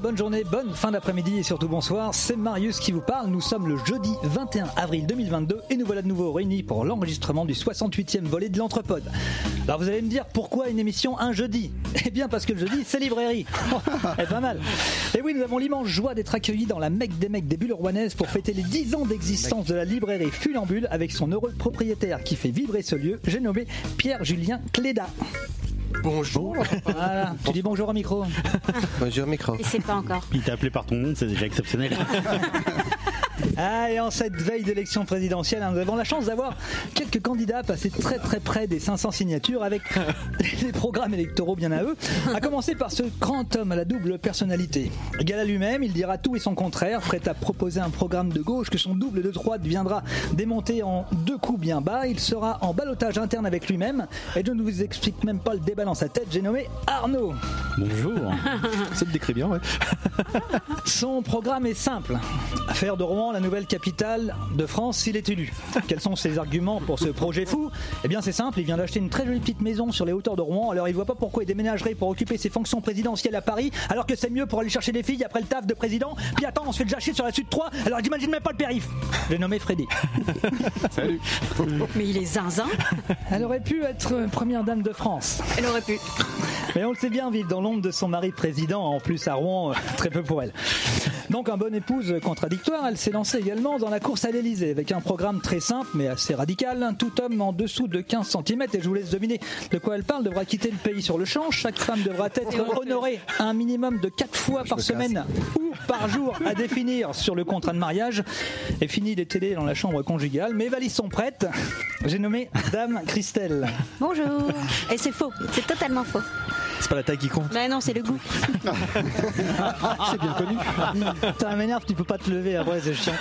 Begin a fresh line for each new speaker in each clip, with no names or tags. bonne journée, bonne fin d'après-midi et surtout bonsoir. C'est Marius qui vous parle. Nous sommes le jeudi 21 avril 2022 et nous voilà de nouveau réunis pour l'enregistrement du 68e volet de l'Entrepode. Alors vous allez me dire pourquoi une émission un jeudi Eh bien parce que le jeudi c'est librairie. Eh pas mal. Et oui, nous avons l'immense joie d'être accueillis dans la Mecque des Mecs des Bulles rouennaises pour fêter les 10 ans d'existence de la librairie Fulambule avec son heureux propriétaire qui fait vibrer ce lieu. J'ai nommé Pierre-Julien Cléda.
Bonjour.
Voilà, tu dis bonjour au micro.
Bah,
Bonjour micro.
Et c'est pas encore.
Il t'a appelé par ton nom, c'est déjà exceptionnel.
Ah, et en cette veille d'élection présidentielle, hein, nous avons la chance d'avoir quelques candidats passés très très près des 500 signatures avec les programmes électoraux bien à eux. À commencer par ce grand homme à la double personnalité. Égal à lui-même, il dira tout et son contraire, prêt à proposer un programme de gauche que son double de droite viendra démonter en deux coups bien bas. Il sera en balotage interne avec lui-même et je ne vous explique même pas le débat dans sa tête. J'ai nommé Arnaud.
Bonjour.
Ça te décrit bien, ouais.
Son programme est simple. Faire de Rouen la nouvelle capitale de France s'il est élu. Quels sont ses arguments pour ce projet fou Eh bien c'est simple, il vient d'acheter une très jolie petite maison sur les hauteurs de Rouen, alors il voit pas pourquoi il déménagerait pour occuper ses fonctions présidentielles à Paris, alors que c'est mieux pour aller chercher des filles après le taf de président. Puis attends, on se fait déjà chier sur la Sud 3, alors j'imagine même pas le périph. J'ai nommé Freddy.
Salut.
Mais il est zinzin.
Elle aurait pu être première dame de France.
Elle aurait pu.
Mais on le sait bien, vivre dans l'ombre de son mari président, en plus à Rouen, euh, très peu pour elle. Donc, en bonne épouse contradictoire, elle s'est lancée également dans la course à l'Elysée, avec un programme très simple mais assez radical. hein. Tout homme en dessous de 15 cm, et je vous laisse deviner de quoi elle parle, devra quitter le pays sur le champ. Chaque femme devra être honorée un minimum de 4 fois par semaine ou par jour à définir sur le contrat de mariage. Et fini les télés dans la chambre conjugale. Mes valises sont prêtes. J'ai nommé Dame Christelle.
Bonjour. Et c'est faux. C'est totalement faux.
C'est pas la taille qui compte.
Bah non, c'est le goût.
C'est bien connu. Ça m'énerve, tu peux pas te lever après, c'est chiant.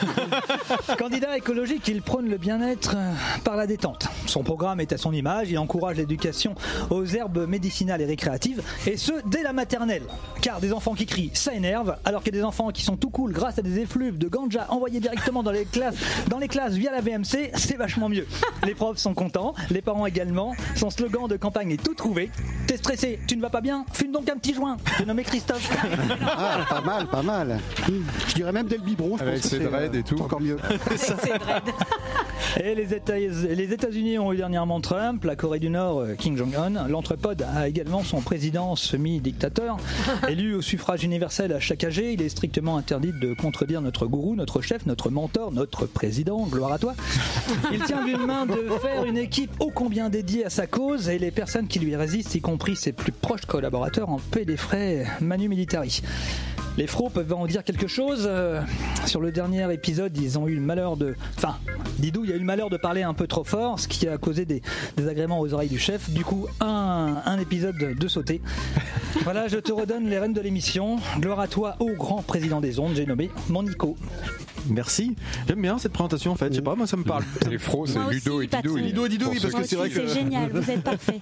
Candidat écologique, il prône le bien-être euh, par la détente. Son programme est à son image, il encourage l'éducation aux herbes médicinales et récréatives, et ce, dès la maternelle. Car des enfants qui crient, ça énerve, alors que des enfants qui sont tout cool grâce à des effluves de ganja envoyés directement dans les classes, dans les classes via la VMC, c'est vachement mieux. Les profs sont contents, les parents également. Son slogan de campagne est tout trouvé. T'es stressé, tu ne vas pas bien, fume donc un petit joint. J'ai nommé Christophe.
Ah, pas mal, pas mal. Je dirais même dès le biberon. Je
Avec
pense que
ses
c'est,
dreads
euh,
et tout.
Encore mieux.
Et les États- les États-Unis ont eu dernièrement Trump, la Corée du Nord, euh, Kim Jong-un. L'entrepode a également son président semi-dictateur. Élu au suffrage universel à chaque âgé, il est strictement interdit de contredire notre gourou, notre chef, notre mentor, notre président. Gloire à toi. Il tient d'une main de faire une équipe ô combien dédiée à sa cause et les personnes qui lui résistent, y compris ses plus proches collaborateurs, en paient les frais manu militari. Les fros peuvent en dire quelque chose. euh, sur le dernier épisode, ils ont eu le malheur de. Enfin, Didou, il y a eu le malheur de parler un peu trop fort, ce qui a causé des désagréments aux oreilles du chef. Du coup, un, un épisode de sauté. Voilà, je te redonne les rênes de l'émission. Gloire à toi, au grand président des ondes, j'ai nommé mon Nico.
Merci. J'aime bien cette présentation en fait. Je sais pas, moi ça me parle.
Les
Oh,
fros, c'est
Moi aussi,
Ludo et
patron.
Didou.
Ludo et Didou,
Pour
oui,
ceux
parce que
qui-
c'est vrai que-
C'est génial, vous êtes parfait.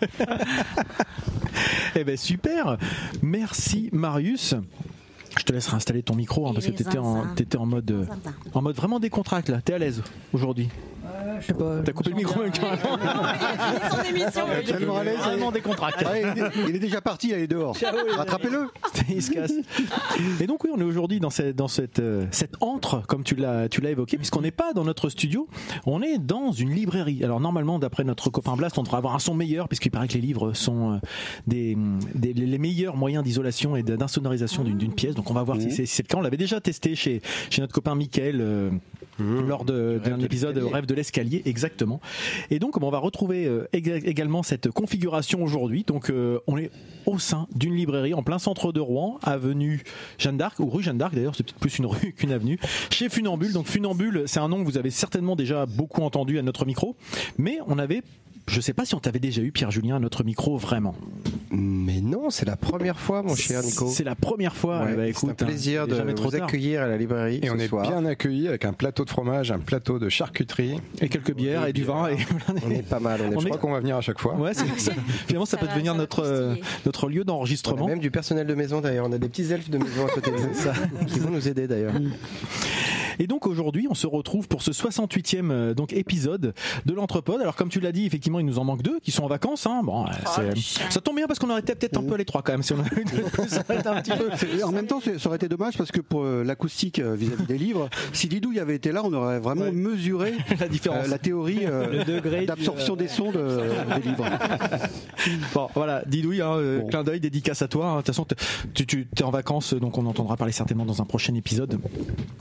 eh ben super. Merci Marius. Je te laisse réinstaller ton micro hein,
Il
parce que
est
t'étais en,
zinzin.
t'étais en mode, euh,
Zinzin.
en mode vraiment décontracté là. T'es à l'aise aujourd'hui.
Euh, Je sais pas.
T'as coupé le micro hein, avec
Son émission.
Tellement à l'aise,
Vraiment décontracté.
Ah, il, est, il est déjà parti, là, il est dehors. Rattrapez-le.
Il se casse. Et donc oui, on est aujourd'hui dans cette dans cette euh, cette antre comme tu l'as tu l'as évoqué puisqu'on n'est pas dans notre studio, on est dans une librairie. Alors normalement d'après notre copain Blast, on devrait avoir un son meilleur puisqu'il paraît que les livres sont euh, des, des- les meilleurs moyens d'isolation et d'insonorisation d'une d'une pièce. Donc on va voir si c'est si c'est le cas. On l'avait déjà testé chez chez notre copain Michael euh, lors de- d'un épisode euh, Rêve de l'escalier exactement. Et donc on va retrouver euh, exa- également cette configuration aujourd'hui. Donc euh, on est au sein d'une librairie en plein centre de Rouen, avenue Jeanne d'Arc ou rue Jeanne d'Arc d'ailleurs, c'est peut-être plus une rue qu'une avenue, chez Funambule. Donc Funambule, c'est un nom que vous avez certainement déjà beaucoup entendu à notre micro, mais on avait je sais pas si on t'avait déjà eu Pierre Julien à notre micro vraiment.
Mais non, c'est la première fois, mon cher Nico.
C'est la première fois.
Ouais,
Eh ben,
c'est
écoute,
un plaisir
hein, il est
de
jamais trop
vous
tard.
accueillir à la librairie.
Et
ce
on est
soir.
bien accueillis avec un plateau de fromage, un plateau de charcuterie. hein.
Et quelques bières et du vin et voilà.
On est pas mal. On est-
On
Je
est-
crois qu'on va venir à chaque fois.
Ah,
Ouais, c'est ça. Finalement, ça,
Ça
peut
va-
devenir
ça va
notre, euh,
croustiller.
notre lieu
on a
d'enregistrement.
même du personnel de maison d'ailleurs. On a des petits elfes de maison à côté de nous, qui vont nous aider d'ailleurs.
Et donc aujourd'hui, on se retrouve pour ce 68e euh, donc épisode de l'Entrepode. Alors comme tu l'as dit, effectivement, il nous en manque deux qui sont en vacances. Hein. Bon, euh, c'est- ça tombe bien parce qu'on aurait été peut-être un peu les trois quand même. Si on avait eu deux de plus, ça aurait été un petit peu.
Et en même temps, c'est- ça aurait été dommage parce que pour euh, l'acoustique euh, vis-à-vis des livres, si Didouille avait été là, on aurait vraiment mesuré
La différence.
euh, la théorie euh,
Le degré du,
d'absorption des sons de- des livres.
euh, Bon, voilà, Didouille, hein, euh,
Bon.
clin d'œil, dédicace à toi. hein. De toute façon, t- tu, tu es en vacances, donc on entendra parler certainement dans un prochain épisode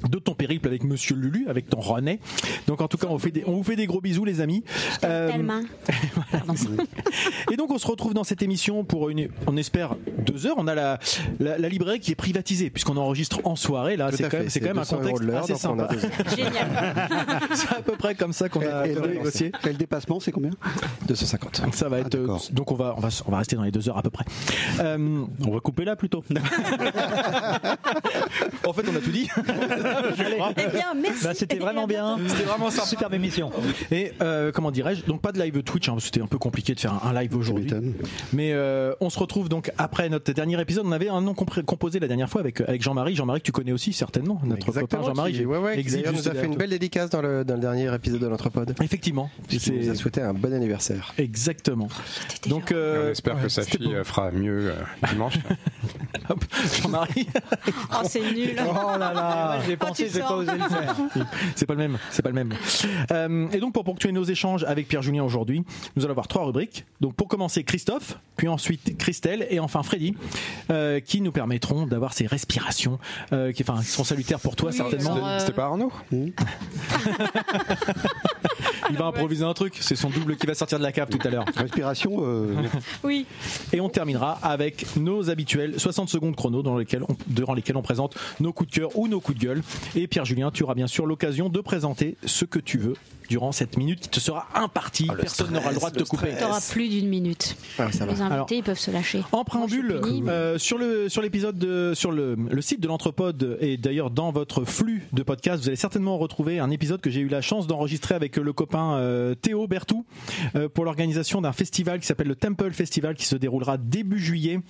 de ton périple avec Monsieur Lulu, avec ton René. Donc en tout cas, on, fait des- on vous fait des gros bisous, les amis. Euh,
Tellement.
et donc on se retrouve dans cette émission pour une, on espère deux heures. On a la, la, la librairie qui est privatisée puisqu'on enregistre en soirée. Là,
Tout
c'est
à
quand,
fait,
même- c'est quand même un
200 euros
contexte
de l'heure,
assez
donc on a
sympa.
deux-
Génial.
c'est à peu près comme ça qu'on a
et, et
qu'on a
le,
négocié.
et le dépassement, c'est combien
250.
Ça va être euh,
d'accord.
donc on va on va on va rester dans les deux heures à peu près. Euh,
On va couper là plutôt.
en fait, on a tout dit.
Eh bien, merci.
Bah, c'était vraiment bien.
C'était vraiment sympa.
Superbe émission.
Et euh, comment dirais-je Donc pas de live Twitch, hein, parce que c'était un peu compliqué de faire un, un live aujourd'hui.
Tu m'étonnes.
Mais euh, on se retrouve donc après notre dernier épisode. On avait un nom compré- composé la dernière fois avec, avec Jean-Marie. Jean-Marie que tu connais aussi certainement, notre copain Jean-Marie.
qui- ouais, ouais, qui
Exit
d'ailleurs
juste
nous a fait
derrière
une
toi.
belle dédicace dans le, dans le dernier épisode de l'Entrepode.
Effectivement.
Qui
C'est-
nous a souhaité un bon anniversaire.
Exactement. Donc
Et
euh,
on espère que sa
c'était
fille euh, fera mieux euh, dimanche.
hop, Jean-Marie,
Oh, c'est nul.
Oh là
Ah.
là, j'ai
pensé, tu j'ai pas sens. osé
le faire.
c'est pas le même, c'est pas le même. Euh, et donc pour ponctuer nos échanges avec Pierre Julien aujourd'hui, nous allons avoir trois rubriques. Donc pour commencer Christophe, puis ensuite Christelle et enfin Freddy, euh, qui nous permettront d'avoir ces respirations, euh, qui, enfin, qui sont salutaires pour toi certainement.
C'était
euh,
c'était pas Arnaud
euh,
Il va improviser un truc, c'est son double qui va sortir de la cave tout à l'heure.
Respiration, euh,
Oui.
Et on terminera avec nos habituels 60 secondes chrono dans lesquelles on- durant lesquelles on présente nos coups de cœur ou nos coups de gueule. Et Pierre-Julien, tu auras bien sûr l'occasion de présenter ce que tu veux durant cette minute qui te sera impartie. Personne n'aura le droit de te couper.
T'auras plus d'une minute.
Ah, ça va.
Les invités,
Alors-
ils peuvent se lâcher.
En
Moi,
préambule,
je suis pénible.
euh, sur le sur l'épisode de- sur le, le site de l'entrepode et d'ailleurs dans votre flux de podcast, vous allez certainement retrouver un épisode que j'ai eu la chance d'enregistrer avec le copain euh, Théo Bertou euh, pour l'organisation d'un festival qui s'appelle le Temple Festival qui se déroulera début juillet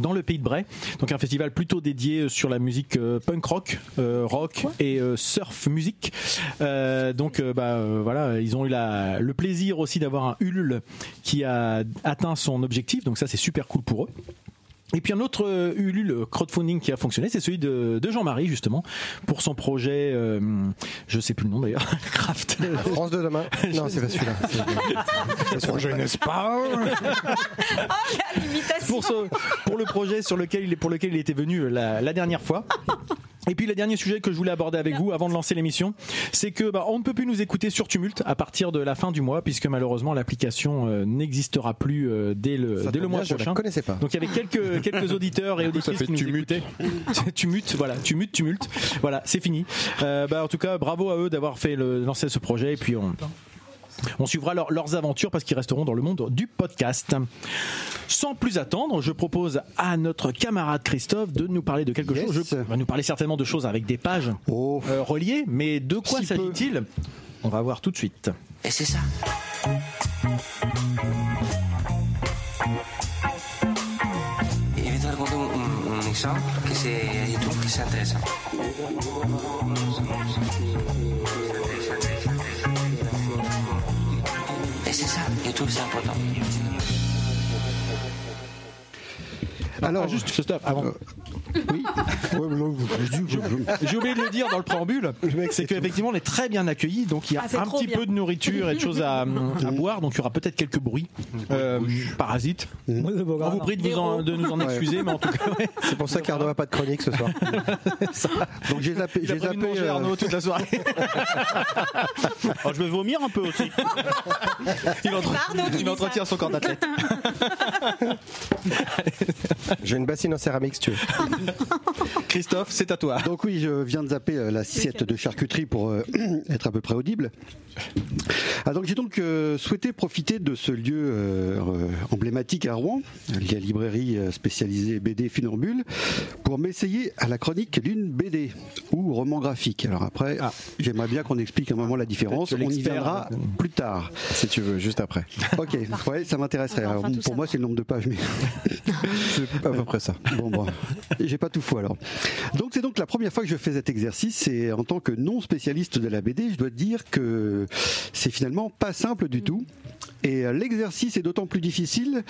dans le pays de Bray. Donc un festival plutôt dédié sur la musique euh, punk rock, euh, rock et euh, surf musique. Euh, donc euh, bah euh, voilà, ils ont eu la, le plaisir aussi d'avoir un Ulule qui a atteint son objectif. Donc ça c'est super cool pour eux. Et puis un autre euh, Ulule crowdfunding qui a fonctionné, c'est celui de, de Jean-Marie justement pour son projet, euh, je sais plus le nom d'ailleurs, Craft.
France de demain. Non, c'est pas celui-là.
Je n'est-ce pas
Oh,
pour, ce- pour le projet sur lequel il est, pour lequel il était venu euh, la, la dernière fois. Et puis le dernier sujet que je voulais aborder avec vous avant de lancer l'émission, c'est que bah, on ne peut plus nous écouter sur Tumult à partir de la fin du mois, puisque malheureusement l'application euh, n'existera plus euh, dès le,
Ça
dès le
tombe
mois
bien, je
prochain.
la connaissais pas.
Donc il y avait quelques quelques auditeurs et auditrices
fait
qui nous
Tumult.
écoutaient. tumult, voilà, tumult, tumult. Voilà, c'est fini. Euh, bah, en tout cas, bravo à eux d'avoir fait le, lancer ce projet et puis on on suivra leur- leurs aventures parce qu'ils resteront dans le monde du podcast. Sans plus attendre, je propose à notre camarade Christophe de nous parler de quelque
Yes.
chose. Je il va nous parler certainement de choses avec des pages
oh,
euh, reliées, mais de quoi s'agit-il On va voir tout de suite.
Et c'est ça. Et je vais te raconter un, un- un exemple que c'est je trouve que c'est intéressant. Et c'est ça, je trouve que c'est important.
Alors,
Ah, juste Christophe, avant.
oui. Ouais, mais non, je- je- je- je-
J'ai oublié de le dire dans le préambule, c'est qu'effectivement on est très bien accueillis, donc il y a
Ah, c'est
un
trop
petit
bien.
peu de nourriture et de choses à, à boire, donc il y aura peut-être quelques bruits euh, parasites. On vous prie de, vous en- de nous en excuser, mais en tout cas, ouais,
C'est pour ça qu'Arnaud n'a pas de chronique ce soir.
Donc j'ai zappé,
il a
j'ai
prévu de
zappé,
manger
euh,
Arnaud toute la soirée.
Oh, je vais vomir un peu aussi.
Il, entre-
Arnaud qui
il
dit
entretient son corps d'athlète.
J'ai une bassine en céramique si tu veux.
Christophe, c'est à toi.
Donc oui, je viens de zapper euh, l'assiette de charcuterie pour euh, être à peu près audible. Ah, donc j'ai donc euh, souhaité profiter de ce lieu euh, euh, emblématique à Rouen, la librairie euh, spécialisée BD Funambule, pour m'essayer à la chronique d'une BD ou roman graphique. Alors après, j'aimerais bien qu'on explique un moment la différence.
Peut-être
On y
que Ah. l'expert-
viendra plus tard.
Si tu veux, juste après.
Ok, ouais, ça m'intéresserait.
On va enfin
Alors,
tout
pour moi,
savoir.
c'est le nombre de pages, mais
C'est à peu près ça.
bon, bon. J'ai- j'ai pas tout faux alors. Donc c'est donc la première fois que je fais cet exercice et en tant que non spécialiste de la BD, je dois dire que c'est finalement pas simple du tout. Et euh, l'exercice est d'autant plus difficile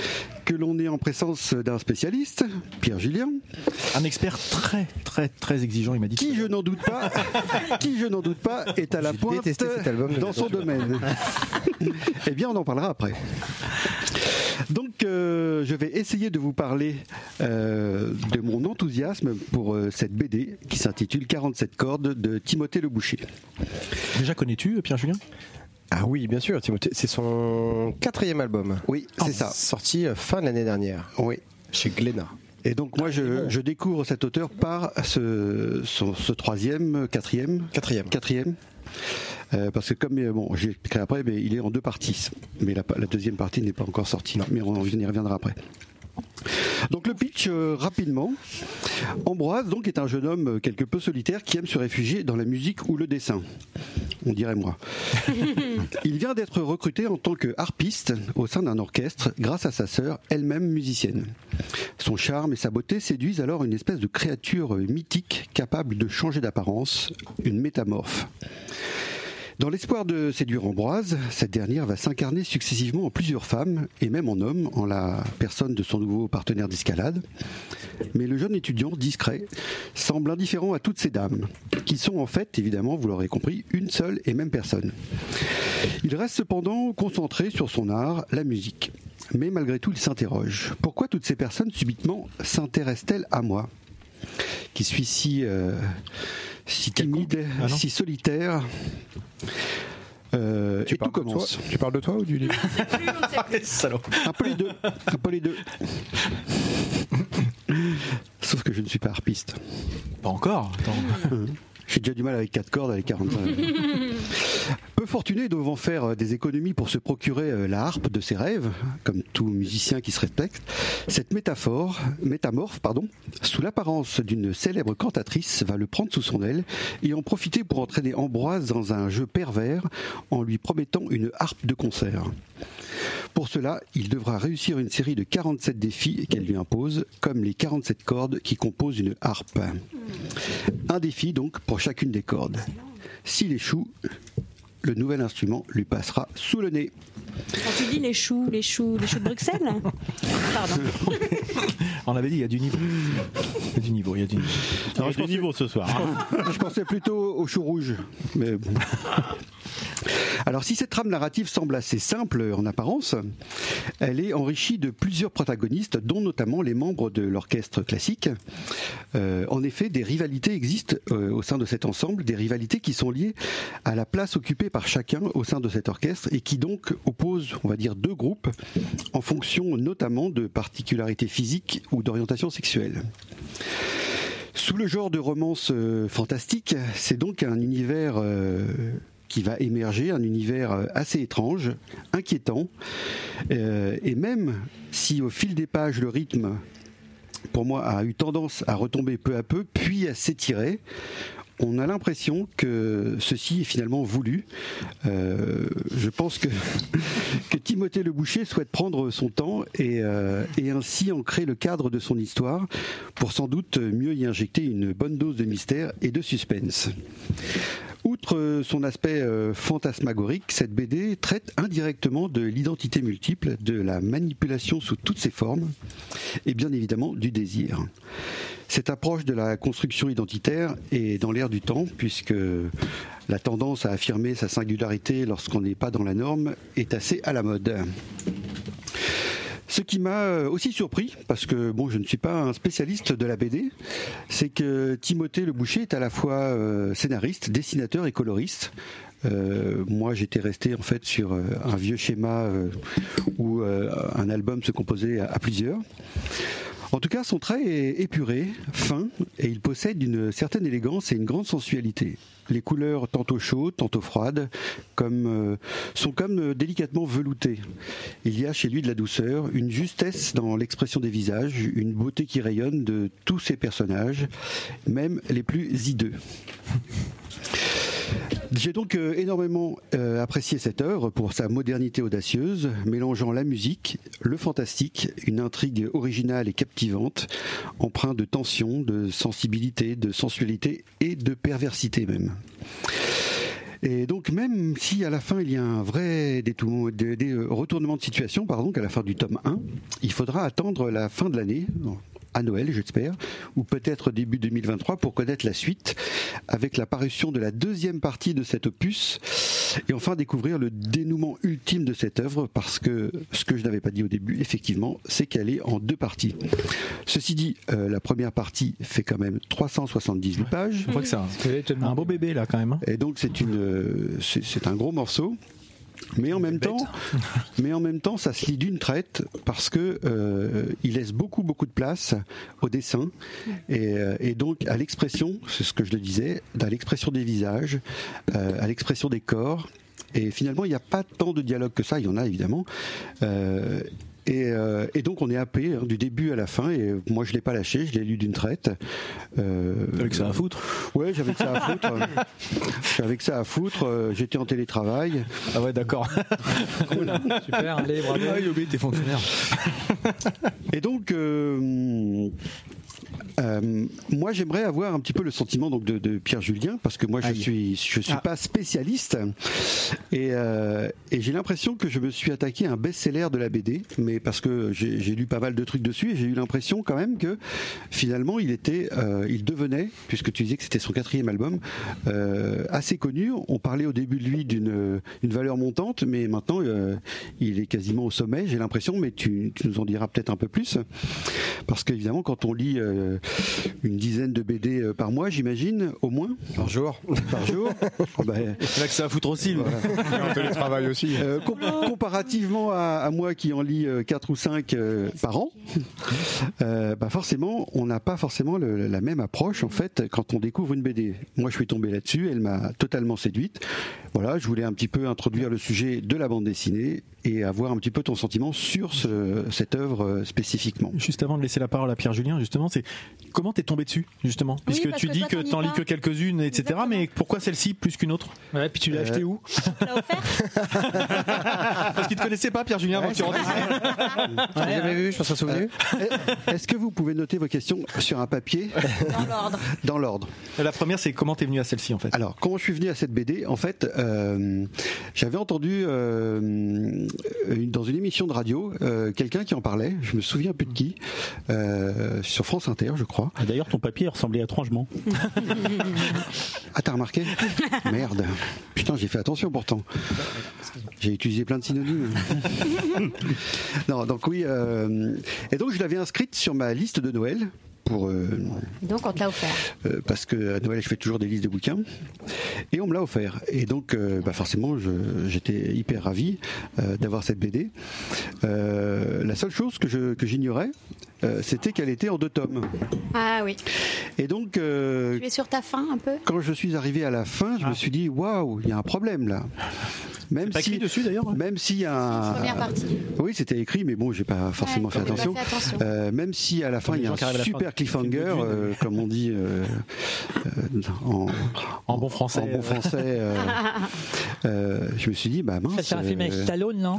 que l'on est en présence d'un spécialiste, Pierre Julien,
Un expert très, très, très exigeant, il m'a dit.
qui je n'en doute pas, qui je n'en doute pas est à la
J'ai
pointe
détesté cet album de
dans son
Ventura.
domaine. eh bien, on en parlera après. Donc, euh, je vais essayer de vous parler euh, de mon enthousiasme pour euh, cette BD qui s'intitule 47 cordes de Timothée Le Boucher.
Déjà connais-tu euh, Pierre-Julien
Ah oui, bien sûr, Timothée. C'est son quatrième album. Ah,
Oui, c'est ça.
Sorti euh, fin de l'année dernière
Oui.
chez Glénat.
Et donc, moi, je, je découvre cet auteur par ce, son- ce troisième, quatrième,
Quatrième.
quatrième. Euh, parce que comme euh, bon, j'ai expliqué après, mais il est en deux parties. Mais la, la deuxième partie n'est pas encore sortie. mais on, on y reviendra après. Donc le pitch euh, rapidement. Ambroise donc est un jeune homme euh, quelque peu solitaire qui aime se réfugier dans la musique ou le dessin. On dirait moi. Il vient d'être recruté en tant que harpiste au sein d'un orchestre grâce à sa sœur, elle-même musicienne. Son charme et sa beauté séduisent alors une espèce de créature mythique capable de changer d'apparence, une métamorphe. Dans l'espoir de séduire Ambroise, cette dernière va s'incarner successivement en plusieurs femmes et même en homme, en la personne de son nouveau partenaire d'escalade. Mais le jeune étudiant, discret, semble indifférent à toutes ces dames, qui sont en fait, évidemment, vous l'aurez compris, une seule et même personne. Il reste cependant concentré sur son art, la musique. Mais malgré tout, il s'interroge. Pourquoi toutes ces personnes, subitement, s'intéressent-elles à moi Qui suis si, euh, si timide,
Ah non.
si solitaire Euh, Et tout
de toi
commence.
Tu parles de toi ou du livre
Ah, Un peu les deux. Un peu les deux. Sauf que je ne suis pas harpiste.
Pas encore. Attends.
J'ai déjà du mal avec quatre cordes, avec 45. Peu fortuné devant faire euh, des économies pour se procurer euh, la harpe de ses rêves, comme tout musicien qui se respecte, cette métaphore, métamorphe, pardon, sous l'apparence d'une célèbre cantatrice, va le prendre sous son aile et en profiter pour entraîner Ambroise dans un jeu pervers en lui promettant une harpe de concert. Pour cela, il devra réussir une série de 47 défis qu'elle lui impose, comme les 47 cordes qui composent une harpe. Un défi donc pour chacune des cordes. S'il échoue, le nouvel instrument lui passera sous le nez.
Quand tu dis les choux, les choux, les choux de Bruxelles Pardon.
On avait dit, il y a du niveau. Il y a du niveau, il y a du niveau.
Alors, je niveau ce soir. hein.
Je pensais plutôt au chou rouge, mais bon. Alors si cette trame narrative semble assez simple en apparence, elle est enrichie de plusieurs protagonistes, dont notamment les membres de l'orchestre classique. Euh, en effet, des rivalités existent euh, au sein de cet ensemble, des rivalités qui sont liées à la place occupée par chacun au sein de cet orchestre et qui donc opposent, on va dire, deux groupes en fonction notamment de particularités physiques ou d'orientation sexuelle. Sous le genre de romance euh, fantastique, c'est donc un univers euh, qui va émerger, un univers euh, assez étrange, inquiétant, Euh, et même si au fil des pages le rythme, pour moi, a eu tendance à retomber peu à peu, puis à s'étirer, on a l'impression que ceci est finalement voulu. Euh, je pense que, que Timothée Le Boucher souhaite prendre son temps et, euh, et ainsi ancrer le cadre de son histoire pour sans doute mieux y injecter une bonne dose de mystère et de suspense. Outre euh, son aspect euh, fantasmagorique, cette BD traite indirectement de l'identité multiple, de la manipulation sous toutes ses formes et bien évidemment du désir. Cette approche de la construction identitaire est dans l'air du temps puisque la tendance à affirmer sa singularité lorsqu'on n'est pas dans la norme est assez à la mode. Ce qui m'a euh, aussi surpris, parce que bon, je ne suis pas un spécialiste de la BD, c'est que Timothée Le Boucher est à la fois euh, scénariste, dessinateur et coloriste. Euh, moi, j'étais resté en fait sur euh, un vieux schéma euh, où euh, un album se composait à- à plusieurs. En tout cas, son trait est épuré, fin, et il possède une certaine élégance et une grande sensualité. Les couleurs tantôt chaudes, tantôt froides, comme, euh, sont comme euh, délicatement veloutées. Il y a chez lui de la douceur, une justesse dans l'expression des visages, une beauté qui rayonne de tous ses personnages, même les plus hideux. J'ai donc euh, énormément euh, apprécié cette œuvre pour sa modernité audacieuse, mélangeant la musique, le fantastique, une intrigue originale et captivante, empreinte de tension, de sensibilité, de sensualité et de perversité même. Et donc, même si à la fin il y a un vrai détour- des, des retournements de situation, pardon, qu'à la fin du tome 1, il faudra attendre la fin de l'année, à Noël, j'espère, ou peut-être début 2023 pour connaître la suite, avec la parution de la deuxième partie de cet opus, et enfin découvrir le dénouement ultime de cette œuvre, parce que ce que je n'avais pas dit au début, effectivement, c'est qu'elle est en deux parties. Ceci dit, euh, la première partie fait quand même 378 pages.
Je crois que c'est un,
demander.
un beau bébé là quand même. hein.
Et donc c'est une, euh, c'est c'est un gros morceau. Mais en même temps, mais en même temps, ça se lit d'une traite parce que euh, il laisse beaucoup beaucoup de place au dessin et, euh, et donc à l'expression, c'est ce que je le disais, à l'expression des visages, euh, à l'expression des corps. Et finalement, il n'y a pas tant de dialogue que ça. Il y en a évidemment. Euh, et, euh, et donc on est happé hein, du début à la fin. Et moi, je l'ai pas lâché. Je l'ai lu d'une traite. Euh,
Avec ça à foutre.
Ouais, j'avais que ça à foutre. j'avais que ça à foutre. euh, J'étais en télétravail.
Ah ouais, d'accord. Ah,
Super, allez, bravo.
il obéit tes fonctionnaires.
Et donc, euh, euh, moi, j'aimerais avoir un petit peu le sentiment donc de, de Pierre Julien, parce que moi, je suis, je
Ah.
suis pas spécialiste, et, euh, et j'ai l'impression que je me suis attaqué à un best-seller de la BD, mais parce que j'ai j'ai lu pas mal de trucs dessus, et j'ai eu l'impression quand même que finalement, il était, euh, il devenait, puisque tu disais que c'était son quatrième album, euh, assez connu. On parlait au début de lui d'une euh, une valeur montante, mais maintenant, euh, il est quasiment au sommet. J'ai l'impression, mais tu, tu nous en diras peut-être un peu plus. Parce qu'évidemment, quand on lit euh, une dizaine de BD euh, par mois, j'imagine, au moins,
Par jour.
par jour, oh ben,
Là que ça à foutre aussi. lui.
Et en télétravail aussi.
euh, com- comparativement à, à moi qui en lis 4 ou 5 par an, euh, bah forcément, on n'a pas forcément le- la même approche en fait quand on découvre une BD. Moi, je suis tombé là-dessus, elle m'a totalement séduite. Voilà, je voulais un petit peu introduire le sujet de la bande dessinée et avoir un petit peu ton sentiment sur ce- cette œuvre euh, spécifiquement.
Juste avant de laisser la parole à Pierre Julien, justement, c'est comment t'es tombé dessus, justement, puisque
parce
tu
que
dis
toi,
que
t'en lis
t'en lis
pas.
que quelques-unes, etc.
Exactement.
Mais pourquoi celle-ci plus qu'une autre Euh,
Ouais, puis tu l'as acheté où
Tu l'as offert
Parce qu'il te connaissait pas, Pierre Julien, avant que tu rentres.
J'ai jamais Ah, vu, je pense à souvenir.
Euh, Est-ce que vous pouvez noter vos questions sur un papier
Dans l'ordre.
dans l'ordre
La première, c'est comment t'es venu à celle-ci, en fait.
Alors, comment je suis venu à cette BD En fait, euh, j'avais entendu euh, une- dans une émission de radio euh, quelqu'un qui en parlait. Je me souviens plus de qui, euh, sur France Inter, je crois.
Ah, D'ailleurs, ton papier ressemblait étrangement.
Ah, t'as remarqué Merde. Putain, j'ai fait attention pourtant. J'ai utilisé plein de synonymes. non, donc oui. euh, et donc, je l'avais inscrite sur ma liste de Noël pour euh,
Donc on te l'a offert.
Euh, parce que à Noël je fais toujours des listes de bouquins et on me l'a offert et donc euh, bah forcément je- j'étais hyper ravi euh, d'avoir cette BD Euh, la seule chose que je- que j'ignorais euh, c'était qu'elle était en deux tomes
Ah oui.
et donc euh,
Tu es sur ta faim un peu
quand je suis arrivé à la fin je me suis dit waouh il y a un problème là même
Ah. Pas écrit
si
dessus, d'ailleurs. hein.
même s'il y a un-
Première partie.
oui c'était écrit mais bon j'ai pas forcément
Ouais,
fait
t'as pas
attention
fait attention.
euh, même si à la fin
Comme
il y
les
a
gens qui arrivent à
un
la fin
super
du film de
cliffhanger,
Dune.
euh, comme on dit euh, euh, en,
En bon français.
en bon français, euh, euh, je me suis dit bah mince.
Ça fait un film avec
euh,
Stallone, non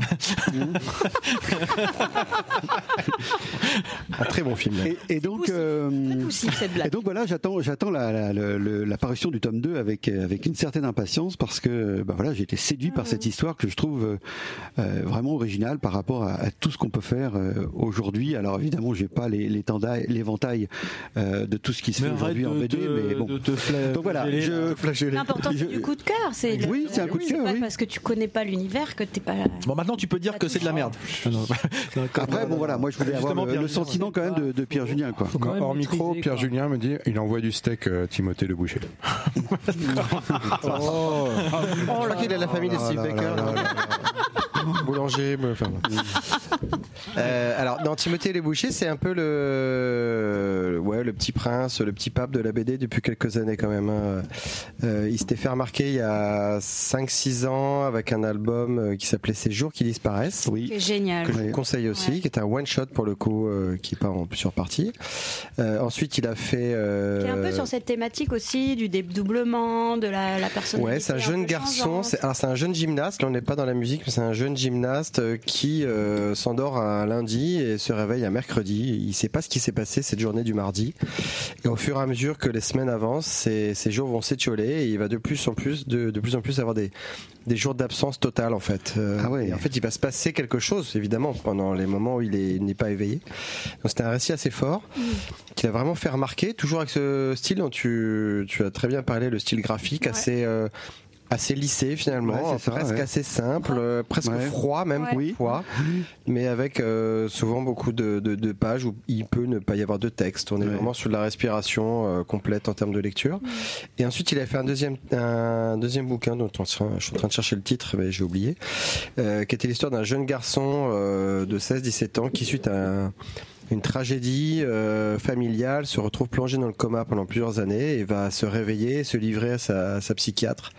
Un très bon film.
et, et donc. euh,
Aussi, cette
et
blague.
donc voilà, j'attends, j'attends la, la, le- le- la parution du tome 2 avec euh, avec une certaine impatience parce que bah voilà, j'ai été séduit par
Ah.
cette histoire que je trouve euh, euh, vraiment originale par rapport à, à tout ce qu'on peut faire euh, aujourd'hui. Alors évidemment, j'ai pas les, l'étendai- l'éventail euh, de tout ce qui se fait aujourd'hui en BD, mais bon. Donc voilà, je,
L'important, c'est
Je-
du coup de cœur. C'est le-
Oui, c'est un coup de cœur,
pas
oui.
parce que tu connais pas l'univers que t'es pas.
Bon, maintenant, tu peux dire que c'est de la merde.
Après, bon voilà, moi je voulais avoir
Ah, Justement,
le,
Pierre
le
Julien,
sentiment quand même de, de Pierre Julien, quoi.
Faut quand même
Hors
maîtriser,
micro, Pierre
quoi.
Julien me dit il envoie du steak euh, Timothée Le Boucher.
Oh,
Je crois qu'il a la famille des Steve Baker.
Boulanger, mais enfin.
Euh, alors, dans Timothée et les Bouchers, c'est un peu le. euh, ouais, le petit prince, le petit pape de la BD depuis quelques années quand même. hein. Euh, il s'était fait remarquer il y a 5-6 ans avec un album euh, qui s'appelait Ces jours qui disparaissent. Oui.
C'est génial.
que je vous conseille aussi, qui est un one shot pour le coup, euh, qui part en plusieurs parties. Euh, ensuite, il a fait. euh,
Qui est un peu sur cette thématique aussi du dédoublement, de la, la personne.
Ouais, c'est un jeune garçon. C'est alors c'est un jeune gymnaste. Là, on n'est pas dans la musique, mais c'est un jeune gymnaste euh, qui euh, s'endort un lundi et se réveille un mercredi. Il sait pas ce qui s'est passé cette journée du mardi. Et au fur et à mesure que les semaines avancent, ces, ces jours vont s'étioler et il va de plus en plus, de, de plus en plus avoir des des jours d'absence totale en fait. Euh,
Ah ouais.
et En fait, il va se passer quelque chose évidemment pendant les moments où il est- il n'est pas éveillé. Donc c'était un récit assez fort qui a vraiment fait remarquer, toujours avec ce style dont tu, tu as très bien parlé, le style graphique
Ouais.
assez euh, assez lissé finalement,
Ouais, c'est ça,
Oh, presque
ouais.
assez simple, euh, presque
Ouais.
froid même
Ouais.
oui. parfois, mais avec euh, souvent beaucoup de, de- de pages où il peut ne pas y avoir de texte. On est vraiment sur de la respiration euh, complète en termes de lecture.
Mm.
Et ensuite, il a fait un deuxième un deuxième bouquin dont on sera- je suis en train de chercher le titre, mais j'ai oublié, euh, qui était l'histoire d'un jeune garçon euh, de 16-17 ans qui suite à un- une tragédie euh, familiale, se retrouve plongé dans le coma pendant plusieurs années et va se réveiller, et se livrer à sa, à sa psychiatre.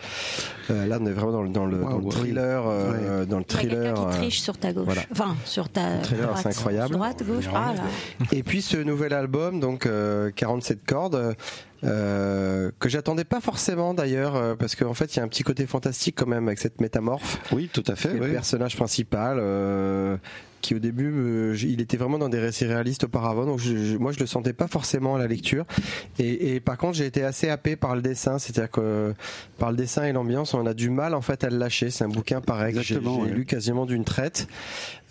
Euh, là, on est vraiment dans le, dans le, dans le
Waouh, ouais.
thriller, euh, dans le
Quelqu'un
thriller.
qui
euh,
triche sur ta gauche.
voilà.
Enfin, sur ta
Thriller,
droite.
c'est incroyable.
Droite, gauche. Ah là.
Et puis ce nouvel album, donc euh, 47 cordes, euh, que j'attendais pas forcément d'ailleurs, euh, parce qu'en fait il y a un petit côté fantastique quand même avec cette métamorphe.
Oui, tout à fait.
Et le
oui.
personnage principal, euh, qui au début, euh, j- il était vraiment dans des récits réalistes auparavant, donc je- je- moi je le sentais pas forcément à la lecture. Et, et par contre, j'ai été assez happé par le dessin, c'est-à-dire que euh, par le dessin et l'ambiance, on a du mal en fait à le lâcher. C'est un bouquin pareil que j'ai
Exactement,
j'ai
ouais.
lu quasiment d'une traite.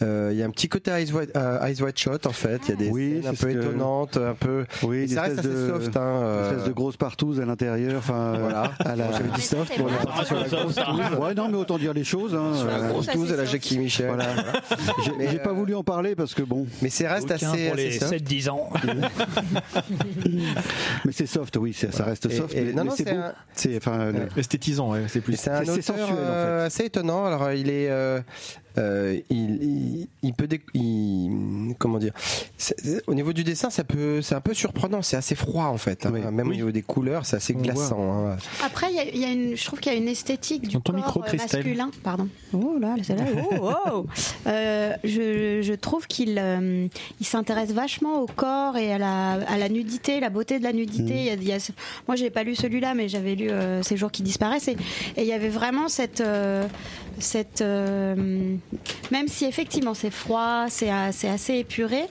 Euh, Il y a un petit côté Eyes Wide, euh, Eyes Wide Shot en fait. Il y a des
Oui,
scènes un
c'est ce
peu
que-
étonnantes, un peu.
Oui,
Et
une
ça reste assez
espèce de-
soft. Hein,
Une
euh,
espèce de grosse partouze à l'intérieur. Enfin, euh,
Voilà.
à la...
J'avais dit soft, mais on est parti sur la
Ah,
grosse
Ouais, non, mais autant dire les choses. hein.
sur la
Euh,
grosse hein.
Ça,
douze
c'est
à la
soft.
Jackie Michel. Mais,
J'ai j'ai
euh,
pas voulu en parler parce que bon,
Mais c'est reste
Bouquin
assez,
pour
assez
les
soft.
7-10 ans.
mais c'est soft, oui, c'est- ça reste
Et-
soft.
et-
mais,
non,
mais
non,
c'est
c'est
beau.
un-
C'est enfin, le-
Esthétisant, ouais, c'est
Et
plus.
C'est un
C'est-
auteur
c'est sensuel, en fait.
euh, assez étonnant. Alors, il est, euh, euh, il, il, il peut, déc- il- comment dire c'est- c'est- Au niveau du dessin, ça peut, c'est un peu surprenant. C'est assez froid en fait. hein.
Oui.
Même au niveau des couleurs, c'est assez
On
glaçant. hein.
Après, il y a- il y a une- je trouve qu'il y a une esthétique du
Dans ton
corps
micro,
euh,
Christelle.
masculin. Pardon. Oh là, celle-là. Oh, oh. Euh, je, je trouve qu'il euh, il s'intéresse vachement au corps et à la, à la nudité, la beauté de la nudité.
Mm.
Il y a- il y a ce- moi, j'ai pas lu celui-là, mais j'avais lu euh, Ces jours qui disparaissent. Et et il y avait vraiment cette. euh, cette euh, même si effectivement c'est froid, c'est a- c'est assez épuré,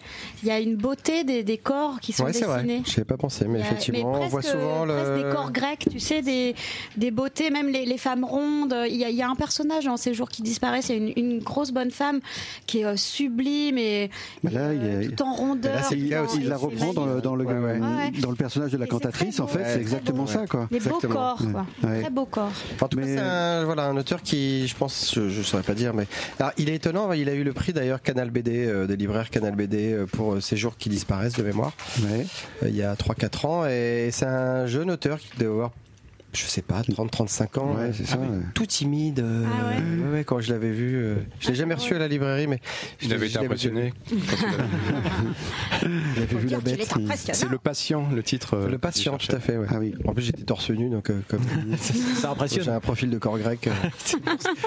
il y a une beauté des, des corps qui sont
Ouais, c'est vrai.
dessinés.
Je n'avais pas pensé,
Il
mais
y a-
effectivement,
mais
on voit
presque- euh,
souvent le.
presque des corps grecs, tu sais, des, des beautés, même les, les femmes rondes. Il y, a, il y a un personnage dans ces jours qui disparaissent, il y a une, une grosse bonne femme qui est euh, sublime et
Mais là,
et,
il est-
tout en rondeur.
Mais là, c'est le
tout
cas
en-
aussi.
et
il la
c'est
reprend dans le,
magnifique.
dans, le,
Ouais, ouais.
Ouais, ouais.
dans le personnage de la
Et c'est très
cantatrice, en
beau,
fait,
ouais,
c'est
très
exactement
beau.
ça, quoi.
Des beaux
Exactement.
corps, quoi.
Ouais.
Très beaux corps.
En tout cas,
Mais-
c'est un, voilà, un auteur qui, je pense, je ne saurais pas dire, mais Alors, il est étonnant. hein, Il a eu le prix d'ailleurs Canal BD, euh, des libraires Canal BD euh, pour euh, ces jours qui disparaissent de mémoire.
Ouais.
euh, il y a 3-4 ans. Et c'est un jeune auteur qui devait avoir, je sais pas, 30-35 ans. hein. Ah,
Ouais, c'est ça, ouais.
Tout timide. euh,
Ah ouais Ah.
ouais, ouais, quand je l'avais vu. euh, je l'ai jamais reçu à la librairie, mais. je
Il
l'ai-
avait
je
été
l'avais
impressionné.
vu. J'avais vu la
Regarde, il
bête.
est impressionnant.
C'est le patient, le titre. euh,
Le patient,
qu'il
tout à fait. ouais.
Ah oui.
En plus, j'étais torse nu, donc euh, comme
Ça
j'ai
impressionne.
un profil de corps grec, euh,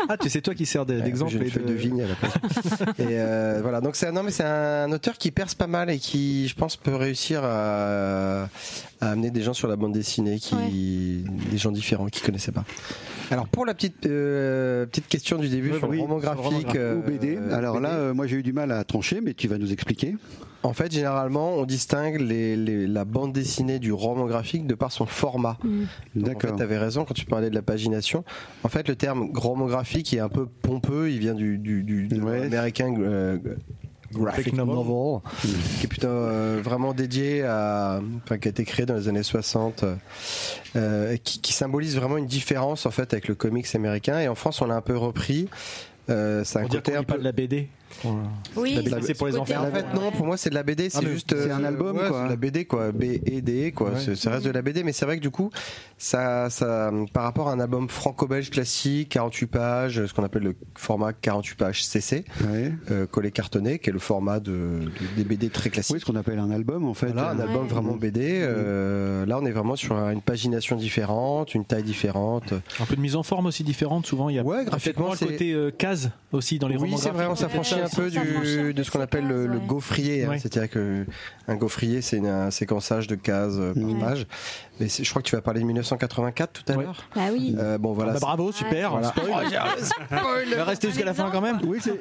Ah, tu sais, toi qui sers de- d'exemple.
j'ai une
et
feuille de vigne à la place. et euh, voilà, donc c'est un, non, mais c'est un auteur qui perce pas mal et qui, je pense, peut réussir à, à amener des gens sur la bande dessinée, qui, des gens différents qui connaissaient pas. Alors pour la petite euh, petite question du début
Oui,
sur
oui,
le roman
sur le roman
graphique
Ou BD.
euh,
Alors là,
BD.
euh, moi j'ai eu du mal à trancher, mais tu vas nous expliquer.
en fait, généralement, on distingue les, les- la bande dessinée du roman graphique de par son format.
Mm.
Donc, En
D'accord.
fait, tu avais raison quand tu parlais de la pagination. En fait, le terme gromographique est un peu pompeux. Il vient du, du, du de
Ouais.
l'américain euh, graphic novel, qui est plutôt euh, vraiment dédié à, enfin, qui a été créé dans les années 60, euh, qui, qui symbolise vraiment une différence en fait avec le comics américain. Et en France, on l'a un peu repris. Euh, c'est un
On dirait
côté
qu'on
un
lit pas
peu.
de la BD.
Oui,
La BD, c'est pour les enfants.
En fait, non, pour moi, c'est de la
Ah,
BD, c'est
Ah, mais
juste.
c'est
euh,
un album,
ouais,
quoi.
c'est de la BD, quoi. B et D, quoi. C'est- Ça reste de la BD, mais c'est vrai que du coup, ça, ça, par rapport à un album franco-belge classique, 48 pages, ce qu'on appelle le format 48 pages CC,
Ouais.
euh, collé cartonné, qui est le format de, de- des BD très classiques.
Oui, ce qu'on appelle un album en fait.
Voilà, un
Euh,
album vraiment BD. euh, là, on est vraiment sur une pagination différente, une taille différente.
Un peu de mise en forme aussi différente. Souvent, il y a
Ouais, graphiquement,
effectivement le
c'est-
côté euh, case aussi dans les
oui,
romans.
c'est vrai, on
graphiques.
s'affranchit un peu
Ça s'affranchit un peu
du, de ce qu'on
de ces
appelle le,
cases,
le
ouais.
gaufrier. hein.
Ouais.
C'est-à-dire qu'un gaufrier, c'est une- un séquençage de cases euh, par
Ouais.
page. Mais c'est- je crois que tu vas parler de 1984 tout à
Ouais.
l'heure.
Bah oui.
Euh, bon,
Ah
voilà.
bah, bravo, super.
Voilà.
Restez jusqu'à la fin quand même.
Oui, c'est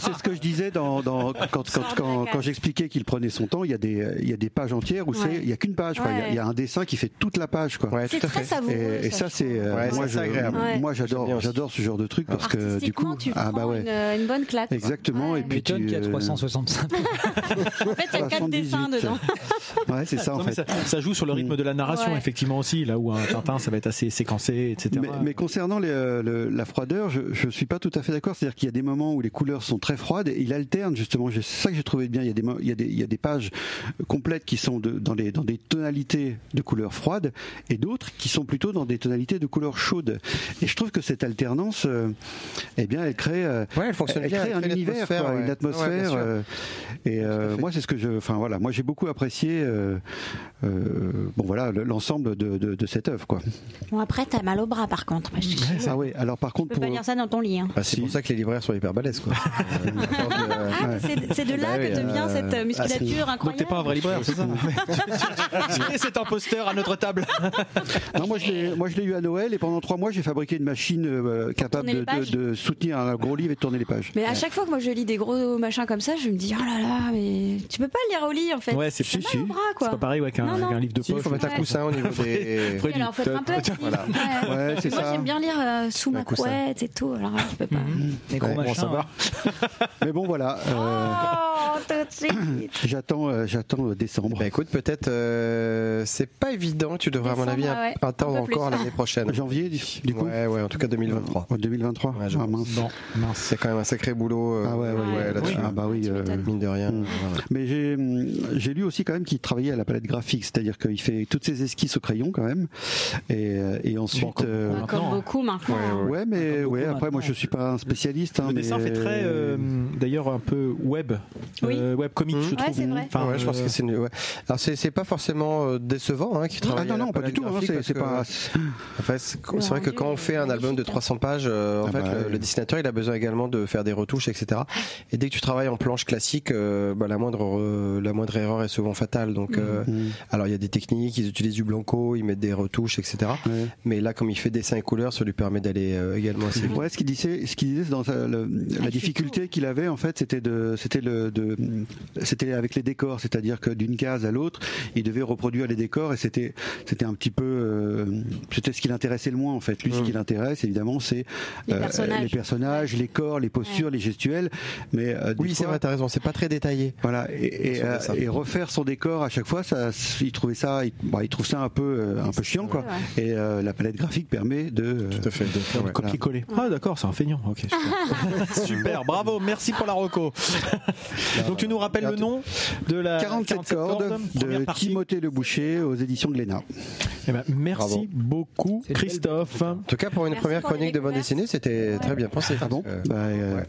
c'est ce que je disais dans, dans- quand, quand, quand, quand j'expliquais qu'il prenait son temps. Il y a des, il y a des pages entières où
Ouais.
c'est il y a qu'une page. quoi. Il y a-
Ouais.
il y, a un dessin qui fait toute la page. Quoi.
Ouais,
C'est
tout à
très
fait.
savoureux.
Et, et ça, c'est euh,
Ouais,
moi,
ça, c'est
je-
agréable.
Ouais.
moi j'adore, j'adore ce genre de truc parce
euh,
que du coup,
tu
ah bah
prends
ouais,
une, euh, une bonne claque.
exactement.
Ouais.
Et puis tu,
Newton qui a
euh,
365.
En fait, il y a quatre
78.
dessins dedans.
ouais, c'est ça en
Non, mais
fait.
ça, ça joue sur le rythme de la narration,
Ouais.
effectivement aussi, là où un Tintin, ça va être assez séquencé, etc.
Mais, mais concernant les, euh, le- la froideur, je ne suis pas tout à fait d'accord. C'est-à-dire qu'il y a des moments où les couleurs sont très froides et il alterne justement. C'est ça que j'ai trouvé bien. Il y, a des, mo- il, y a des, il y a des pages euh, complètes qui sont de- dans, les, dans des tonalités de couleurs froides et d'autres qui sont plutôt dans des tonalités de couleurs chaudes. Et je trouve que cette alternance, euh, eh bien, elle crée, euh,
Ouais, elle fonctionne
elle
bien.
crée
elle
un
crée
univers,
l'atmosphère,
quoi,
ouais.
une
Ouais, bien
atmosphère.
sûr.
euh, et euh,
Tout à fait.
moi, c'est ce que je. Enfin voilà, moi j'ai beaucoup apprécié. euh, euh, bon voilà, le- l'ensemble de, de, de cette œuvre, quoi.
Bon, après, t'as mal au bras par contre. Moi, je- Tu
Ah oui. Alors par contre,
peux pas
pour
lire ça dans ton lit. hein.
Bah, c'est pour ça que les libraires sont hyper balèzes, quoi. Euh, attends, euh,
Ah, mais c'est c'est de là
Bah oui,
que devient
euh,
cette euh, musculature
Donc t'es
incroyable.
pas un vrai libraire, c'est ça C'est cet imposteur à notre table.
Non, moi je l'ai, moi je l'ai eu à Noël et pendant trois mois j'ai fabriqué une machine euh, capable
tourner les
de, de-
pages
de soutenir un gros livre et de tourner les pages.
Mais à chaque fois que moi je lis des gros machins comme ça, je me dis oh là là, mais
Tu peux pas le lire au lit en fait.
Ouais, c'est
Ça
si,
mal
si.
au bras
C'est
quoi.
pas pareil ouais, qu'un
Non, non.
qu'un livre de poche.
si, il faut mettre un
ouais.
coussin au niveau des.
Oui, alors faut être un peu assis. Ouais.
Ouais, c'est
Moi
ça.
j'aime bien lire euh, sous
Un
ma
coussin.
couette et tout. Alors là, je peux pas.
Les gros
Ouais, bon,
machins,
ça va.
hein.
Mais bon voilà, euh,
Oh, tout de suite.
j'attends, euh, j'attends euh, décembre.
Bah écoute, peut-être euh, c'est pas évident. Tu devrais, à mon
Décembre,
avis,
ah ouais,
attendre
un peu plus.
encore l'année prochaine.
Janvier du, du coup.
Ouais, ouais, en tout cas 2023.
En 2023.
Ouais, je
ah, mince.
Bon, mince.
C'est quand même un sacré boulot. euh,
Ah ouais, ouais, ouais.
là-dessus.
Ah bah oui. euh,
Mine de rien. voilà.
Mais j'ai, hum, j'ai lu aussi quand même qu'il travaillait à la palette graphique, c'est-à-dire qu'il fait toutes ses esquisses au crayon quand même, et, euh, et ensuite.
comme-
euh,
maintenant, hein.
Comme beaucoup maintenant.
ouais, mais
beaucoup
ouais. Après,
maintenant.
moi, je suis pas un spécialiste. hein,
Le dessin
mais-
fait très, euh, d'ailleurs, un peu web,
Oui. Mmh.
euh, web comique, je
Ouais,
trouve.
c'est vrai.
Enfin,
Ouais, je pense
euh,
que c'est. ouais. Alors c'est c'est pas forcément euh, décevant hein, qui
Ah
travaille.
non,
à la
non, pas du
palette
tout. hein,
graphique,
c'est,
parce
c'est
que,
pas.
en fait, c'est c'est vrai que
rendu
quand on fait un album de
magnifique.
300 pages, euh, en
Ah
fait,
bah
le,
ouais.
le dessinateur il a besoin également de faire des retouches, etc. Et dès que tu travailles en planche classique, euh, bah, la moindre euh, la moindre erreur est souvent fatale. Donc euh,
Mmh.
alors il y a des techniques, ils utilisent du blanco, ils mettent des retouches, etc.
Ouais.
Mais là, comme il fait dessin et couleurs, ça lui permet d'aller euh, également assez loin.
Ouais, ce qu'il disait, ce qu'il disait, c'est dans
Ah,
sa- le- la difficulté qu'il avait en fait, c'était de, c'était le, de, c'était avec les décors, c'est-à-dire que d'une case à l'autre, il devait reproduire les décors et c'était, c'était un petit peu, euh, c'était ce qui l'intéressait le moins en fait. Lui,
Mmh.
ce qui l'intéresse évidemment, c'est euh,
Les personnages.
les, personnages, les corps, les postures, les gestuelles, mais euh, des
Oui, c'est
fois,
vrai, t'as raison, c'est pas très détaillé.
Voilà et, et,
Son
euh,
dessin.
et refaire son décor à chaque fois, ça, il trouvait ça, il, bon, il trouve ça un peu, euh, un peu chiant quoi. Et euh, la palette graphique permet de, euh,
fait.
Copier-coller. Ah d'accord, c'est un feignant. Ok. Super. Super, Bravo. Merci pour la reco. Donc tu nous rappelles le nom de la
47, cordes,
première
de
partie.
Timothée Le Boucher aux éditions Glénat.
Eh ben, merci
Bravo.
beaucoup, Christophe.
En tout cas, pour une
Merci
première
pour les
chronique de bande
découvertes.
dessinée, c'était très bien pensé.
Ah bon
Euh,
Bah, euh,
ouais.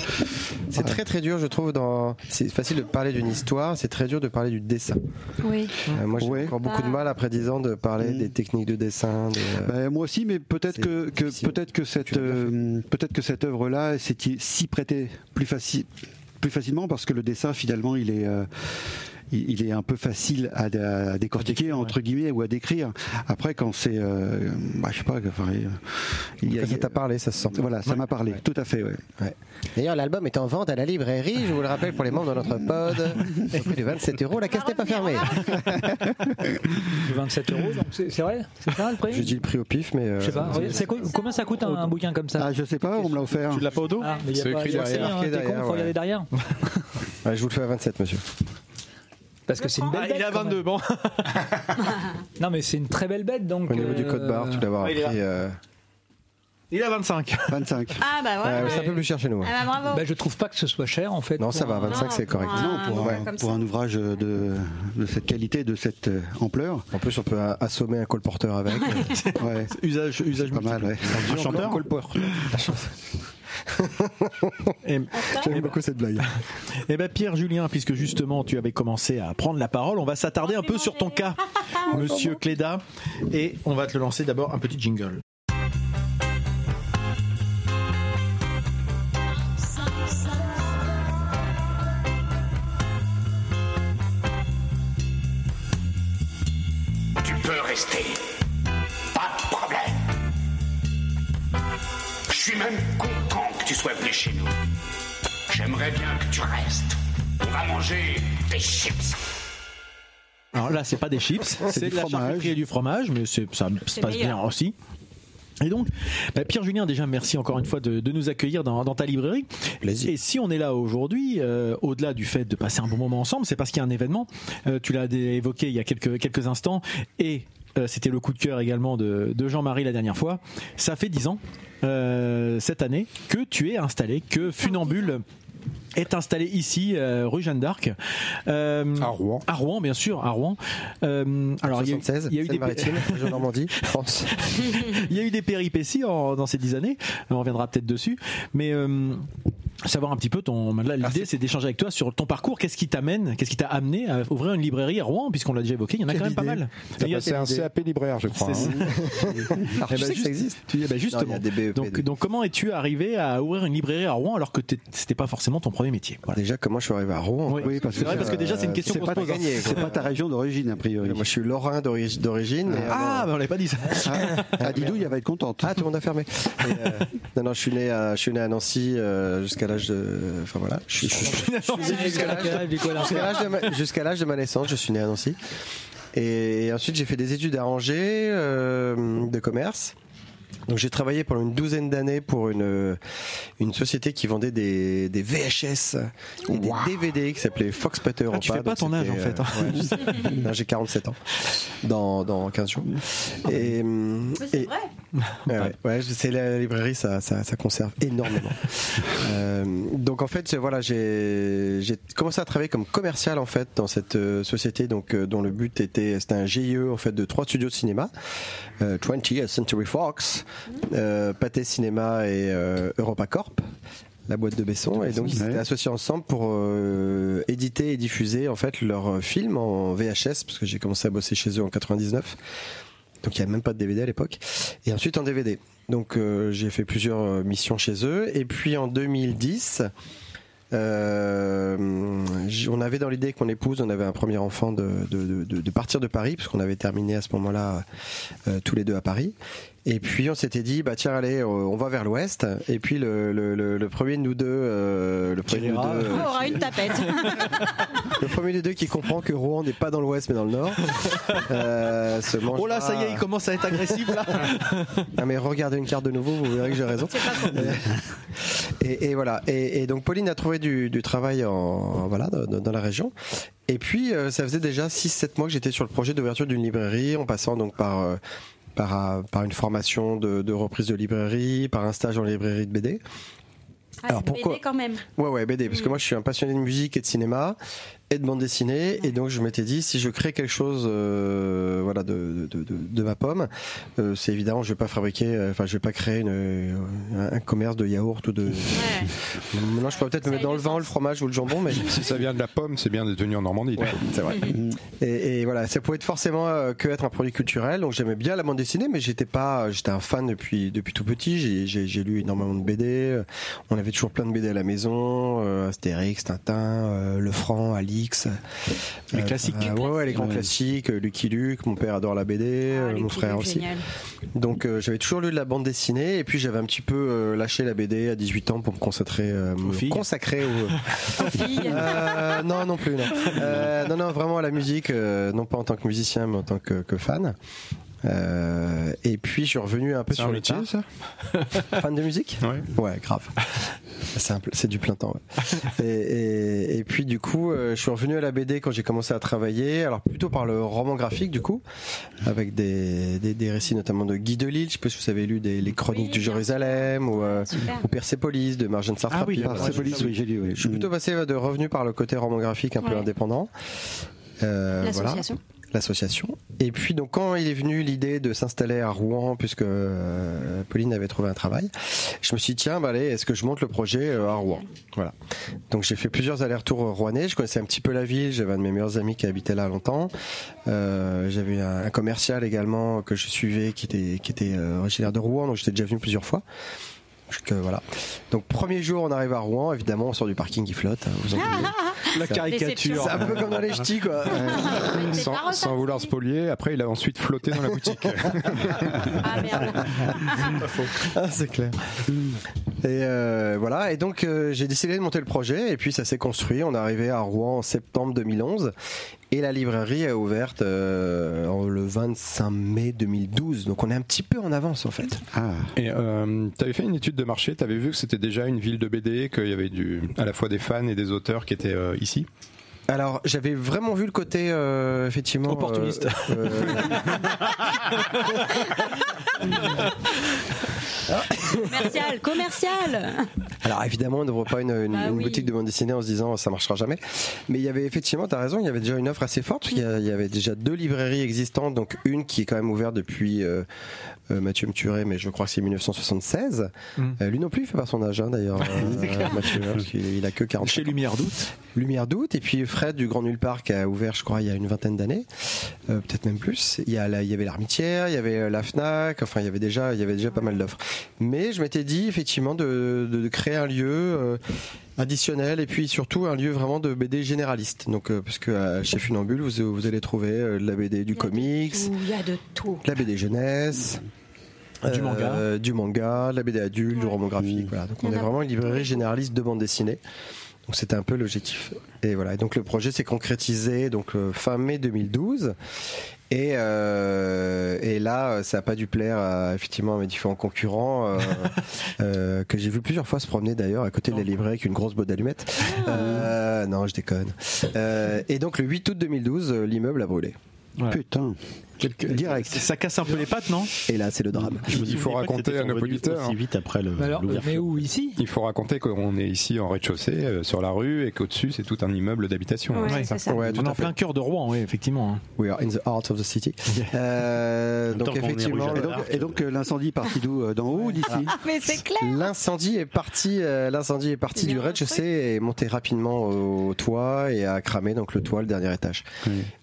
C'est très très dur, je trouve. Dans... C'est facile de parler d'une histoire, c'est très dur de parler du dessin.
Oui.
Euh, moi, j'ai
Ouais.
encore
Ah.
beaucoup de mal après 10 ans de parler
Mm.
des techniques de dessin. des, euh,
bah, moi aussi, mais peut-être
C'est
que, que-
difficile.
peut-être que cette
Tu l'as bien
euh, peut-être que cette œuvre-là s'est s'y prêtait plus facile plus facilement parce que le dessin finalement il est euh, il il est un peu facile à, à décortiquer entre guillemets ou à décrire. Après, quand c'est, euh, bah, je sais pas, enfin, il y a- il y a-
quand ça t'a parlé, ça se sent.
voilà, ça m'a parlé, tout à fait. Ouais.
D'ailleurs, l'album est en vente à la librairie. Je vous le rappelle pour les membres de notre pod. Au prix de 27 euros, la caisse n'est pas fermée.
27 euros, donc c'est c'est vrai C'est ça le prix
Je dis le prix au pif, mais. euh,
Je sais pas. Ouais, ça coûte- combien ça coûte un, un bouquin comme ça
Ah, je sais pas, on me l'a offert.
Tu l'as pas au dos
Ah, mais y a
C'est
pas-
écrit
y a
derrière.
aussi, hein,
Marqué
T'es con,
derrière,
faut
ouais.
regarder derrière.
ouais, je vous le fais à 27, monsieur.
Parce que c'est une belle
Ah,
bête.
Il est à
quand même.
22. Bon.
Non, mais c'est une très belle bête donc.
Au niveau du
euh,
code barre, tu dois l'avoir
Ah, il est
appris. euh,
Il est à 25.
25.
Ah bah voilà.
Euh, c'est un peu plus cher chez nous. ouais.
Ah bah bravo.
Bah, je trouve pas que ce soit cher en fait.
Non,
pour
ça va,
un-
25 c'est correct.
pour
Non, pour,
Ouais,
un,
comme
pour
ça.
un ouvrage de, de cette qualité, de cette euh, ampleur.
En plus, on peut euh, assommer un colporteur avec.
Ouais.
Usage, usage
Pas mal, ouais.
Un chanteur Et,
J'aime beaucoup cette blague.
et ben Pierre Julien, puisque justement tu avais commencé à prendre la parole, on va s'attarder un peu sur ton cas, Monsieur Cléda, et on va te le lancer d'abord un petit jingle.
Tu peux rester. Pas de problème. Je suis même content que tu sois venu chez nous. J'aimerais bien que tu restes. On va manger des chips.
Alors là, c'est pas des chips, c'est
du
de la
fromage.
charcuterie et du fromage, mais c'est- ça se
C'est
passe bien
meilleur.
aussi. Et donc, bah, Pierre Julien, déjà merci encore une fois de, de nous accueillir dans, dans ta librairie.
Plaisir.
Et si on est là aujourd'hui, euh, au-delà du fait de passer un bon moment ensemble, c'est parce qu'il y a un événement. Euh, tu l'as dé- évoqué il y a quelques, quelques instants, et euh, c'était le coup de cœur également de, de Jean-Marie la dernière fois. Ça fait 10 ans euh, cette année que tu es installé, que Funambule est installé ici, euh, rue Jeanne d'Arc. Euh,
À Rouen.
à Rouen, bien sûr, à Rouen. Euh, alors, il y a eu-
76,
il y, a eu des pé-
Seine-Maritime, région Normandie, France.
il y a eu des péripéties en- dans ces dix années. On reviendra peut-être dessus. Mais euh, savoir un petit peu ton. Là, l'idée, c'est d'échanger avec toi sur ton parcours. Qu'est-ce qui t'amène Qu'est-ce qui t'a amené à ouvrir une librairie à Rouen Puisqu'on l'a déjà évoqué, il y en a
Quelle
quand même pas
idée.
mal.
T'as
Il y a-
passé un CAP libraire, je crois.
C'est
hein.
Alors,
Eh
tu
ben,
sais que
juste-
ça existe.
tu- eh ben,
Non, il y
justement.
a des E BEP,
donc,
des-
donc, comment es-tu arrivé à ouvrir une librairie à Rouen alors que t'es- c'était pas forcément ton premier métier Voilà.
Déjà, comment je suis arrivé à Rouen
Oui,
parce
c'est
que
vrai, parce que déjà, c'est une question
c'est
qu'on
pas
se pose.
ta-
euh, gagné, quoi.
C'est pas ta région d'origine, a priori.
Moi, je suis lorrain d'ori- d'origine. et,
Ah,
euh,
bah, on l'avait pas dit ça.
Ah, ah, Didou, il va être contente.
Ah, tout le monde a fermé. Et, euh, non, non, je suis né à, je suis né à Nancy euh, jusqu'à l'âge de. Enfin voilà. Je suis- je suis-
Jusqu'à la grève du Koala.
Jusqu'à l'âge de, ma- jusqu'à l'âge de ma naissance, je suis né à Nancy. Et, ensuite, j'ai fait des études à Angers euh, de commerce. Donc j'ai travaillé pendant une douzaine d'années pour une, euh, une société qui vendait des, des VHS et des DVD qui s'appelait Fox Pater
Ah, tu fais pas ton âge, en fait, hein.
euh, non, j'ai 47 ans dans, dans 15 jours. Et, hum, et-
vrai.
Ouais, ouais, ouais, je- c'est la librairie, ça, ça, ça conserve énormément. Euh, donc en fait, c'est- voilà, j'ai j'ai commencé à travailler comme commercial en fait dans cette euh, société, donc euh, dont le but était c'était un GIE en fait de trois studios de cinéma, euh, 20th Century Fox, euh, Pathé Cinéma et euh, Europa Corp. La boîte de Besson et donc ils
Ouais.
s'étaient associés ensemble pour euh, éditer et diffuser en fait leurs films en VHS parce que j'ai commencé à bosser chez eux en 99 donc il n'y avait même pas de DVD à l'époque. Et ensuite en DVD. Donc euh, j'ai fait plusieurs euh, missions chez eux. Et puis en 2010, euh, j- on avait dans l'idée avec mon épouse, on avait un premier enfant de, de- de- de partir de Paris, parce qu'on avait terminé à ce moment-là euh, tous les deux à Paris. Et puis on s'était dit, bah tiens, allez, euh, on va vers l'ouest. Et puis le, le- le- le premier de nous deux, euh, le premier de nous deux,
On aura Oh, une tapette.
le premier des deux qui comprend que Rouen n'est pas dans l'ouest mais dans le nord, euh, se mange.
Oh là, ça y est, il commence à être agressif là.
Non mais regardez une carte de nouveau, vous verrez que j'ai raison. Euh, et, et voilà. Et, et donc Pauline a trouvé du, du travail en voilà dans, dans la région. Et puis euh, ça faisait déjà 6-7 mois que j'étais sur le projet d'ouverture d'une librairie, en passant donc par euh, par, euh, par une formation de, de reprise de librairie, par un stage en librairie de BD. Alors,
Alors
pourquoi-
pourquoi quand même.
Ouais, ouais, BD, parce que moi je suis un passionné de musique et de cinéma et de bande dessinée, et donc je m'étais dit, si je crée quelque chose euh, voilà, de, de, de, de ma pomme, euh, c'est évidemment, je vais pas fabriquer, euh, enfin, je vais pas créer une, euh, un, un commerce de yaourt ou de. Non, je pourrais peut-être me mettre dans le vin, le fromage ou le jambon, mais.
Si ça vient de la pomme, c'est bien d'être venu en Normandie. du
Ouais,
coup.
c'est vrai. Et, et voilà, ça pouvait être forcément euh, que être un produit culturel. Donc j'aimais bien la bande dessinée, mais j'étais pas, euh, j'étais un fan depuis depuis tout petit. J'ai- J'ai j'ai lu énormément de BD. Euh, On avait toujours plein de BD à la maison. euh, Astérix, Tintin, euh, Lefranc, Alix.
Les classiques.
euh, ouais, ouais, les grands
Ouais.
classiques. euh, Lucky Luke. Mon père adore la BD. euh, mon frère aussi. Donc euh, j'avais toujours lu de la bande dessinée et puis j'avais un petit peu euh, lâché la BD à 18 ans pour me consacrer euh, me
filles.
consacrer au
Fille.
euh, non, non plus, non. Euh, non, non, vraiment à la musique, euh, non pas en tant que musicien, mais en tant que, que fan. Euh, et puis je suis revenu un peu
C'est
sur
un
le
métier,
tard.
ça
Fan de musique
Ouais.
Ouais, grave. C'est un pl- c'est du plein temps. ouais. et, et- et puis du coup, euh, je suis revenu à la BD quand j'ai commencé à travailler. Alors plutôt par le roman graphique du coup, avec des, des, des récits notamment de Guy Delisle. Je sais pas si vous avez lu des, les Chroniques du Jérusalem ou, euh, ou Persepolis de Marjane Satrapi.
Ah oui, Persepolis, oui, j'ai lu. oui.
Je suis plutôt passé de revenu par le côté roman graphique un peu
Ouais.
indépendant. Euh,
L'association.
voilà. L'association. Et puis donc quand il est venu l'idée de s'installer à Rouen, puisque euh, Pauline avait trouvé un travail, je me suis dit tiens, bah, allez, est-ce que je monte le projet euh, à Rouen Voilà. Donc j'ai fait plusieurs allers-retours rouennais. Je connaissais un petit peu la ville. J'avais un de mes meilleurs amis qui habitait là longtemps. Euh, J'avais un, un commercial également que je suivais, qui était qui était euh, originaire de Rouen, donc j'étais déjà venu plusieurs fois. Parce que euh, voilà. Donc premier jour, on arrive à Rouen. Évidemment, on sort du parking qui flotte. hein, vous en doutez.
La
C'est-
caricature.
C'est un peu comme dans les ch'tis, quoi.
sans, sans vouloir se polier, après il a ensuite flotté dans la boutique.
Ah, c'est clair. Et euh, voilà. Et donc euh, j'ai décidé de monter le projet. Et puis ça s'est construit. On est arrivé à Rouen en septembre 2011. Et la librairie est ouverte euh, en- le 25 mai 2012. Donc on est un petit peu en avance en fait.
Et euh, t'avais fait une étude de marché, t'avais vu que c'était déjà une ville de BD, qu'il y avait du, à la fois des fans et des auteurs qui étaient euh, ici.
Alors j'avais vraiment vu le côté euh, effectivement
Opportuniste.
euh, euh,
Commercial, commercial
Alors évidemment, on n'ouvre pas une, une-
Bah
une
oui.
boutique de bande dessinée en se disant ça marchera jamais. Mais il y avait effectivement, tu as raison, il y avait déjà une offre assez forte. Il y, a- il y avait déjà deux librairies existantes, donc une qui est quand même ouverte depuis euh, euh, Mathieu me tuerait, mais je crois que c'est 1976. Euh, lui non plus, il fait pas son âge hein, d'ailleurs. euh, Mathieu, hein, parce qu'il il a que 40. Chez
Lumière d'août.
Lumière d'août et puis Fred du Grand Nulle Parc a ouvert, je crois, il y a une vingtaine d'années, euh, peut-être même plus. Il y, a la- il y avait l'Armitière, il y avait euh, la Fnac, enfin il y avait déjà, il y avait déjà pas mal d'offres. Mais je m'étais dit effectivement de, de- de créer un lieu. euh, additionnel et puis surtout un lieu vraiment de BD généraliste donc euh, parce que euh, chez Funambule vous, vous allez trouver euh, de la BD du comics
Où il y a de tout.
de la BD jeunesse
Ah, Du manga.
Euh, du manga de la BD adulte du roman graphique voilà donc on est vraiment une librairie généraliste de bande dessinée donc c'était un peu l'objectif et voilà Et donc le projet s'est concrétisé donc euh, fin mai 2012 et, euh, et là euh, ça n'a pas dû plaire à, effectivement à mes différents concurrents euh, euh, que j'ai vu plusieurs fois se promener d'ailleurs à côté de la librairie avec une grosse botte d'allumettes
Ah.
Euh, non je déconne Euh, et donc le 8 août 2012 euh, l'immeuble a brûlé
Putain.
Direct.
Ça casse un peu les pattes, non
Et là, c'est le drame.
Il faut raconter à nos auditeurs.
vite après le.
où ici
Il faut raconter qu'on est ici en rez-de-chaussée, euh, sur la rue, et qu'au-dessus c'est tout un immeuble d'habitation. hein, c'est ça
Ouais, tout
on est
à
en plein cœur de Rouen, oui, effectivement. hein.
We are in the heart of the city. Euh, donc effectivement,
Et donc, et donc, euh, l'incendie est parti d'où euh, D'en haut ou
Ah.
d'ici
Ah.
Mais c'est clair.
L'incendie est parti, euh, l'incendie est parti du rez-de-chaussée et est monté rapidement au toit et a cramé donc le toit, le dernier étage.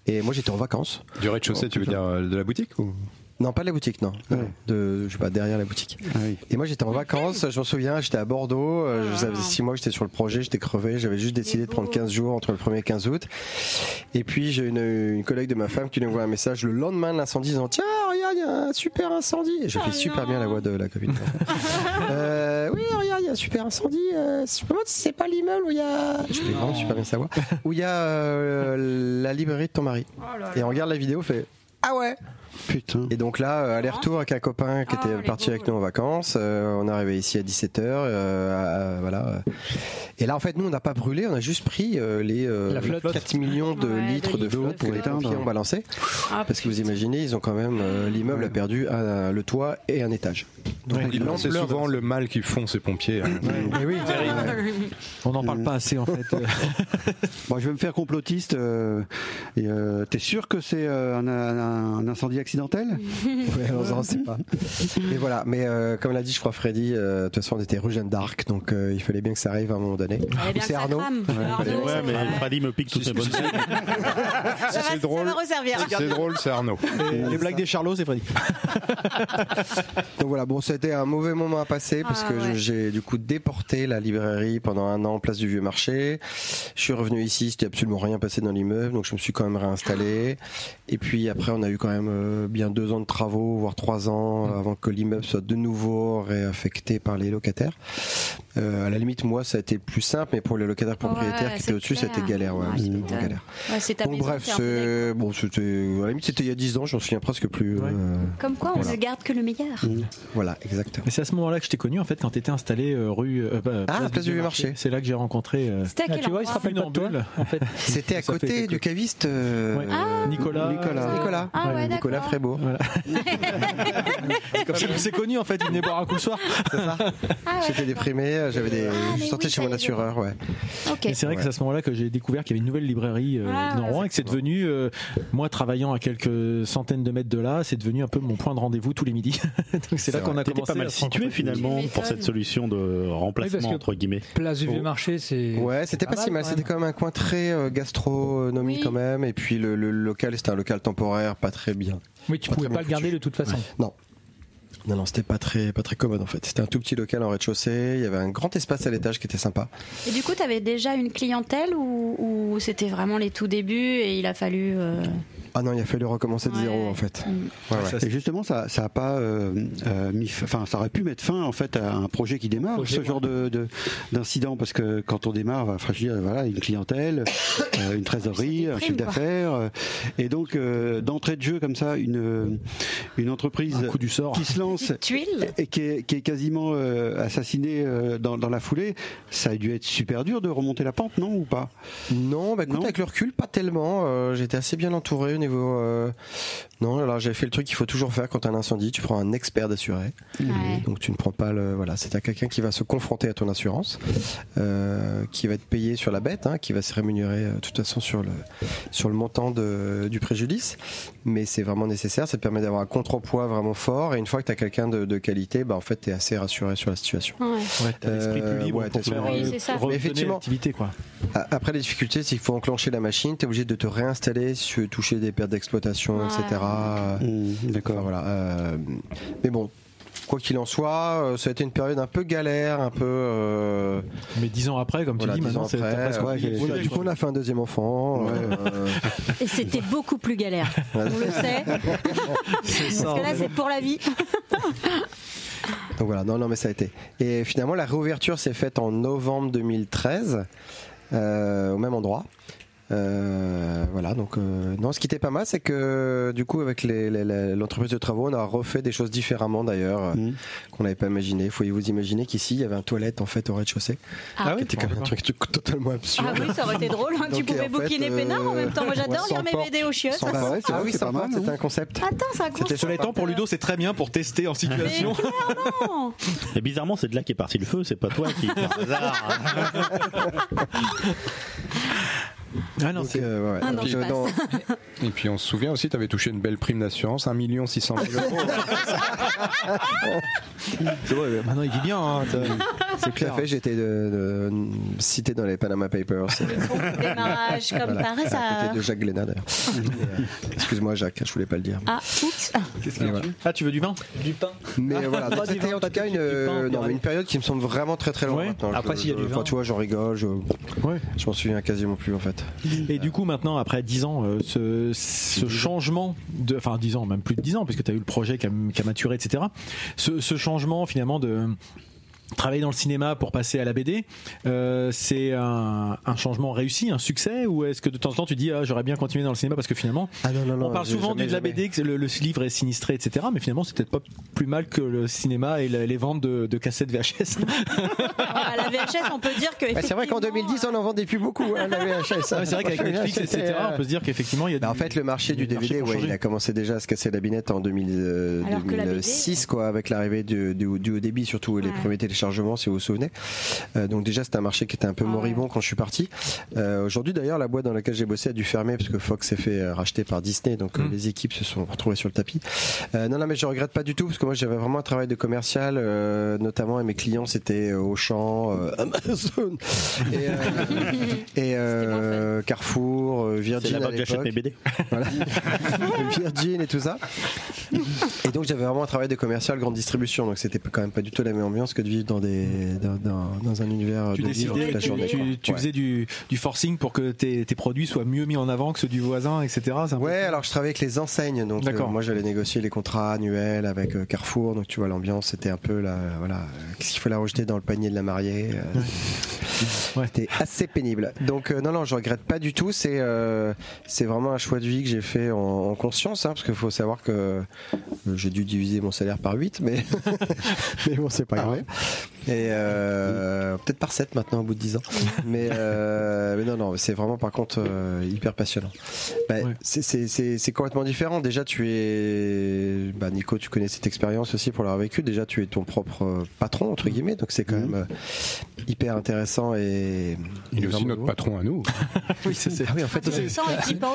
Et moi j'étais en vacances.
Du rez-de-chaussée, tu veux dire euh, de la boutique ou Ah
Non, pas de la boutique, non. De, je sais pas, derrière la boutique. Et moi, j'étais en vacances, je m'en souviens, j'étais à Bordeaux, euh, je- ça faisait 6 mois que j'étais sur le projet, j'étais crevé, j'avais juste décidé de prendre 15 jours entre le 1er et 15 août. Et puis, j'ai une, une collègue de ma femme qui nous voit un message le lendemain de l'incendie disant Tiens, regarde, il y a un super incendie. Et je fais super bien la voix de la copine. Euh, oui, regarde, il y a un super incendie. euh, je me demande si c'est pas l'immeuble où il y a. Je fais vraiment super bien sa voix. Où il y a euh, la librairie de ton mari. Et on regarde la vidéo, on fait Ah ouais
Putain.
Et donc là, euh, aller-retour avec un copain qui était parti avec nous en vacances. euh, on est arrivé ici à 17h. euh, à- à- voilà. Et là, en fait, nous, on n'a pas brûlé, on a juste pris euh, les euh,
La flotte.
4 millions de litres de flotte que les pompiers ont balancé. Parce que vous imaginez, ils ont quand même. euh, L'immeuble a perdu un- le toit et un étage.
Ouais, C'est souvent le mal qu'ils font ces pompiers. hein.
On n'en parle pas assez en fait.
Bon, je vais me faire complotiste. euh, et, euh, T'es sûr que c'est euh, un, un- un incendie accidentel
Ouais, on en sait pas. Et voilà, mais euh, comme l'a dit, je crois, Freddy, euh, de toute façon, on était rue Jeanne d'Arc, donc euh, il fallait bien que ça arrive à un moment donné.
fallait bien
Ou c'est
que ça
Arnaud.
crame. Ouais, Arnaud,
fallait-
Ouais, mais Freddy me pique toutes ses bonnes idées.
Ça va- Ça va resservir.
C'est drôle, c'est Arnaud.
Les blagues des Charlots, c'est Freddy.
Donc voilà, bon, c'était un mauvais moment à passer parce
Ah,
que
ouais.
je- j'ai du coup déporté la librairie pendant pendant un an, place du Vieux Marché. Je suis revenu ici, c'était absolument rien passé dans l'immeuble, donc je me suis quand même réinstallé. Et puis après, on a eu quand même euh, bien deux ans de travaux, voire trois ans, euh, avant que l'immeuble soit de nouveau réaffecté par les locataires. Euh, à la limite, moi, ça a été plus simple, mais pour les locataires propriétaires
Ouais,
qui
c'est
étaient au-dessus,
clair.
c'était galère. Ouais,
Ouais,
c'était
je
vraiment
euh,
m'étonne.
galère.
Ouais, c'est ta
Donc,
maison
bref,
fermée,
c'est bon, c'était à la limite, c'était il y a dix ans, j'en souviens presque plus. euh,
Comme quoi, on
voilà.
ne garde que le meilleur.
Voilà, exactement.
Et c'est à ce moment-là que je t'ai connu en fait quand t'étais installé euh, rue euh, bah,
Ah, place du Vieux Marché.
C'est là que j'ai rencontré. euh,
C'était à quel
tu vois, il se
endroit
rappelle pas de toi, en fait.
C'était à
Ça fait
côté
quelque-
du caviste euh,
Ouais.
Ah,
Nicolas.
Nicolas. Nicolas.
Ah ouais,
Nicolas
d'accord.
Frébourg.
C'est comme ça qu'on s'est connu en fait. Il venait boire un coup le soir.
J'étais déprimé, j'avais des... je sortais chez mon assureur, euh, ouais.
Et c'est vrai que c'est à ce moment-là que j'ai découvert qu'il y avait une nouvelle librairie euh,
Ah,
dans Rouen et que c'est devenu, euh, moi travaillant à quelques centaines de mètres de là, c'est devenu un peu mon point de rendez-vous tous les midis. Donc c'est là qu'on a
T'étais
commencé
pas
à
mal
se rencontrer.
situé finalement pour
euh,
cette solution de remplacement
Oui, parce que
entre guillemets.
Place du vieux marché, c'est.
Ouais, c'était pas, si mal, c'était quand même un coin très euh, gastronomie quand même, et puis le, le local, c'était un local temporaire, pas très bien.
Oui, tu pouvais pas le garder de toute façon.
Non. Non, non, c'était pas très, pas très commode en fait. C'était un tout petit local en rez-de-chaussée, il y avait un grand espace à l'étage qui était sympa.
Et du coup, tu avais déjà une clientèle ou, ou c'était vraiment les tout débuts et il a fallu. euh,
Ah non, il a fallu recommencer de zéro en fait. Ouais, ouais.
Et justement, ça, ça a pas euh, euh, mis, fin- enfin, ça aurait pu mettre fin en fait à un projet qui démarre, ce genre de de- d'incident, parce que quand on démarre, enfin, je dis, euh, voilà, une clientèle, euh, une trésorerie, un chiffre
déprime, quoi.
d'affaires, euh, et donc euh, d'entrée de jeu comme ça, une euh, une entreprise qui se lance et qui est, qui est quasiment euh, assassinée euh, dans, dans la foulée, ça a dû être super dur de remonter la pente, non ou pas
Non, bah écoute, avec le recul, pas tellement. Euh, J'étais assez bien entouré au niveau. euh, Non, alors j'avais fait le truc qu'il faut toujours faire quand t'as un incendie, tu prends un expert d'assuré. Donc tu ne prends pas le. Voilà, c'est à quelqu'un qui va se confronter à ton assurance, euh, qui va être payé sur la bête, hein, qui va se rémunérer euh, de toute façon sur le, sur le montant de- du préjudice. Mais c'est vraiment nécessaire, ça te permet d'avoir un contrepoids vraiment fort. Et une fois que t'as quelqu'un de, de qualité, bah en fait t'es assez rassuré sur la situation.
Ouais, t'as l'esprit plus
Euh,
libre
ouais,
pour
t'as
faire
l'esprit-
euh,
Oui, c'est ça.
redonner
Effectivement.
l'activité, quoi.
A- Après, les difficultés, c'est qu'il faut enclencher la machine, tu es obligé de te réinstaller, su- toucher des pertes d'exploitation,
Ouais.
etc. Ah, D'accord. voilà. euh, mais bon, quoi qu'il en soit, euh, ça a été une période un peu galère, un peu. euh,
Mais dix ans après, comme tu
voilà,
dis,
dix
maintenant
ans
c'est t'as
après,
presque
ouais,
oublié le
on a-
sujet,
du
quoi.
coup, on a fait un deuxième enfant. euh,
Et c'était beaucoup plus galère.
Ouais.
On le sait. Parce que là, c'est pour la vie.
Donc voilà, non, non, mais ça a été. Et finalement, la réouverture s'est faite en novembre 2013, euh, au même endroit. Euh, voilà, donc euh, non, ce qui était pas mal, c'est que du coup, avec les- les- les- l'entreprise de travaux, on a refait des choses différemment d'ailleurs, euh, qu'on n'avait pas imaginé. Il faut vous imaginer qu'ici, il y avait un toilette en fait au rez-de-chaussée,
Ah oui,
qui était quand même un truc, tout- totalement absurde.
Ah oui, ça aurait été drôle. hein. tu
Donc,
pouvais
en fait,
bouquiner
euh,
Pénard en même temps. Moi, j'adore
ouais,
lire
sans
mes
porte.
BD aux chiottes.
Sans porte. ah oui, sans porte, c'était un concept.
Attends, ça
C'était sur les temps pour Ludo, c'est très bien pour tester en situation.
Et bizarrement, c'est de là qu'est parti le feu, c'est pas toi qui. par hasard. hein.
Ah non,
c'est.
Un an
Puis, euh,
passe.
dans-
Et puis on se souvient aussi, tu avais touché une belle prime d'assurance, 1 600 000 euros.
C'est vrai, mais maintenant il vit bien. hein, t'as- c'est
Tout à
clair.
fait, j'étais de- de- cité dans les Panama Papers.
Démarrage comme
Voilà,
par
À
hasard.
côté de Jacques Glénat, d'ailleurs. Euh, Excuse-moi, Jacques, je voulais pas le dire.
Ah, oups.
Mais voilà.
Ah, tu veux du vin
Du pain.
Mais voilà,
Pas
donc
du
c'était
vin,
en tout cas une, euh, non, mais une période qui me semble vraiment très très longue maintenant.
Après,
Je-
s'il y a
je-
du vin.
enfin, tu vois, j'en rigole, je, je m'en souviens quasiment plus en fait.
Et du coup, maintenant, après 10 ans, euh, ce, ce changement, de, enfin 10 ans, même plus de 10 ans, puisque tu as eu le projet qui a, qui a maturé, etc. Ce, ce changement, finalement, de travailler dans le cinéma pour passer à la BD, euh, c'est un, un changement réussi, un succès, ou est-ce que de temps en temps tu dis ah, j'aurais bien continué dans le cinéma parce que finalement,
Ah
on parle
j'ai
souvent
jamais,
du- de la
jamais.
BD, que le, le livre est sinistré, etc. Mais finalement, c'est peut-être pas plus mal que le cinéma et la- les ventes de, de cassettes VHS.
À Ah, la VHS, on peut dire que.
Bah, c'est vrai qu'en 2010, on en vendait plus beaucoup, hein, la VHS. euh,
Ouais, c'est vrai qu'avec Netflix, etc., on peut se dire qu'effectivement, il y a
Bah, en fait, le marché du DVD, ouais, il a commencé déjà à se casser la binette en 2000, euh,
Alors que la
2006, quoi, avec l'arrivée du, du- du haut débit, surtout et les premiers téléchargements, si vous vous souvenez. Euh, donc déjà, c'était un marché qui était un peu moribond quand je suis parti. Euh, Aujourd'hui, d'ailleurs, la boîte dans laquelle j'ai bossé a dû fermer parce que Fox s'est fait euh, racheter par Disney, donc euh, les équipes se sont retrouvées sur le tapis. Euh, non, non, mais je regrette pas du tout parce que moi, j'avais vraiment un travail de commercial, euh, notamment, et mes clients, c'était euh, Auchan, euh, Amazon, et, euh, et, euh, Carrefour, euh, Virgin.
C'est là-bas
à
que j'achète
l'époque.
mes BD.
Voilà. Virgin et tout ça. Et donc j'avais vraiment un travail de commercial, grande distribution, donc c'était quand même pas du tout la même ambiance que de vivre dans, des, dans, dans- dans un univers
Tu
de livres
décidais,
toute la
tu,
journée.
tu-
quoi.
tu
Ouais.
faisais du, du forcing pour que tes, tes produits soient mieux mis en avant que ceux du voisin, etc.
Ouais, alors je travaillais avec les enseignes, donc euh,
D'accord.
moi j'allais négocier les contrats annuels avec euh, Carrefour, donc tu vois l'ambiance c'était un peu la voilà, euh, qu'est-ce qu'il fallait rejeter dans le panier de la mariée. euh, C'était assez pénible. Donc euh, non non, je regrette pas du tout. C'est euh, c'est vraiment un choix de vie que j'ai fait en, en conscience, hein, parce qu'il faut savoir que euh, j'ai dû diviser mon salaire par 8 mais mais bon c'est pas
Ah.
grave. Et euh, peut-être par 7 maintenant au bout de 10 ans. Mais, euh, mais non, non, c'est vraiment par contre euh, hyper passionnant. Bah, c'est- C'est c'est- c'est complètement différent. Déjà, tu es. Bah, Nico, tu connais cette expérience aussi pour l'avoir vécu. Déjà, tu es ton propre euh, patron,
Mm.
entre guillemets. Donc, c'est quand même euh, hyper intéressant et.
Il est aussi notre patron à nous.
oui, c'est
Ah oui, en fait,
Ça,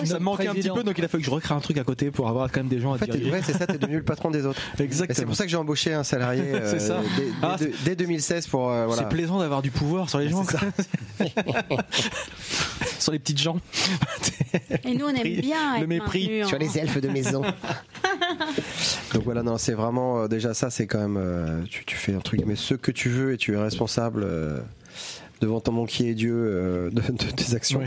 ça me manquait un petit peu, donc il a fallu que je recrée un truc à côté pour avoir quand même des gens
En
à
fait, t'es-
diriger.
ouais, c'est ça, t'es devenu le patron des autres.
Exactement.
Et C'est pour ça que j'ai embauché un salarié euh,
C'est ça.
dès, dès-
Ah,
dès- dès 2016 pour. euh, voilà.
C'est plaisant d'avoir du pouvoir sur les gens. quoi. sur les petites gens.
Et nous, on aime bien. être maintenus en-
Donc voilà, non, c'est vraiment euh, déjà ça, c'est quand même euh, tu, tu fais un truc, mais ce que tu veux et tu es responsable euh, devant ton banquier et Dieu euh, de, de tes actions.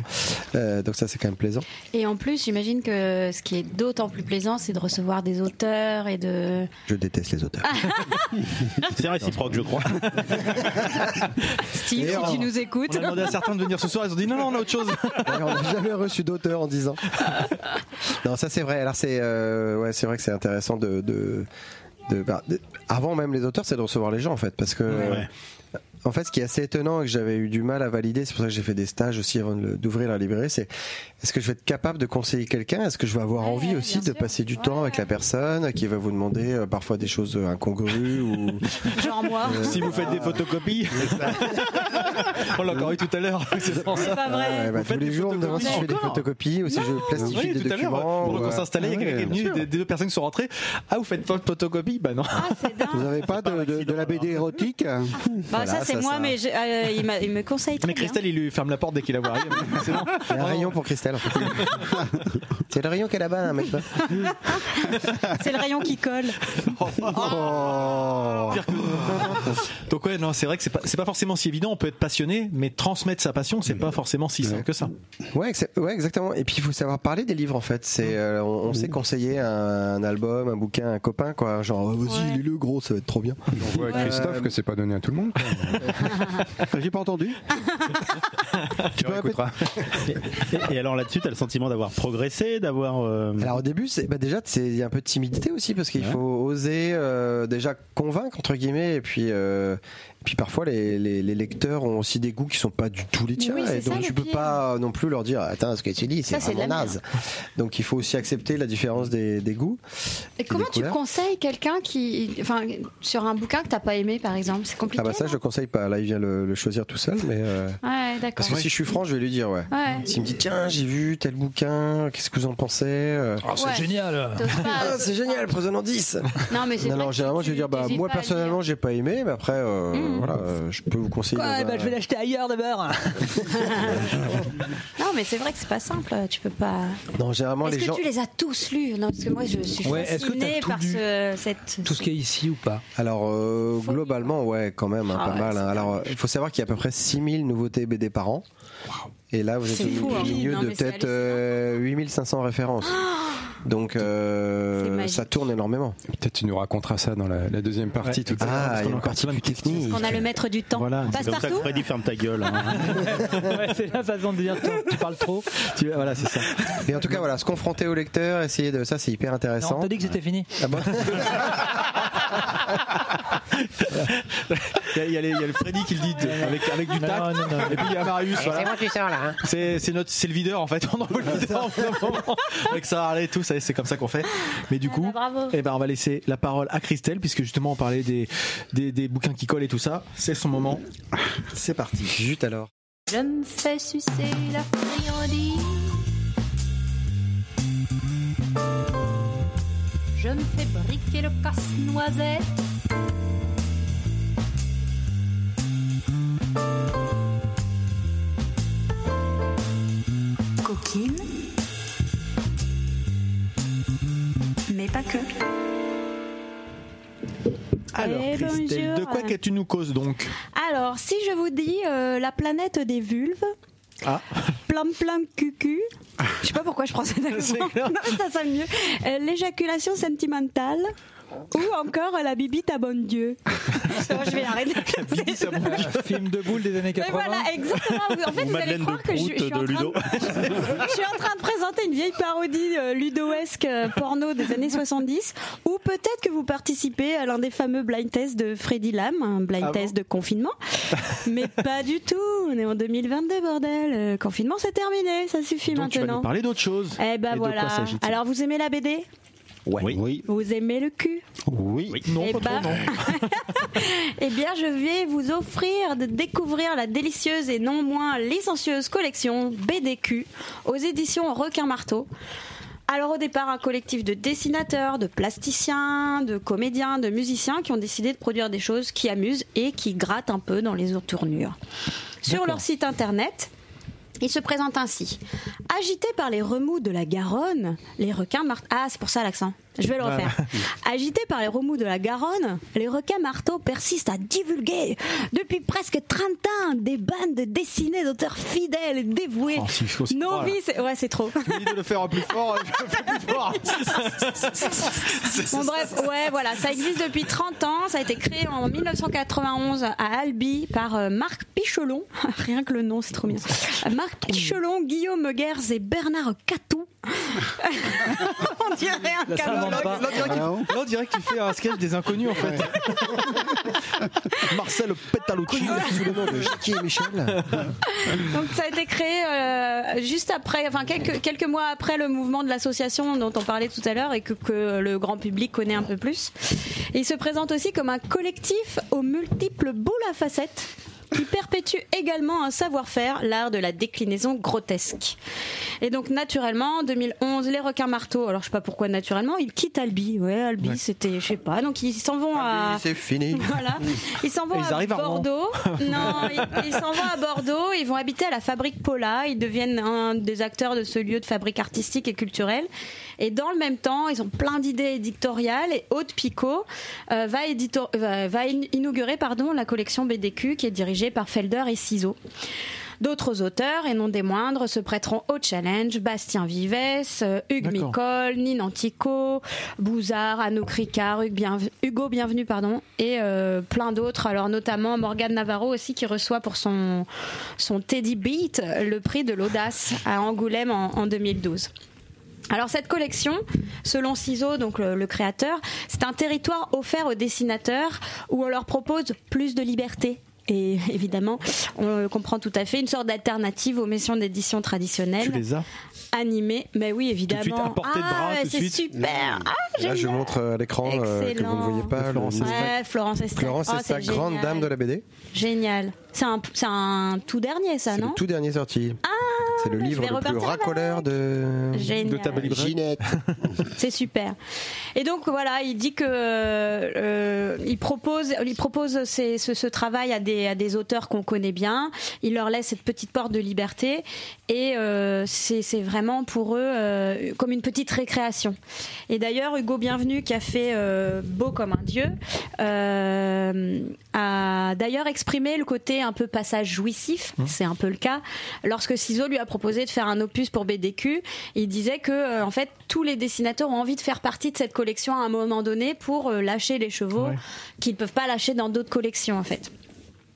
Euh, donc ça, c'est quand même plaisant.
Et en plus, j'imagine que ce qui est d'autant plus plaisant, c'est de recevoir des auteurs et de.
Je déteste les auteurs.
C'est réciproque, je crois.
Steve,
D'ailleurs,
si tu nous écoutes.
On a demandé à certains de venir ce soir, ils ont dit non, non, on a autre chose.
D'ailleurs, on n'a jamais reçu d'auteur en 10 ans. Non, ça c'est vrai. Alors c'est euh, ouais, c'est vrai que c'est intéressant de de, de- bah, de- avant même les auteurs, c'est de recevoir les gens en fait, parce que euh, en fait, ce qui est assez étonnant et que j'avais eu du mal à valider, c'est pour ça que j'ai fait des stages aussi avant de le- d'ouvrir la librairie, c'est est-ce que je vais être capable de conseiller quelqu'un Est-ce que je vais avoir envie aussi de passer du temps avec la personne qui va vous demander euh, parfois des choses euh, incongrues ou
Genre moi.
Si vous faites des photocopies. on l'a encore eu tout à l'heure. C'est pour ça.
pas
Ouais, bah, tous les jours, on me demande si je fais des
Encore
photocopies ou si je plastifie
Oui,
des
tout à l'heure,
documents.
pendant
ou,
qu'on
euh,
s'installait, il y a
ouais,
quelqu'un qui est
bien
venu,
sûr.
des, des deux personnes qui sont rentrées. Ah, vous faites pas de photocopie Bah non.
Vous n'avez pas de, de- de la BD érotique
Ah.
Bah, ça, c'est moi, mais j'ai- euh, il, m'a- il me conseille très
Mais Christelle, il lui ferme la porte dès qu'il la voit arriver. C'est bon.
Il y a un rayon pour Christelle. en fait. C'est le rayon qui est là-bas, là, mec.
bien. C'est le rayon qui colle. Oh.
Oh.
Pire que- Donc ouais, non, c'est vrai que c'est pas, c'est pas forcément si évident. On peut être passionné, mais transmettre sa passion, c'est pas forcément si simple que ça.
Mm. Ouais, ex- ouais, exactement. Et puis il faut savoir parler des livres en fait. C'est, euh, on, on sait conseiller un, un album, un bouquin, à un copain, quoi. Genre, Ah, vas-y, lis-le, gros, ça va être trop bien. Euh,
On voit avec Christophe que c'est pas donné à tout le monde.
Ah, J'ai pas entendu.
Tu
Bah,
peux
Et, et alors là-dessus, t'as le sentiment d'avoir progressé, d'avoir. euh,
Alors au début, c'est bah, déjà c'est il y a un peu de timidité aussi parce qu'il faut oser euh, déjà convaincre entre guillemets et puis euh, et puis parfois les, les, les lecteurs ont aussi des goûts qui sont pas du tout les tiens
Oui, c'est
et donc
ça,
tu
le
peux
pire.
pas euh, non plus leur dire attends ce que tu dis c'est
Ça, c'est de
vraiment
la
naze. Donc il faut aussi accepter la différence des, des goûts.
Et comment
des
tu
couleurs.
conseilles quelqu'un qui. Enfin, sur un bouquin que t'as pas aimé, par exemple C'est compliqué.
Ah bah ça je le conseille pas. Là il vient le, le choisir tout seul mais. euh,
Ouais, d'accord.
Parce que si je suis franc, je vais lui dire, ouais.
Ouais.
S'il me dit, tiens, j'ai vu tel bouquin, qu'est-ce que vous en pensez Euh,
Ah, c'est
Ouais.
génial
T'oses pas-
Ah, c'est génial, prends-en en 10
Non, mais c'est
Non,
vrai
non,
que
généralement,
tu-
je vais dire, bah,
t'hésites
moi
pas à le dire. Mmh,
personnellement, j'ai pas aimé, mais après, euh, voilà, euh, je peux vous conseiller.
Eh
dans
ben,
un-
l'acheter ailleurs d'abord
Non, mais c'est vrai que c'est pas simple. Tu peux pas.
Non, généralement,
Est-ce
les
que
gens.
tu les as tous lus Non, parce que moi, je suis
Ouais, est-ce que t'as
fascinée
tout
par
lu
ce, cette.
Tout ce qui est ici ou pas
Alors, euh, globalement, ouais, quand même, hein,
Ah
pas
ouais,
mal.
c'est
hein. Alors, il faut savoir qu'il y a à peu près 6000 nouveautés BD par an. Et là, vous êtes
C'est
au
fou, hein.
milieu
Non,
de
mais c'est
peut-être euh, 8500 références. Donc, euh,
C'est magique.
ça tourne énormément.
Peut-être tu nous raconteras ça dans la, la deuxième partie tout à l'heure.
Ah,
qu'on
il y a
a
une
encore
partie
plein de
plus technique.
Qu'on a le maître du temps.
Ah,
Voilà.
Passe
C'est comme ça que
partout.
Freddy ferme ta gueule. hein.
Ouais, c'est la façon de dire, tu parles trop.
Tu- voilà, c'est ça.
Et en tout cas, voilà, se confronter au lecteur, essayer de. Ça, c'est hyper
Non,
intéressant.
on t'a dit que c'était fini.
Ah bon
Il y a- il y, a les- il y a le Freddy qui le dit de- avec, avec du
Non,
tact.
non, non.
Et puis il y a Marius. voilà. C'est c'est notre, c'est le videur en fait. On envoie le videur au bout d'un moment. avec ça Harley et tout. ça, C'est comme ça qu'on fait. Mais du coup,
bah, bravo.
eh ben, on va laisser la parole à Christelle puisque justement on parlait des, des, des bouquins qui collent et tout ça. C'est son moment.
C'est parti. Juste alors.
Je me fais sucer la friandise. Je me fais briquer le casse-noisette.
Coquine. Mais pas que.
Alors,
Eh,
Christelle, de
bonjour.
quoi qu'as-tu nous causes donc
Alors, si je vous dis euh, la planète des vulves,
Ah,
plein plein cucu, je sais pas pourquoi je prends cet accent, Non, mais ça sonne mieux. Euh, L'éjaculation sentimentale. Ou encore euh, la bibite à bon Dieu. Bon, je vais arrêter.
film de boule des années
Mais
80.
voilà, exactement. Vous- En fait, vous allez croire que je, je suis en train de je suis en train de présenter une vieille parodie euh, ludoesque euh, porno des années 70 ou peut-être que vous participez à l'un des fameux blind tests de Freddy Lam, un blind
Ah bon
test de confinement. Mais pas du tout, on est en 2022 bordel. Le confinement c'est terminé, ça suffit
donc tu vas
maintenant.
nous parler d'autre chose.
eh ben
Et de quoi
voilà.
s'agit-il
Alors vous aimez la BD
Oui. Oui.
Vous aimez le cul
oui.
eh ben- Eh bien, je vais vous offrir de découvrir la délicieuse et non moins licencieuse collection BDQ aux éditions Requin Marteau. Alors au départ, un collectif de dessinateurs, de plasticiens, de comédiens, de musiciens qui ont décidé de produire des choses qui amusent et qui grattent un peu dans les tournures. Sur leur site internet, il se présente ainsi. Agité par les remous de la Garonne, les requins mar- Ah, c'est pour ça l'accent. Je vais le
Voilà.
refaire. Agités par les remous de la Garonne, les requins marteaux persistent à divulguer depuis presque 30 ans des bandes dessinées d'auteurs fidèles et dévoués.
Oh, c'est- faut se croire, là.
Novices, ouais, c'est trop.
de le faire plus fort, euh, je le fais plus fort.
Bon bref, ouais, voilà, ça existe depuis 30 ans, ça a été créé en 1991 à Albi par euh, Marc Pichelon, rien que le nom, c'est trop bien. Euh, Marc Pichelon, Guillaume Guers et Bernard Catou. On dirait un catalogue.
Là, on dirait que tu fais un sketch des inconnus en fait.
Marcel Petalucci sous le nom de Jackie et Michel.
Donc ça a été créé euh, juste après, enfin quelques, quelques mois après le mouvement de l'association dont on parlait tout à l'heure et que, que le grand public connaît un peu plus. Et il se présente aussi comme un collectif aux multiples boules à facettes qui perpétue également un savoir-faire, l'art de la déclinaison grotesque. Et donc naturellement, en 2011, les requins marteaux, alors je sais pas pourquoi naturellement, ils quittent Albi. Ouais, Albi, c'était, je sais pas. Donc ils s'en vont à...
C'est fini.
Voilà. Ils s'en vont
Ils
à
arrivent à Rouen.
Bordeaux. non, ils- ils s'en vont à Bordeaux. Ils vont habiter à la Fabrique Paula. Ils deviennent un des acteurs de ce lieu de fabrique artistique et culturelle. Et dans le même temps, ils ont plein d'idées éditoriales. Et Aude Picot euh, va, édito- va- va in- inaugurer pardon, la collection BDQ qui est dirigée par Felder et Ciseaux. D'autres auteurs, et non des moindres, se prêteront au challenge. Bastien Vives, euh, Hugues
D'accord.
Micole, Nine Antico, Bouzard, Anouk Ricard, Hugues Bienve- Hugo Bienvenu, pardon, et euh, plein d'autres. Alors notamment Morgane Navarro aussi qui reçoit pour son, son Teddy Beat le prix de l'audace à Angoulême en- en 2012. Alors cette collection, selon Ciseaux, donc le, le créateur, c'est un territoire offert aux dessinateurs où on leur propose plus de liberté. Et évidemment, on le comprend tout à fait, une sorte d'alternative aux missions d'édition traditionnelles.
Tu les as
Animées, mais oui, évidemment.
suite, à portée de
ah,
bras,
ouais,
tout de
c'est
suite.
super. Ah,
Là, je montre euh, à l'écran euh, que vous ne voyez pas.
Florence
le-
Estac. Ouais, Florence Estac.
Florence
Oh,
Estac,
c'est
grande
génial.
dame de la BD.
génial. C'est un, c'est un tout dernier, ça, non
Le tout dernier sorti. C'est le
Oh. Ah, je
livre
vais
le plus
repartir avec.
racoleur de,
Génial.
de ta belle librairie. Ginette.
C'est super. Et donc voilà, il dit que euh, il propose, il propose ces- ce, ce travail à des, à des auteurs qu'on connaît bien. Il leur laisse cette petite porte de liberté et euh, c'est c'est vraiment pour eux euh, comme une petite récréation. Et d'ailleurs, Hugo Bienvenu qui a fait euh, Beau comme un dieu euh, a d'ailleurs exprimé le côté un peu passage jouissif. C'est un peu le cas lorsque Ciseaux lui a proposé de faire un opus pour BDQ. Il disait que euh, en fait tous les dessinateurs ont envie de faire partie de cette collection à un moment donné pour euh, lâcher les chevaux qu'ils ne peuvent pas lâcher dans d'autres collections en fait.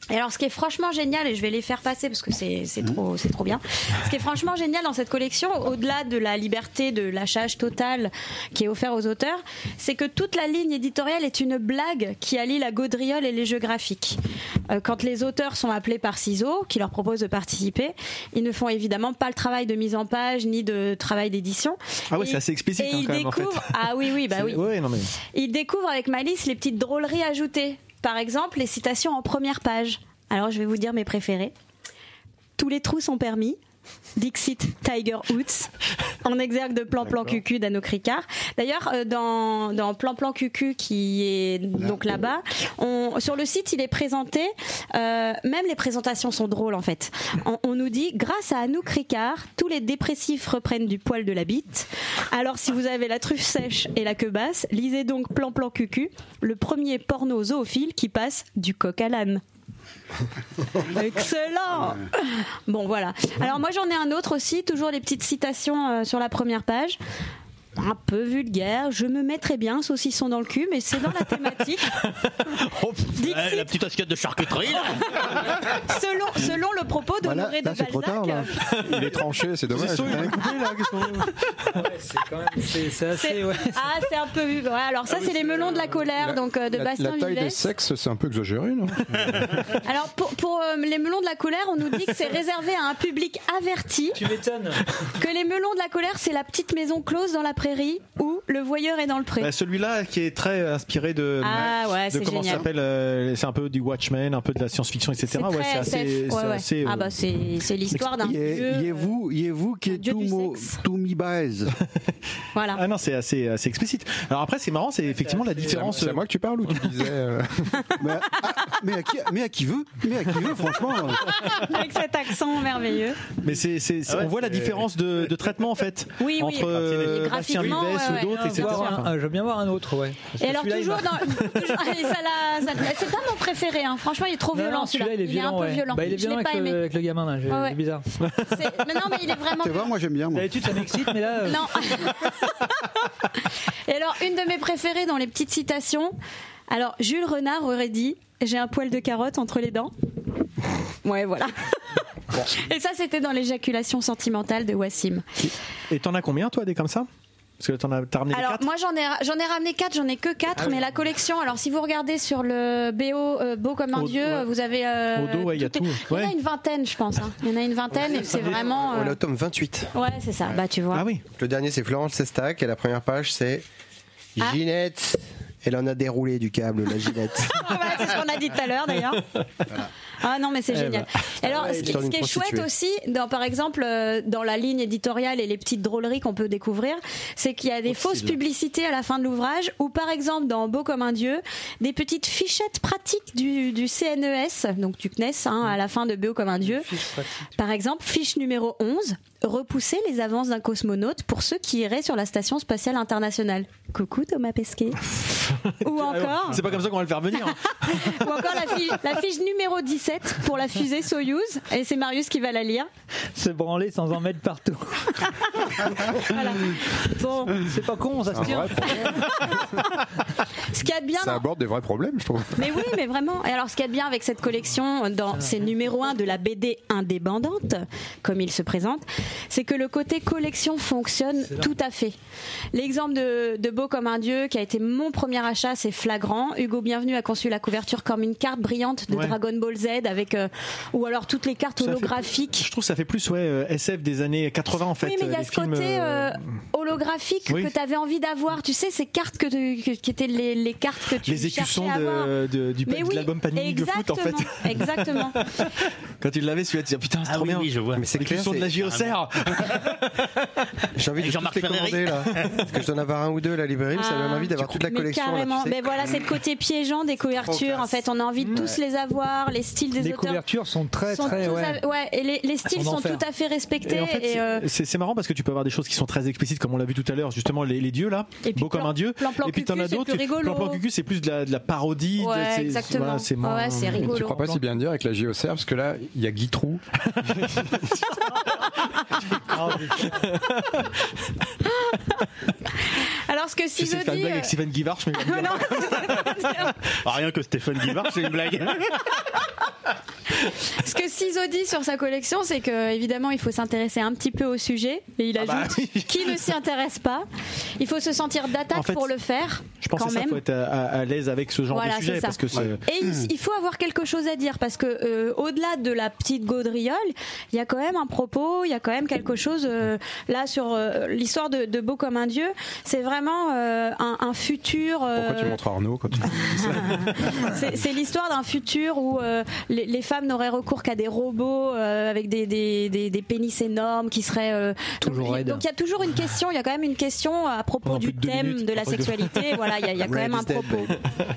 Et alors, ce qui est franchement génial, et je vais les faire passer parce que c'est c'est
Mmh.
trop, c'est trop bien. Ce qui est franchement génial dans cette collection, au-delà de la liberté de lâchage total qui est offert aux auteurs, c'est que toute la ligne éditoriale est une blague qui allie la gaudriole et les jeux graphiques. Euh, quand les auteurs sont appelés par ciseaux, qui leur proposent de participer, ils ne font évidemment pas le travail de mise en page ni de travail d'édition.
Ah ouais,
Et-
c'est assez explicite
et
hein,
ils
quand même en fait.
découvrent- Ah oui, oui, bah
C'est-
oui.
Ouais, non mais.
Il découvre avec malice les petites drôleries ajoutées. Par exemple, les citations en première page. Alors, je vais vous dire mes préférées. Tous les trous sont permis. Dixit Tiger Woods en exergue de Plan Plan Cucu d'Anouk Ricard. D'ailleurs, euh, dans, dans Plan Plan Cucu qui est donc là-bas, on- sur le site, il est présenté, euh, même les présentations sont drôles en fait. On, on nous dit, grâce à Anouk Ricard, tous les dépressifs reprennent du poil de la bite. Alors si vous avez la truffe sèche et la queue basse, lisez donc Plan Plan Cucu, le premier porno zoophile qui passe du coq à l'âne. Excellent Bon, voilà. Alors moi j'en ai un autre aussi, toujours les petites citations euh, sur la première page. Un peu vulgaire, je me mets très bien, saucisson dans le cul, mais c'est dans la thématique.
Eh, la petite assiette de charcuterie. là.
selon, selon le propos d'Honoré
Ah,
de Balzac.
Il est tranché, c'est dommage.
C'est assez,
C'est-
ouais.
Ah, c'est un peu. ouais, alors, ça, c'est les melons de la colère, donc euh, de
la,
Bastien
la taille
Vivès.
des sexes, c'est un peu exagéré, non
Alors, pour, pour, euh, les melons de la colère, on nous dit que c'est réservé à un public averti.
Tu m'étonnes.
Que les melons de la colère, c'est la petite maison close dans la prairie où le voyeur est dans le pré.
Bah, Celui-là qui est très inspiré de,
Ah ouais,
de
c'est
comment ça
génial.
s'appelle, euh, c'est un peu du Watchmen, un peu de la science-fiction, etc.
C'est
Ouais,
très
c'est assez,
SF,
c'est
ouais, ouais.
assez, euh,
Ah bah c'est c'est l'histoire d'un
Il est-
dieu.
il est
euh,
vous, il est vous qui est
dieu
tout,
du
mo-
sexe.
tout mi baise.
Voilà.
Ah non, c'est assez, assez explicite. Alors après, c'est marrant, c'est effectivement la
euh,
différence. euh,
C'est à moi que tu parles ou tu disais euh,
mais, à qui, mais à qui veut Mais à qui veut, franchement euh,
Avec cet accent merveilleux.
Mais c'est, c'est- c'est-
Ah ouais,
on voit la
c'est-
différence de, de traitement en fait
Oui, oui.
entre
Et
euh, Bastien Vivès
graphiquement, ouais,
ou d'autres,
ouais,
etc.
bien sûr.
Enfin,
Ah, je veux bien voir un autre, ouais. Parce que
Et alors
celui-là, il
toujours
m'a-
dans, toujours- ah, et ça l'a- ça l'a- c'est pas mon préféré. hein. Franchement, il est trop
Non, non,
violent celui-là.
il est violent.
un peu
ouais.
violent.
Bah, il est
Je
violent
l'ai
avec,
pas
le,
aimé.
avec le gamin, là. j'ai-
Ouais, ouais.
C'est bizarre.
C'est- mais non, mais il est vraiment.
Tu vois, moi j'aime bien. Moi.
D'habitude, ça m'excite, mais là. euh,
Non. Et alors, une de mes préférées dans les petites citations. Alors, Jules Renard aurait dit J'ai un poil de carotte entre les dents. Ouais, voilà. Et ça, c'était dans l'éjaculation sentimentale de Wassim.
Et t'en as combien toi des comme ça Parce que t'en as, t'as ramené les
Alors
quatre.
moi j'en ai ra- j'en ai ramené quatre, j'en ai que quatre,
Ah oui.
mais la collection. Alors si vous regardez sur le BO euh, Beau comme un
Au-
dieu,
ouais.
vous avez euh,
Au dos, ouais, il y a
est-
tout.
Il y en
Ouais.
a une vingtaine, je pense. hein. Il y en a une vingtaine et c'est vraiment.
On est
euh,
au tome 28.
Ouais, c'est ça. Bah tu
Ah
vois.
Le dernier, c'est Florence Sestac et la première page, c'est
Ah.
Ginette. Elle en a déroulé du câble, la Ginette.
Voilà, c'est ce qu'on a dit tout à l'heure d'ailleurs. Ah non mais c'est
Eh
génial.
ben.
Alors
Ah ouais,
ce, qui,
l'histoire
ce qui est
d'une
chouette
prostituée.
aussi, dans, par exemple euh, dans la ligne éditoriale et les petites drôleries qu'on peut découvrir, c'est qu'il y a des fausses publicités à la fin de l'ouvrage ou par exemple dans Beau comme un dieu, des petites fichettes pratiques du, du CNES, donc du CNES hein, à la fin de Beau comme un dieu. Par exemple, fiche numéro 11, repousser les avances d'un cosmonaute pour ceux qui iraient sur la station spatiale internationale. Coucou Thomas Pesquet. ou encore
Ah C'est pas comme ça qu'on va le faire venir. hein.
ou encore la fiche, la fiche numéro 17 pour la fusée Soyuz. Et c'est Marius qui va la lire.
Se branler sans en mettre partout.
Bon.
C'est pas con, ça se
Un
tient.
vrai problème.
Ce qu'il y a de bien
Ça
dans-
aborde des vrais problèmes, je trouve.
Mais oui, mais vraiment. Et alors, ce qu'il y a de bien avec cette collection, dans ces numéros 1 de la BD indépendante, comme il se présente, c'est que le côté collection fonctionne tout à fait. L'exemple de, de Beau comme un dieu, qui a été mon premier achat, c'est flagrant. Hugo Bienvenu a conçu la couverture comme une carte brillante de
Ouais.
Dragon Ball Z, avec euh, ou alors toutes les cartes
Ça fait-
holographiques.
Je trouve que ça fait plus ouais euh, SF des années 80 en fait.
Oui, mais il y a
les
ce
films,
côté
euh,
euh, holographique
oui.
que tu avais envie d'avoir. Tu sais, ces cartes que tu- que- qui étaient les, les cartes que tu
les
cherchais
écussons
à avoir.
de, de- du,
Mais
de
oui,
l'album Panini de foot en fait.
exactement, Exactement.
Quand tu l'avais, tu disais putain, c'est
Ah
trop bien.
Mais c'est clair.
L'écusson de la JOCR.
J'ai envie de
Jean-Marc
tous les
Ferreri.
commander là. Parce que je dois en avoir un ou deux, la librairie, mais ça donne
Ah,
envie d'avoir toute la
mais
collection. là, tu
carrément.
sais.
mais voilà, c'est le côté piégeant des couvertures. En fait, on a envie de tous les avoir. Les styles des
Les
auteurs
couvertures sont très,
sont
très.
tous
ouais.
à- ouais, et les, les styles
Elles sont
sont
d'enfer.
tout à fait respectés.
Et en fait,
et, euh,
c'est c'est marrant parce que tu peux avoir des choses qui sont très explicites, comme on l'a vu tout à l'heure, justement les, les dieux là,
Et puis
beau comme
plan-
un dieu.
plan- plan
et puis t'en
cucu,
as
c'est
d'autres.
plus rigolo.
Plan plan cucu, c'est plus de la, de la parodie. de-
Ouais,
c'est-
exactement.
voilà, c'est moins-
Ouais, c'est
Et
rigolo.
tu crois pas si bien dire avec la JOCR, parce que là, il y a Guy Trou.
alors, ce que
Je sais
Sivo
faire une
dit.
blague
euh,
avec Steven Guivard, je mets-
Ah, rien que Stéphane Guivard, c'est une blague.
Ce que Ciso dit sur sa collection, c'est que évidemment il faut s'intéresser un petit peu au sujet. Et il ajoute qui ne s'y intéresse pas. Il faut se sentir d'attaque
En fait,
pour le faire.
Je pense
quand
que ça
même.
faut être à, à- à l'aise avec ce genre
Voilà,
de
c'est
sujet
ça.
parce que c'est.
Et il, il faut avoir quelque chose à dire parce que euh, au-delà de la petite gaudriole, il y a quand même un propos, il y a quand même quelque chose euh, là sur euh, l'histoire de, de Beau comme un dieu. C'est vraiment euh, un, un futur. euh,
Pourquoi tu montres Arnaud quand tu
c'est c'est l'histoire d'un futur où euh, les, les femmes n'auraient recours qu'à des robots euh, avec des, des, des- des pénis énormes qui seraient. euh,
Toujours
donc, il-
raide.
donc il y a toujours une question, il y a quand même une question à propos
Pendant
du
plus de deux
thème
minutes,
de la
un truc de-
sexualité. voilà, il y a, il y a quand même un propos.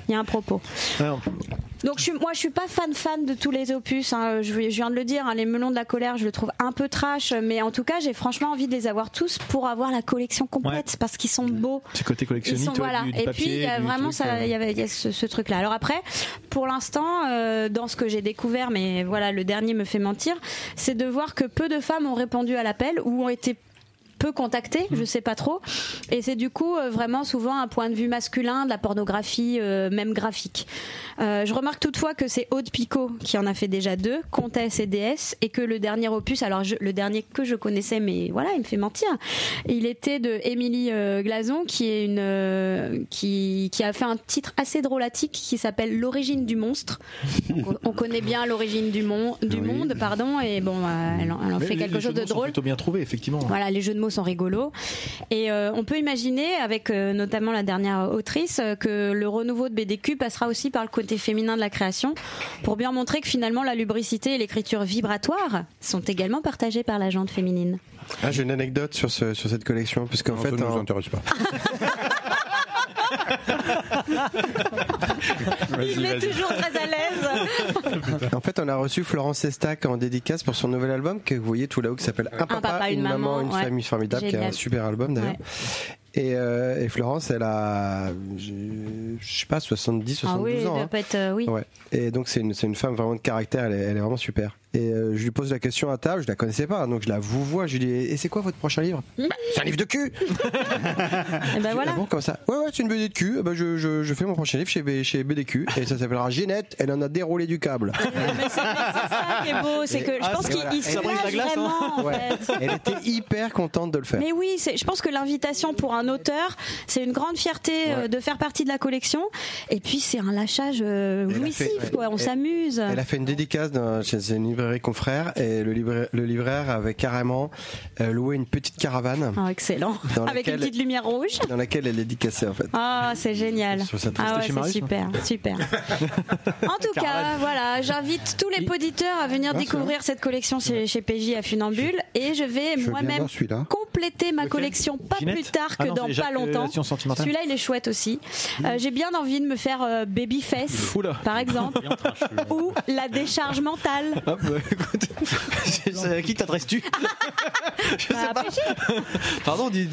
Il y a un propos. Donc je suis, moi je suis pas fan fan de tous les opus. hein. Je, je viens de le dire, hein, les melons de la colère, je le trouve un peu trash, mais en tout cas j'ai franchement envie de les avoir tous pour avoir la collection complète parce qu'ils sont beaux.
C'est côté
Ils
collectionniste,
sont- voilà.
du, du
Et
papier,
puis il y a
du
vraiment
truc,
ça,
euh.
il y avait il y a ce, ce truc-là. Alors après, pour l'instant, euh, dans ce que j'ai découvert, mais voilà, le dernier me fait mentir, c'est de voir que peu de femmes ont répondu à l'appel ou ont été peu contactées,
Mhm.
je sais pas trop, et c'est du coup euh, vraiment souvent un point de vue masculin de la pornographie, euh, même graphique. Euh, je remarque toutefois que c'est Aude Picot qui en a fait déjà deux, Comtesse et DS, et que le dernier opus, alors je- le dernier que je connaissais, mais voilà, il me fait mentir, il était de Émilie euh, Glason, qui est une euh, qui, qui a fait un titre assez drôlatique qui s'appelle L'origine du monstre. Donc, on- on connaît bien l'origine du, mon- du monde, pardon, et bon, euh, elle en, elle en
Mais
fait
les-
quelque
les
chose de
jeux mots sont
drôle.
plutôt bien trouvé, effectivement.
Voilà, les jeux de mots sont rigolos. Et euh, on peut imaginer, avec euh, notamment la dernière autrice, euh, que le renouveau de BDQ passera aussi par le côté féminin de la création, pour bien montrer que finalement la lubricité et l'écriture vibratoire sont également partagées par la gente féminine.
Ah, j'ai une anecdote sur, ce- sur cette collection, parce qu'en fait. Ça ne nous
intéresse pas.
Il est toujours très à l'aise.
en fait, on a reçu Florence Estac en dédicace pour son nouvel album que vous voyez tout là-haut qui s'appelle Un papa,
papa,
une,
une
maman,
maman,
une
ouais.
famille formidable, qui est un
Génial.
super album d'ailleurs.
Ouais.
Et, euh, et Florence, elle a, je je sais pas, 70, 72
Ah oui, elle
ans.
doit
hein.
pas être, euh, oui.
Ouais. Et donc c'est une, c'est une femme vraiment de caractère, elle est, elle est vraiment super. Et euh, je lui pose la question à table, je la connaissais pas, donc je la vous vois, je lui dis, et c'est quoi votre prochain livre Bah, C'est un livre de cul
Et ben voilà.
Ah bon, comme ça Ouais, ouais, c'est une BD de cul, Eh ben, je, je- je fais mon prochain livre chez, B- chez BDQ, et ça s'appellera Ginette, elle en a déroulé du câble.
Mais c'est mais c'est ça qui est beau, Ah, c'est que je pense qu'il il se lâche vraiment. en
Ouais.
fait.
Elle était hyper contente de le faire.
Mais oui, c'est- je pense que l'invitation pour un auteur, c'est une grande fierté euh, de faire partie de la collection. Et puis c'est un lâchage euh,
Elle a
jouissif,
fait-
quoi. On
elle-
s'amuse.
Elle a fait une dédicace dans- chez une librairie confrère et le, libra- le libraire avait carrément euh, loué une petite caravane.
Ah, excellent.
Dans
Avec une
laquelle-
petite lumière rouge.
Dans laquelle elle est dédicacée en fait.
Ah, c'est génial.
Sur sa triste
Ah ouais,
chez
c'est
Marius,
super, super. En tout cas, voilà, j'invite tous les poditeurs à venir
Ah, c'est
hein.
découvrir cette collection chez, chez PJ à Funambule et je vais
je veux bien
moi-même
voir celui-là.
compléter ma collection pas
Ginette
plus tard que
Ah non,
dans
c'est Jacques,
pas
euh,
longtemps.
Relation sentimentale.
Celui-là, il est chouette aussi. Euh,
Mmh.
J'ai bien envie de me faire euh, Babyface, par exemple, ou la décharge mentale.
Hop, bah, écoute, à qui t'adresses-tu
Bah, PJ.
Pardon, dis,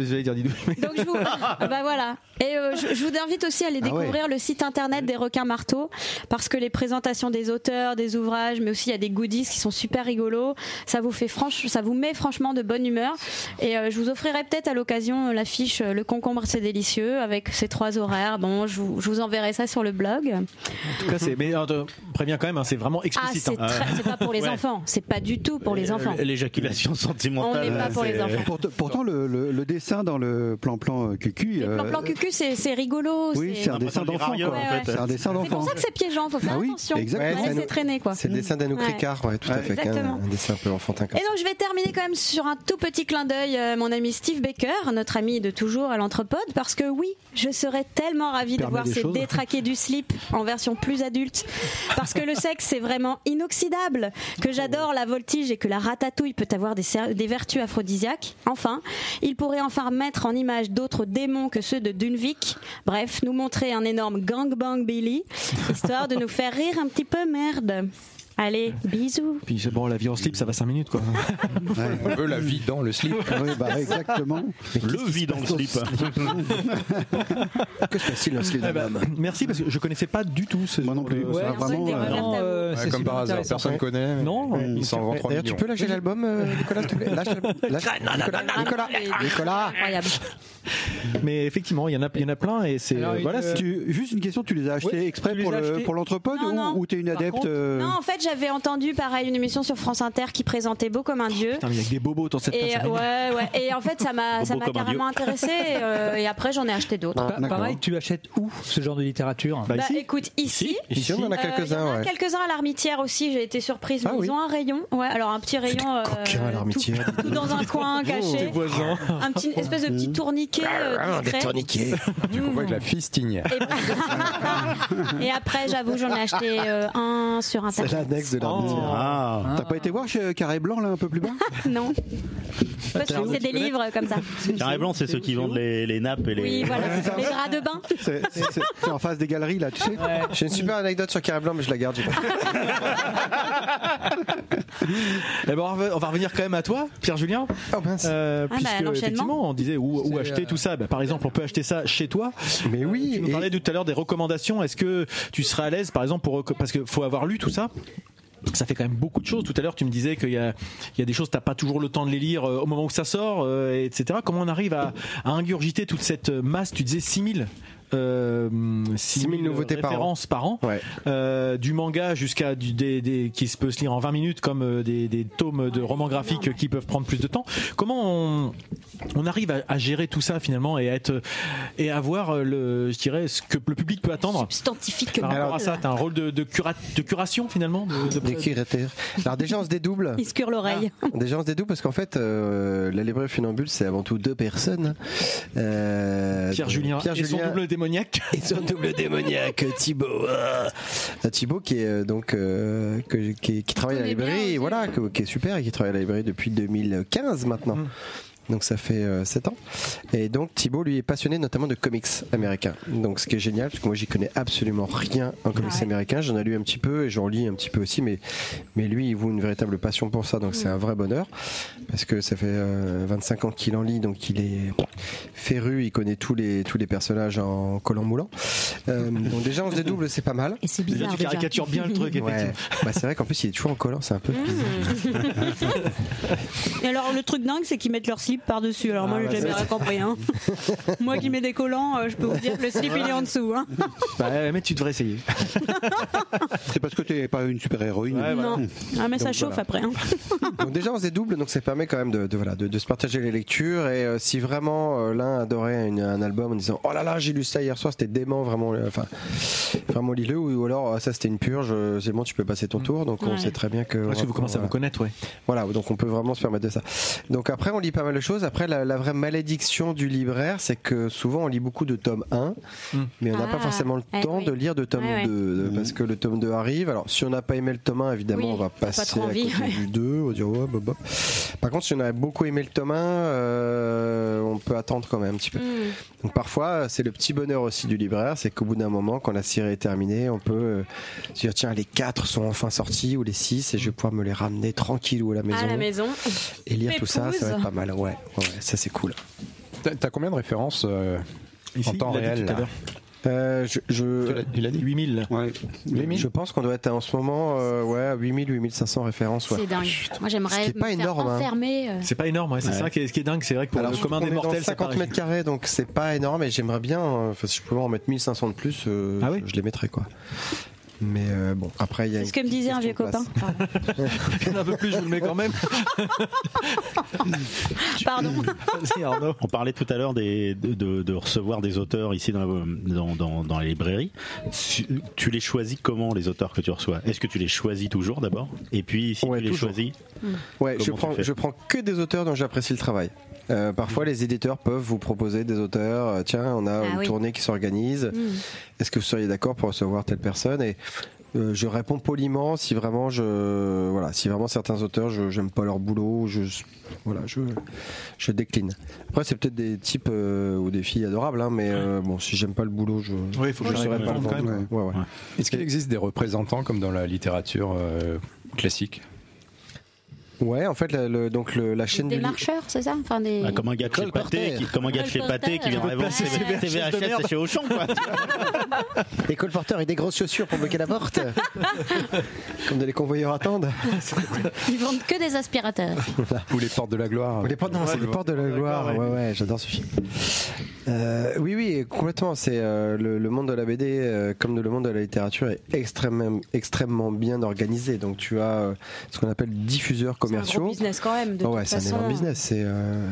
j'allais dire dis-nous.
Donc je vous, bah voilà. Et euh, je, je vous invite aussi à aller
Ah ouais.
découvrir le site internet des requins marteaux parce que les présentations des auteurs, des ouvrages, mais aussi il y a des goodies qui sont super rigolos. Ça vous fait franche, ça vous met franchement de bonne humeur. Et euh, je vous offrirai peut-être à l'occasion euh, l'affiche euh, Le concombre c'est délicieux avec ces trois horaires. Bon, je vous, je vous enverrai ça sur le blog.
En tout cas, c'est. Mais attends, préviens quand même, hein, c'est vraiment
Ah,
explicite.
c'est
hein. Euh,
très- c'est pas pour les
Ouais.
enfants, c'est pas du tout pour les
Euh,
enfants.
L'éjaculation sentimentale.
On n'est pas pour les enfants.
Pourtant- Pourtant, le, le- le dessin dans le plan-plan euh, cucu. euh,
Plan plan cucu, c'est c'est rigolo.
Oui, c'est un dessin d'enfant. quoi.
Ouais, ouais.
C'est un dessin
C'est pour
d'enfant.
ça que c'est piégeant, faut faire
Ah oui,
attention.
exactement.
Pas
Ouais,
laisser
ça nous-
traîner quoi.
C'est le dessin d'Anouk
Ouais.
Ricard, ouais, tout à fait. qu'un-
Exactement.
Un, dessin un peu enfantin comme
Et donc je vais terminer quand même sur un tout petit clin d'œil, euh, mon ami Steve Baker, notre ami de toujours à l'entrepode, parce que oui, je serais tellement ravie de
Permet
voir
des
ces
choses.
détraqués du slip en version plus adulte, parce que le sexe c'est vraiment inoxydable, que j'adore la voltige et que la ratatouille peut avoir des, ser- des vertus aphrodisiaques. Enfin, il pourrait enfin mettre en image d'autres démons que ceux de Dunvik. Bref, nous montrer un énorme gangbang Billy, histoire de nous faire rire un petit peu merde. Allez, bisous.
Puis c'est bon, la vie en slip, ça va 5 minutes quoi.
On veut la vie dans le slip.
Oui, bah, exactement.
Le vide dans le slip.
Que se passe-t-il dans ce livre d'un homme
Eh ben, Merci parce que je connaissais pas du tout ce. Moi non plus.
Ouais, c'est vrai que t'es vraiment, euh, Ouais, c'est comme super par hasard, intéressant. personne
ne
connaît.
Non,
Il s'en vend 3
D'ailleurs, tu
millions.
peux lâcher l'album, euh, Nicolas, s'il te plaît Lâche l'album. Lâche- Nicolas, Nicolas, Nicolas.
Incroyable.
mais effectivement, il y en a, il y en a plein et c'est.
Alors, il
euh,
voilà,
te-
c'est-
Tu- juste une question, tu les as achetés exprès
tu les
pour
as
le-
achetés.
pour l'entrepôt
Non, non.
ou, ou t'es une
Par
adepte
contre-
euh,
Non, en fait, j'avais entendu pareil une émission sur France Inter qui présentait Beau comme un dieu.
Oh, Putain, mais il y a que des bobos dans cette
Et
place.
ouais, ouais. Et en fait, ça m'a, ça m'a
Bobo comme un
carrément
dieu.
intéressé. euh, et après, j'en ai acheté d'autres.
Pa- Bah, pareil, tu achètes où ce genre de littérature
Bah, écoute, ici,
Ici, on en a
euh,
quelques-uns,
il y en a
ouais.
quelques-uns à l'armitière aussi. J'ai été surprise. mais
Ah
ils
oui.
ont un rayon. Ouais, alors un petit rayon. euh,
Coquin à l'armitière.
tout dans un coin
Oh,
caché. Un petit, une espèce de petit tourniquet. euh,
Ah,
Ah,
Mmh. discret.
Tu comprends que la fille stigne.
Ah. Et après, j'avoue, j'en ai acheté euh, un sur
C'est
internet.
l'annexe de l'armitière.
Oh.
Ah. T'as pas été voir chez euh, Carré Blanc, là, un peu plus bas
Ah.
Non. Parce que
Attends,
c'est des livres comme ça.
Carré blanc, c'est ceux qui vendent les, les nappes et les.
Oui, voilà. Les draps de bain.
C'est c'est- c'est en face des galeries, là, tu sais
J'ai une super anecdote sur Carré Blanc, mais je la garde. j'ai pas-
Eh ben, on va- on va revenir quand même à toi, Pierre-Julien. Euh,
Ah, bah,
puisque,
l'enchaînement.
effectivement, on disait où, où
Oh, C'est,
acheter
euh,
tout ça. Bah, par exemple, on peut acheter ça chez toi. Mais oui. Tu nous parlais tout à l'heure des recommandations. Est-ce que tu serais à l'aise, par exemple, pour reco- parce qu'il faut avoir lu tout ça ça fait quand même beaucoup de choses. Tout à l'heure, tu me disais qu'il y a, il y a des choses, t'as pas toujours le temps de les lire euh, au moment où ça sort, euh, etc. Comment on arrive à, à ingurgiter toute cette masse Tu disais 6000 euh, 6000
nouveautés par an.
références par an,
Ouais.
Euh, du manga jusqu'à du, des, des- qui se peut se lire en 20 minutes comme euh, des, des tomes de romans graphiques qui peuvent prendre plus de temps. Comment on, on arrive à, à gérer tout ça finalement et à être et à voir euh, le, je dirais, ce que le public peut attendre.
Substantifique.
Par rapport à ça, t'as un rôle de, de, cura- de curation finalement de, de-
Alors déjà, on se dédouble.
Il se cure l'oreille.
Déjà, on se dédouble parce qu'en fait, euh, la librairie funambule, c'est avant tout deux personnes. Euh,
Pierre Julien
Pierre
et son
Julien
double démoniaque.
et son double démoniaque Thibaut Ah. Ah, Thibaut qui est euh, donc euh, que j'ai- qui, qui travaille à la librairie et voilà que- qui est super et qui travaille à la librairie depuis 2015 maintenant donc ça fait 7 ans et donc Thibaut lui est passionné notamment de comics américains donc ce qui est génial parce que moi j'y connais absolument rien en comics américains j'en ai lu un petit peu et j'en lis un petit peu aussi mais mais lui il voue une véritable passion pour ça donc c'est un vrai bonheur parce que ça fait euh, 25 ans qu'il en lit donc il est féru il connaît tous les tous les personnages en collant moulant Euh, donc déjà on se dédouble c'est pas mal
et c'est
bizarre, Tu déjà. caricatures bien le truc, effectivement.
bah, c'est vrai qu'en plus il est toujours en collant c'est un peu
Et alors, le truc dingue, c'est qu'ils mettent leur slip par-dessus. Alors, moi,
Ah, bah,
j'ai jamais
ça,
rien
c'est-
compris. hein. moi qui mets des collants, euh, je peux vous dire que le slip, il est en dessous. hein.
Bah, mais tu devrais essayer.
C'est parce que t'es pas une super héroïne.
Non. Ah, mais ça
Donc,
chauffe
voilà.
après. hein.
Donc déjà on se dédouble, donc ça permet quand même de, de, voilà, de, de se partager les lectures. Et euh, si vraiment euh, l'un adorait une- un album en disant oh là là j'ai lu ça hier soir, c'était dément vraiment, euh, enfin vraiment lis-le ou, ou alors ah, ça c'était une purge, euh, c'est bon tu peux
Mm.
passer ton tour. Donc on
Ouais.
sait très bien que
Parce que vous commencez à vous connaître, ouais.
Voilà donc on peut vraiment se permettre de ça. Donc après on lit pas mal de choses. Après la, la vraie malédiction du libraire, c'est que souvent on lit beaucoup de tome 1,
Mm.
mais on n'a pas
Ah.
forcément le
Eh
temps
oui.
de lire de tome
Ouais, ouais.
2 de- parce que le tome 2 arrive. Alors si on n'a pas aimé le tome 1, évidemment
Oui,
on va
t'as pas
passer
trop
à
envie,
côté
ouais.
du 2, on va dire ouais, bah, bah. Par contre, si on avait beaucoup aimé le tome 1, euh, on peut attendre quand même un petit peu.
Mm.
Hmm.
Donc parfois, c'est le petit bonheur aussi du libraire, c'est qu'au bout d'un moment, quand la série est terminée, on peut euh, se dire tiens, les 4 sont enfin sortis ou les 6 et je vais pouvoir me les ramener tranquille ou à la maison.
À la maison.
Et lire tout ça, ça va
Pépouze.
être pas mal, ouais, ouais ça c'est cool.
T'as t'as combien de références euh, en temps
il l'a dit
réel
tout à
là
l'heure.
Euh, je, je-
Il a dit
8000.
Ouais.
je pense qu'on doit être en ce moment euh, ouais, à 8000, 8500 références. Ouais.
C'est dingue. Moi,
Ce qui
j'aimerais
est pas
me faire
énorme, hein.
enfermer. euh,
C'est pas énorme, ouais, c'est
Ouais.
ça qui est, ce qui est dingue. C'est vrai que pour
Alors,
le commun
on
des
est dans
mortels, ça
50
paraît.
mètres carrés, donc c'est pas énorme, et j'aimerais bien, euh, enfin, si je pouvais en mettre 1500 de plus, euh,
Ah oui
je, je les mettrais quoi. Mais euh, bon, après il y a.
C'est
une
ce que me disait un vieux
question de
copain.
place.
un peu plus, je vous le mets quand même.
Pardon.
Vas-y, Arnaud.
On parlait tout à l'heure des- de, de- de recevoir des auteurs ici dans, la- dans, dans, dans les librairies. Tu, tu les choisis comment, les auteurs que tu reçois Est-ce que tu les choisis toujours d'abord Et puis, si
Ouais,
tu les
toujours.
choisis,
Ouais, je
Comment
prends,
tu fais
je prends que des auteurs dont j'apprécie le travail. Euh,
Mm.
parfois, les éditeurs peuvent vous proposer des auteurs. euh, Tiens, on a
Ah
une
oui. Mm.
tournée qui s'organise.
Hmm.
Est-ce que vous seriez d'accord pour recevoir telle personne Et euh, je réponds poliment si vraiment je, voilà, si vraiment certains auteurs, je j'aime pas leur boulot, je, voilà, je, je décline. Après, c'est peut-être des types euh, ou des filles adorables, hein, mais euh, bon, si j'aime pas le boulot, je,
Oui, il faut que
je
je
serai
réponde
pas le
quand
vendre.
même.
Ouais, ouais.
Est-ce qu'il existe des représentants comme dans la littérature euh, classique
Ouais, en fait, la, le- donc le- la chaîne
Des
du li-
marcheurs, c'est ça Enfin, des.
bah, comme un gars de chez Pâté
Colporteur.
qui, comme un gars de chez Pâté qui viendrait vendre
Placer
ses
ses VHS de merde.
VHS chez Auchan, quoi.
Des colporteurs et des grosses chaussures pour bloquer la porte. Comme de les convoyeurs attendent.
Ils vendent que des aspirateurs.
Ou les portes de la gloire
Ou les portes, non, c'est les portes de la gloire. Ouais, ouais, j'adore ce film. Euh, oui, oui, complètement. C'est euh, le, le monde de la BD, euh, comme de le monde de la littérature, est extrêmement, extrêmement bien organisé. Donc tu as euh, ce qu'on appelle diffuseurs commerciaux.
gros business quand même, de
Ah ouais,
toute
c'est un
façon,
énorme
euh.
business. C'est euh,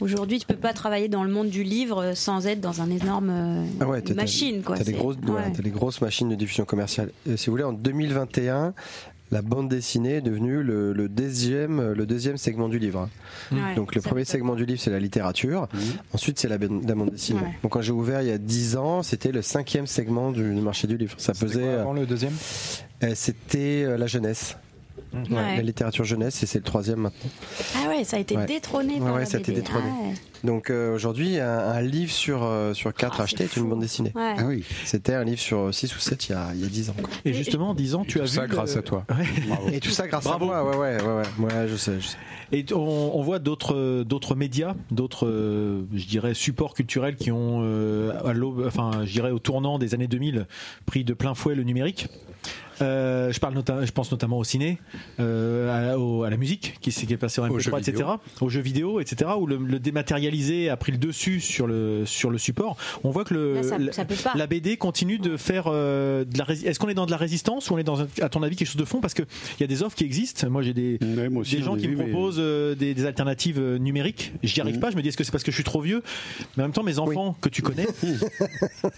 Aujourd'hui, tu peux pas travailler dans le monde du livre euh, sans être dans un énorme euh,
Ah ouais, t'as- t'as-
machine. quoi.
T'as des,
C'est-
grosses- voilà,
ouais.
t'as des grosses machines de diffusion commerciale. Et si vous voulez, en 2021, la bande dessinée est devenue le, le deuxième, le deuxième segment du livre.
Mmh.
Mhm. Ouais,
Donc le premier segment du livre, c'est la littérature.
Mmh.
Ensuite, c'est la, ban- la bande dessinée.
Ouais.
Donc quand j'ai ouvert il y a 10 ans, c'était le cinquième segment du marché du livre. Ça pesait. avant
le deuxième
C'était euh, la jeunesse.
Mhm.
Ouais,
Ouais.
La littérature jeunesse, et c'est le troisième maintenant.
Ah ouais, ça a été
Ouais.
détrôné
Ouais,
par
ouais,
la
ça a été
BD.
détrôné.
Ah ouais.
Donc euh, aujourd'hui, un, un livre sur, euh, sur quatre acheté est une bande dessinée.
Ouais. Ah
oui. C'était un livre sur 6 ou 7 il y a, il y a 10 ans. quoi.
Et justement, en disant, tu as vu.
ça
le-
grâce à toi.
Ouais.
Et tout ça grâce
Bravo.
à moi, ouais, ouais, ouais, ouais, ouais je sais. je sais.
Et t- on, on voit d'autres d'autres médias, d'autres, euh, je dirais, supports culturels qui ont, euh, à l'aube- enfin, je dirais, au tournant des années 2000, pris de plein fouet le numérique. Euh, je parle notamment, je pense notamment au ciné, euh, à, au- à la musique qui, s'est- qui est passée sur MP3,
jeux
etc.
vidéo.
Aux jeux vidéo, etc. Où le, le dématérialisé a pris le dessus sur le sur le support. On voit que le,
Là, ça-
Euh, la,
ça peut pas.
la BD continue de faire euh, de la. rési- Est-ce qu'on est dans de la résistance ou on est dans, un- à ton avis, quelque chose de fond Parce que il y a des offres qui existent. Moi, j'ai des
aussi,
des
j'en
gens
ai
qui
vu,
me
mais- Mm.
proposent euh, des, des alternatives euh, numériques. J'y arrive pas. Je me dis est-ce que c'est parce que je suis trop vieux Mais en même temps, mes enfants que tu connais,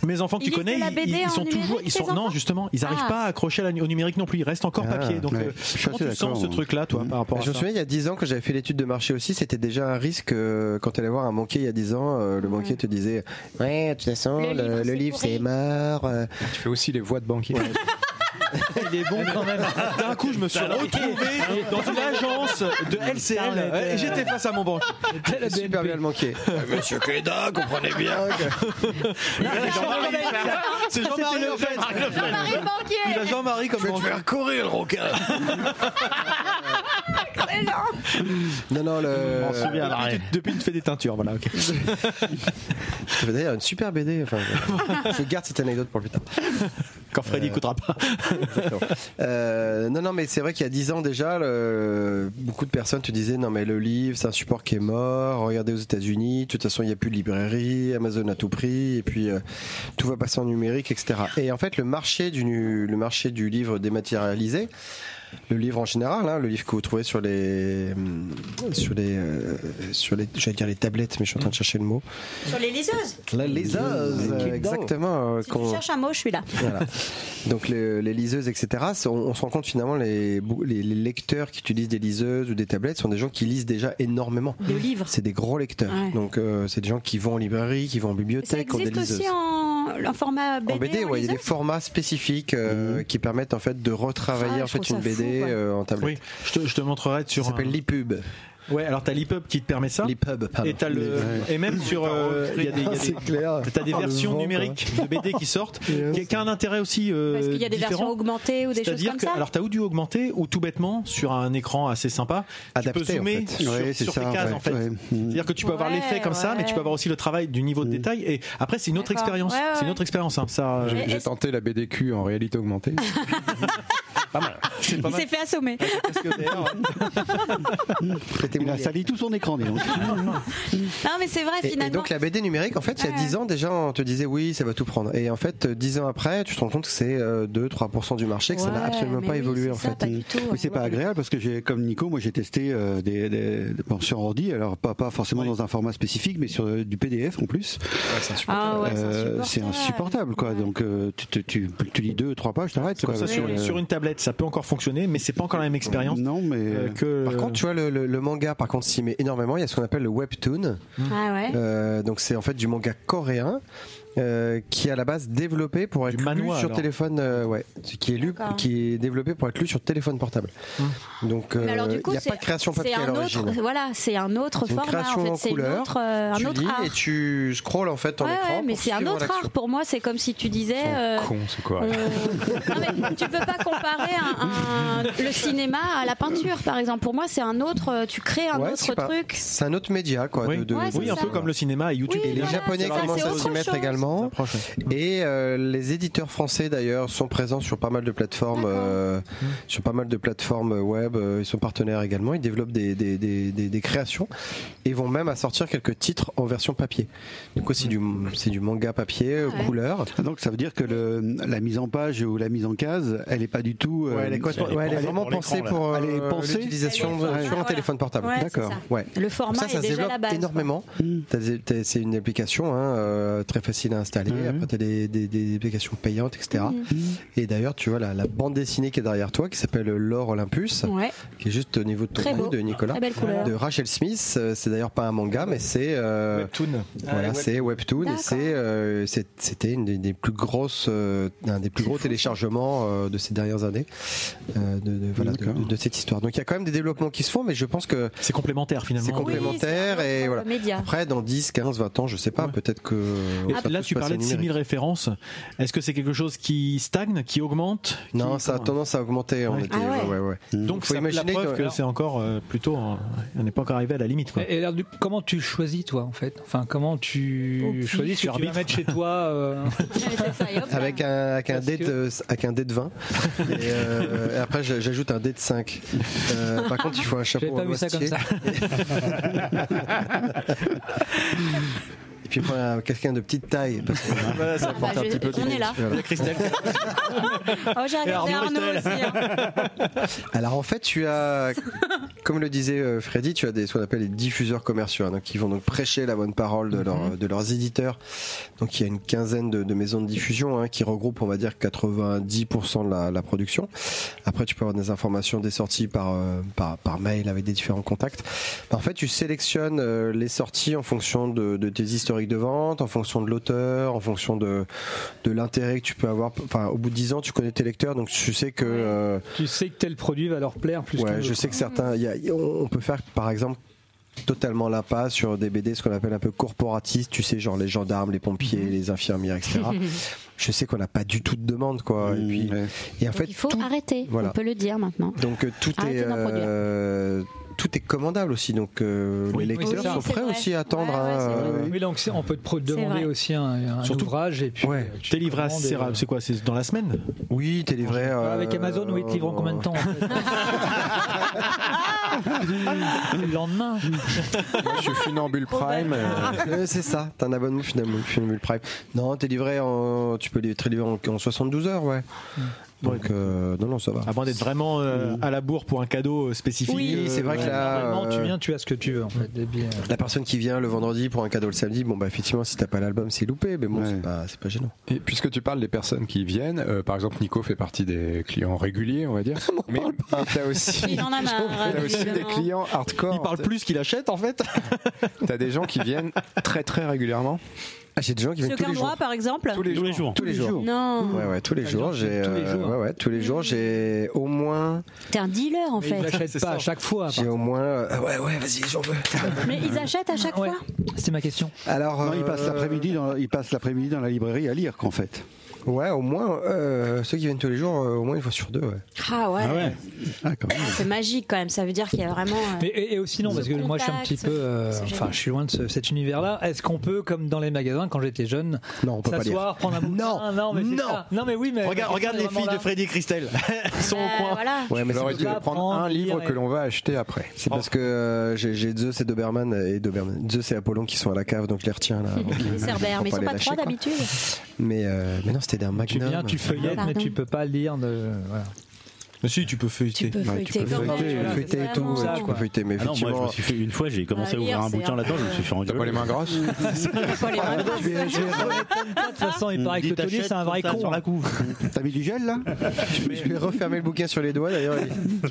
mes enfants que
Ils lisent
tu connais,
de la BD en
sont
numérique,
toujours, ils
tes
sont non
enfants
justement, ils arrivent
Ah.
pas à accrocher à la- au numérique non plus. Ils restent
Ah,
encore papier. Donc, euh, comment tu sens ce truc-là, toi, par rapport à
Je me
ça
souviens, il y a 10 ans, quand j'avais fait l'étude de marché aussi, c'était déjà un risque. euh, quand tu allais voir un banquier il y a 10 ans, euh, le banquier te disait Ouais, de toute façon, le, le livre, c'est mort. euh.
Tu fais aussi les voix de banquier.
Il est
Ah,
bon quand même. D'un coup, je me suis retrouvé dans une agence de LCL et j'étais face à mon banquier.
Super bien le banquier. Monsieur Cléda,
Ah,
comprenez
Ah,
bien
C'est Jean-Marie Le Pen. Il a Jean-Marie comme banquier.
courir le requin Non, non, le.
On se souviendra. Depuis, tu- depuis, tu fais des teintures, voilà. ok.
Je te fais d'ailleurs une super BD. Enfin, je garde cette anecdote pour plus tard.
Quand Freddy écoutera pas.
Euh, non, non, mais c'est vrai qu'il y a 10 ans déjà, le- beaucoup de personnes te disaient non, mais le livre, c'est un support qui est mort. Regardez aux États-Unis, de toute façon, il n'y a plus de librairie, Amazon à tout prix, et puis euh, tout va passer en numérique, etc. Et en fait, le marché du, nu- le marché du livre dématérialisé, le livre en général, hein, le livre que vous trouvez sur les, hum, sur les, euh, sur les, j'allais dire les tablettes, mais je suis en train de chercher le mot.
Sur les liseuses.
Les exactement. euh,
Si tu
qu'on-
cherches un mot, je suis là.
voilà. Donc le- les liseuses, etc. c'est- On, on se rend compte finalement les, bou- les, les lecteurs qui utilisent des liseuses ou des tablettes sont des gens qui lisent déjà énormément.
Des livres.
C'est des gros lecteurs.
Ouais.
Donc euh, c'est des gens qui vont en librairie, qui vont en
Ça
bibliothèque, qui ont des
existe
liseuses.
aussi en, en format BD.
En BD,
en
ouais, il y a des
liseuse
formats spécifiques euh,
Mmh.
qui permettent en fait de retravailler
Ah,
en
je
fait
trouve
une
ça fou,
BD
quoi.
euh, en tablette.
Oui, je te, je te montrerai sur. Ça
s'appelle l'ePub.
Ouais, alors t'as l'ePub qui te permet ça.
LePub, pardon.
Et, t'as le,
Les-
et même sur. euh, Il y a des, il y a des-
C'est clair.
T'as des
Ah, le
versions
vent, quoi.
numériques de BD qui sortent, qui, qui a un intérêt aussi. euh,
Parce qu'il y a des
différent.
versions augmentées ou des choses
C'est-à-dire
comme
que,
ça.
alors t'as ou dû augmenter ou tout bêtement sur un écran assez sympa, tu peux
Adapté, en
zoomer
fait.
sur,
Ouais, c'est
sur
ça,
tes
en
cases
fait,
en fait.
ouais.
C'est-à-dire que tu peux avoir
Ouais,
l'effet comme ça, mais tu peux avoir aussi le travail du niveau de
Mm.
détail. Et après c'est une autre
D'accord.
expérience.
Ouais, ouais,
C'est une
ouais.
autre expérience. hein.
Ah,
Ça.
J'ai j'ai tenté la BDQ en réalité augmentée.
pas mal. C'est pas
Il
mal.
s'est fait assommer.
hein.
Il a sali tout son écran, dis donc.
Non, mais c'est vrai,
Et- Et,
finalement.
donc la BD numérique, en fait, il y a 10 ans déjà, on te disait oui, ça va tout prendre. Et en fait, 10 ans après, tu te rends compte que c'est euh, 2-3% du marché, que ça n'a
Ouais,
absolument
mais
pas
oui,
évolué
c'est
en
ça,
fait.
pas du tout.
hein,
Oui, c'est pas agréable parce que j'ai, comme Nico, moi j'ai testé euh, des, des, bon, sur ordi, alors pas, pas forcément dans un format spécifique, mais sur euh, du PDF en plus.
Ah ouais, c'est
Euh,
insupportable.
c'est insupportable quoi. Donc euh, tu, tu, tu, tu lis deux, trois pages, t'arrêtes.
C'est
quoi,
pour ça
parce
sur,
que, euh,
sur une tablette ça peut encore fonctionner, mais c'est pas encore la même expérience. euh,
Non mais euh,
que.
Par contre, tu vois, le, le- le manga, par contre, s'y met énormément. Il y a ce qu'on appelle le webtoon.
Ah ouais.
Euh, donc, c'est en fait du manga coréen. euh, qui est à la base développé pour être lu
manhwa,
sur
alors.
téléphone, euh, ouais, C'est- qui est lu,
D'accord.
qui est développé pour être lu sur téléphone portable.
Mmh.
Donc, euh,
Mais alors,
il
du coup,
n'y a
c'est
pas de création
c'est
papier à
un autre.
l'origine.
Voilà, c'est un autre
C'est une
format.
création
en fait,
en
c'est une
couleur.
autre, euh, un
tu
autre
lis
art.
et tu scrolles en fait ton
Ouais,
écran.
ouais, mais
pour
c'est un
suivre
autre
l'action.
art pour moi. C'est comme si tu disais. euh,
c'est quoi
on- Non, mais tu peux pas comparer un- un- le cinéma à la peinture, par exemple. Pour moi, c'est un autre. euh, Tu crées un
Ouais, je sais
autre
pas.
truc.
C'est un autre média, quoi.
Oui,
de- de-
Ouais, c'est
oui, un
ça.
peu comme le cinéma et YouTube.
Oui,
Et les
voilà,
Japonais
c'est ça,
commencent
c'est
à s'y
autre
mettre
chose.
allemand. Et euh, les éditeurs français d'ailleurs sont présents sur pas mal de plateformes, euh, sur pas mal de plateformes web. euh, Ils sont partenaires également. Ils développent des, des, des, des, des créations et vont même à sortir quelques titres en version papier. Du coup, c'est du
Mm.
c'est du manga papier
Ah.
euh, couleur.
Donc ça veut dire que le- la mise en page ou la mise en case, elle est pas du tout. euh,
Ouais, elle est, quoi- ouais, elle est vraiment pensée pour euh,
Elle est pensée
l'utilisation
Elle est
euh, sur un
voilà.
téléphone portable.
Ouais, c'est
D'accord.
ça.
Ouais.
Le format
ça, ça
est
se
déjà
développe
la base, quoi.
énormément. T'as des- t'as- C'est une application hein, euh, très facile à installer. Après, tu as des, des- des applications payantes, etc. Et d'ailleurs, tu vois la, la bande dessinée qui est derrière toi, qui s'appelle L'Or Olympus,
Ouais.
qui est juste au niveau de ton
Très
cou,
beau.
de Nicolas,
Très belle couleur.
de Rachel Smith. Euh, C'est d'ailleurs pas un manga, mais c'est euh,
Webtoon.
Voilà,
Ah,
c'est Webtoon. et c'est, euh, c'est- C'était une des, des plus grosses, euh, un des plus gros téléchargements euh, de ces dernières années euh, de, de- voilà, de- de- de cette histoire. Donc il y a quand même des développements qui se font, mais je pense que
c'est complémentaire finalement.
C'est complémentaire et voilà.
média.
Après, dans 10, 15, 20 ans, je sais pas, peut-être que.
Et
on sera
Ah, là,
tous
tu
passés
parlais de
numérique.
6000 références. Est-ce que c'est quelque chose qui stagne, qui augmente
Non, ça a tendance à augmenter. on était- ouais, ouais, ouais.
Donc,
Faut
ça,
imaginer
la preuve
que-
que, c'est encore euh, plutôt. en- On n'est pas encore arrivé à la limite. Quoi.
Et alors, du- comment tu choisis, toi, en fait Enfin, comment tu
pif,
choisis ce
tu
que tu vas
arbitres.
mettre chez toi euh,
Avec un, avec un dé de, avec un dé de 20. et, euh, et après, j'a- j'ajoute un dé de 5. Euh, par contre, il faut un chapeau.
J'avais pas
en
vu ça comme
noisetier. Et puis, il faut un- quelqu'un de petite taille. Parce que
Ah, Voilà,
Ah bah,
ça apporte un petit peu de
Ah, on est
plus.
là.
Voilà.
oh, j'ai regardé Arnaud, aussi. hein.
Alors en fait, tu as, comme le disait euh, Freddy, tu as des, ce qu'on appelle les diffuseurs commerciaux, hein, donc qui vont donc prêcher la bonne parole de, leurs- de leurs éditeurs. Donc il y a une quinzaine de, de maisons de diffusion hein, qui regroupent, on va dire, 90% de la, la production. Après, tu peux avoir des informations, des sorties par, euh, par, par mail avec des différents contacts. En fait, tu sélectionnes euh, les sorties en fonction de, de tes historiques de vente, en fonction de l'auteur, en fonction de, de l'intérêt que tu peux avoir. Enfin, au bout de 10 ans, tu connais tes lecteurs, donc tu sais que... euh,
Tu sais que tel produit va leur plaire plus
Ouais,
qu'un
je
autre.
sais que certains. il y a- y- on on peut faire, par exemple, totalement l'appât sur des BD, ce qu'on appelle un peu corporatiste, tu sais, genre les gendarmes, les
Mhm.
pompiers, les infirmières, etc. je sais qu'on n'a pas du tout de demande, quoi. et, puis, et en fait,
Il faut arrêter,
voilà.
on peut le dire maintenant.
donc euh, tout
Arrêtez
est.
d'en produire.
euh, tout est commandable aussi, donc euh,
Oui,
les
oui, c'est ça.
lecteurs sont
C'est
prêts
vrai.
aussi à attendre. hein, euh,
Oui, donc c'est- on peut te pro-
vrai.
demander aussi un, un
Surtout-
ouvrage et puis. euh,
Ouais. T'es livré assez rap- C'est quoi C'est dans la semaine
Oui, euh, t'es livré.
Ah, Avec Amazon, oui, te livrent en combien de temps en fait
euh.
C'est Le lendemain.
Moi, je suis funambule prime. Euh, c'est ça, t'as un abonnement funambule, funambule prime. Non, t'es livré en, tu peux li- être livré en, en 72 heures, ouais. Donc euh, non, non, ça va.
Mm.
Mm.
À moins d'être vraiment euh, à la bourre pour un cadeau euh, spécifique.
Oui, c'est vrai que là,
Normalement,
euh,
tu viens, tu as ce que tu veux en fait. Et puis, euh,
La personne qui vient le vendredi pour un cadeau le samedi, bon bah effectivement, si t'as pas l'album, c'est loupé, mais bon, c'est pas, c'est pas gênant.
Et puisque tu parles des personnes qui viennent, euh, par exemple Nico fait partie des clients réguliers, on va dire. mais t'as aussi,
Il en a marre,
t'as aussi des
évidemment.
clients hardcore. Il parle
plus qu'il achète en fait.
t'as des gens qui viennent très très régulièrement.
Ah, j'ai des gens qui
Ceux qu'un droit, par exemple.
Tous les Tous les jours. jours.
Tous les jours.
Non.
Ouais, ouais, tous les jours. J'ai,
tous les
euh,
jours.
ouais, ouais, tous les jours, j'ai au moins.
T'es un dealer en
mais ils
fait.
n'achètent pas à chaque fois.
J'ai au moins. euh, ah ouais, ouais, vas-y, j'en veux.
Mais ils achètent à chaque fois.
C'est ma question.
Alors,
Non, il passe
euh,
l'après-midi dans, il passe l'après-midi dans la librairie à lire, qu'en fait.
Ouais, au moins, euh, ceux qui viennent tous les jours, euh, au moins une fois sur deux, ouais.
Ah ouais.
Ah, quand même.
C'est magique quand même. Ça veut dire qu'il y a vraiment. euh,
Mais- et, et aussi non, parce que moi je suis un petit peu, euh,
c'est
enfin
génial.
je suis loin de ce- cet univers-là. Est-ce qu'on peut, comme dans les magasins quand j'étais jeune,
peut pas
s'asseoir, prendre un bouquin Non, non, mais c'est
non.
ça. non, mais oui, mais
Regarde, regarde les filles de Freddy et Christelle. Elles sont au
Euh,
coin.
Voilà.
Ouais, mais
leur
c'est
ai dit de
pas
prendre, un
prendre,
livre
lire
que
et-
l'on va acheter après.
C'est parce que euh, j'ai j'ai Zeus et Doberman et Doberman. Zeus et Apollon qui sont à la cave, donc je les retiens là. Donc,
Les
euh,
Cerbères,
faut
mais ils sont
les
pas
lâcher,
trois
quoi.
d'habitude.
Mais, euh, mais non, c'était d'un
tu
magnum.
viens, tu feuillettes, mais
Pardon.
tu peux pas lire. De... Voilà.
Mais si, tu peux
Tu
feuilleter.
peux feuilleter quand même.
Bah, Tu peux
voilà.
feuilleter et tout,
Vraiment.
ouais, tu peux feuilleter, mais
Ah non, moi je
effectivement.
me suis fait une fois, j'ai commencé à
Ah,
ouvrir
lire,
un
c'est
bouquin
un
là-dedans, je me suis fait
T'as pas les
engueuler.
mains grasses
T'as pas les mains
Ah,
grasses.
De toute
Mmh.
façon, il paraît que
Il
le taulier,
t'achète
c'est un vrai
comme
con.
ça
hein.
sur la couve.
T'as mis du gel là
Je vais refermer le bouquin sur les doigts d'ailleurs.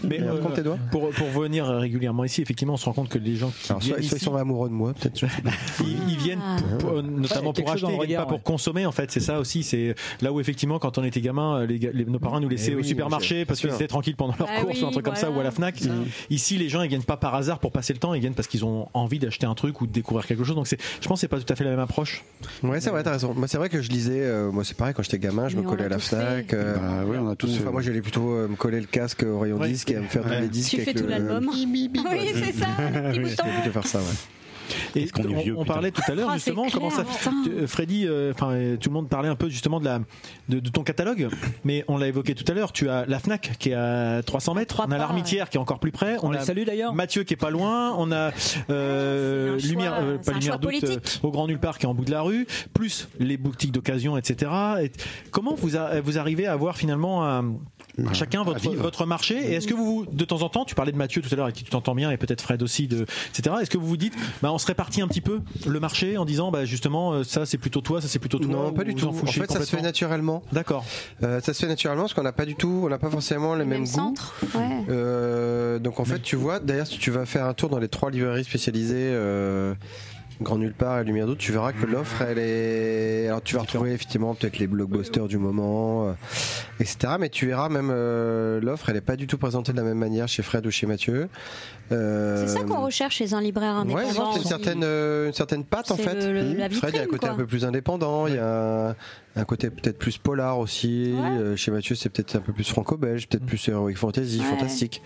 Mais
Mais
euh,
compte tes doigts.
pour, pour venir régulièrement ici, effectivement, on se rend compte que les gens qui
Alors, soit,
viennent
soit ils
ici,
sont amoureux de moi, peut-être. je sais pas.
hein.
ils, ils viennent
Ah.
pour-
Ah
pour- notamment
Ouais, quelque
pour
chose
acheter,
dans le
ils viennent
regard,
pas pour
ouais.
consommer. En fait, c'est ça aussi. C'est là où effectivement, quand on était gamin, les, gars- les- nos parents nous laissaient
Eh
au
oui,
supermarché
bien
parce
sûr.
qu'ils étaient tranquilles pendant leurs
Ah
courses ou un
oui,
truc comme ça ou à la Fnac. Mm. Ici, les gens ils viennent pas par hasard pour passer le temps. Ils viennent parce qu'ils ont envie d'acheter un truc ou de découvrir quelque chose. Donc, c'est, je pense, que c'est pas tout à fait la même approche.
Ouais, c'est vrai, t'as raison. Moi, c'est vrai que je lisais. euh, moi, c'est pareil quand j'étais gamin, je
Mais
me
on
collais
l'a
à la
tous
Fnac. euh,
Bah oui, on a tous.
Enfin, moi, j'allais plutôt euh, me coller le casque au rayon
Ouais.
disque et à me faire tous
Ouais.
les disques.
Tu fais
avec
tout
le-
l'album. Oui, c'est ça. Petit
Oui, j'étais
bouton.
plutôt faire euh, ça, ouais.
Et
Qu'est-ce qu'on est
on,
vieux,
on
putain.
parlait tout à l'heure
Ah,
justement
c'est
comment ça.
clair, putain.
tu- euh, Freddy, euh, enfin euh, tout le monde parlait un peu justement de la de, de ton catalogue, mais on l'a évoqué tout à l'heure. Tu as la Fnac qui est à 300 mètres, on a l'armitière qui est encore plus près, on, a d'ailleurs. Mathieu qui est pas loin, on a euh,
Ah, C'est un
lumière
choix,
euh,
c'est
pas
un
lumière
choix
d'août, euh,
politique.
au grand nulle part qui est en bout de la rue, plus les boutiques d'occasion, etc. Et comment vous a- vous arrivez à avoir finalement un-
Mmh.
Chacun votre, votre marché et est-ce que vous de temps en temps tu parlais de Mathieu tout à l'heure avec qui tu t'entends bien et peut-être Fred aussi de etc est-ce que vous vous dites bah on se répartit un petit peu le marché en disant bah justement euh, ça c'est plutôt toi ça c'est plutôt toi
Non,
ou
pas du
vous
tout.
en
En
fichez
fait, ça se fait
complètement
naturellement. Euh,
D'accord.
ça se fait naturellement parce qu'on n'a pas du tout, on n'a pas forcément les mêmes goûts. Euh, donc en fait, tu vois, d'ailleurs, si tu vas faire un tour dans les trois librairies spécialisées. euh, Grand Nulle Part et Lumière d'Août, tu verras que l'offre, elle est. Alors, tu vas retrouver effectivement peut-être les blockbusters du moment, euh, etc. Mais tu verras même euh, l'offre, elle n'est pas du tout présentée de la même manière chez Fred ou chez Mathieu. Euh,
C'est ça qu'on recherche chez un libraire
Ouais,
indépendant.
c'est une certaine, euh, une certaine patte en
C'est
fait.
le- le- la
Fred, il y a un
vitrine,
côté
quoi.
un peu plus indépendant, il y a un, un côté peut-être plus polar aussi. Euh, chez Mathieu, c'est peut-être un peu plus franco-belge, peut-être plus heroic fantasy,
Hmm. Ouais.
fantastique.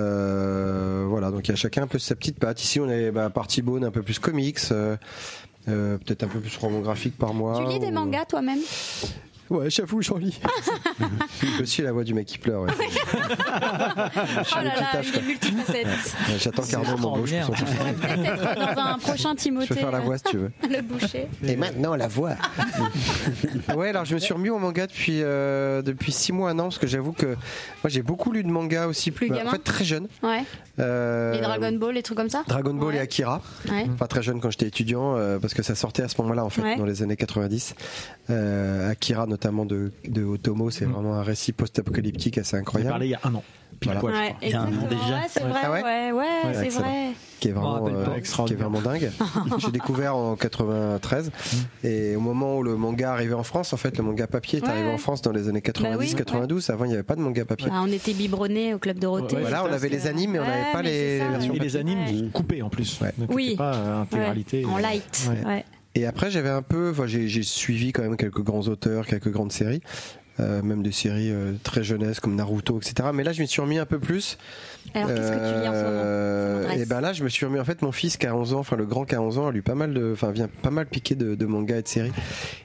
Euh, voilà, donc il y a chacun un peu sa petite patte. Ici, on est bah, partie bonne, un peu plus comics, euh, euh, peut-être un peu plus roman graphique par mois.
Tu lis des
ou-
mangas toi-même
Ouais, j'avoue, j'en lis. Aussi la voix du mec qui pleure. ouais.
Oh
Ah,
là là, il est multifacette.
Ouais, J'attends Cardo m'embauche pour son
On pourrait peut-être être dans un prochain Timothée.
Je peux faire la voix, si tu veux.
Le boucher.
Et maintenant la voix. ouais, alors je me suis remis au manga depuis euh, depuis six mois, un an, parce que j'avoue que moi j'ai beaucoup lu de manga aussi plus
gamin
Bah, en fait très jeune.
Ouais.
Euh,
Les Dragon Ball, les trucs comme ça
Dragon Ball et Akira.
Ouais.
Enfin, très jeune quand j'étais étudiant, euh, parce que ça sortait à ce moment-là, en fait,
Ouais.
dans les années 90. Euh, Akira, notamment de, de Otomo, c'est vraiment un récit post-apocalyptique assez
Mm. On a
incroyable.
parlé il y a un an pile
Voilà.
poil, je
Ouais,
crois.
exactement. Ouais, c'est vrai.
Ah ouais
ouais, ouais,
Ouais,
c'est
excellent.
vrai.
qui est
Je
vraiment,
m'en rappelle pas.
euh, qui est vraiment dingue. J'ai découvert en 93 et au moment où le manga arrivait en France, en fait, le manga papier est
Ouais,
arrivé
ouais.
en France dans les années 90,
Bah oui,
92. Avant, il n'y avait pas de manga papier.
Ah, on était biberonnés au club Dorothée.
Voilà, on avait les animes, mais on n'avait
Ouais,
pas
mais
les,
c'est ça,
versions
ouais.
et les
papier.
animes coupés en plus Donc,
Oui.
c'était pas euh, intégralité
Ouais, en light.
Ouais.
Ouais.
Et après, j'avais un peu, enfin, j'ai j'ai suivi quand même quelques grands auteurs, quelques grandes séries, euh, même des séries euh, très jeunesse comme Naruto, etc. Mais là, je m'y suis remis un peu plus.
Alors, qu'est-ce que tu lis en ce moment Ça m'intéresse.
Et ben là, je me suis remis en fait mon fils qui a 11 ans, enfin le grand qui a 11 ans, a lu pas mal de, enfin vient pas mal piquer de, de mangas et de séries.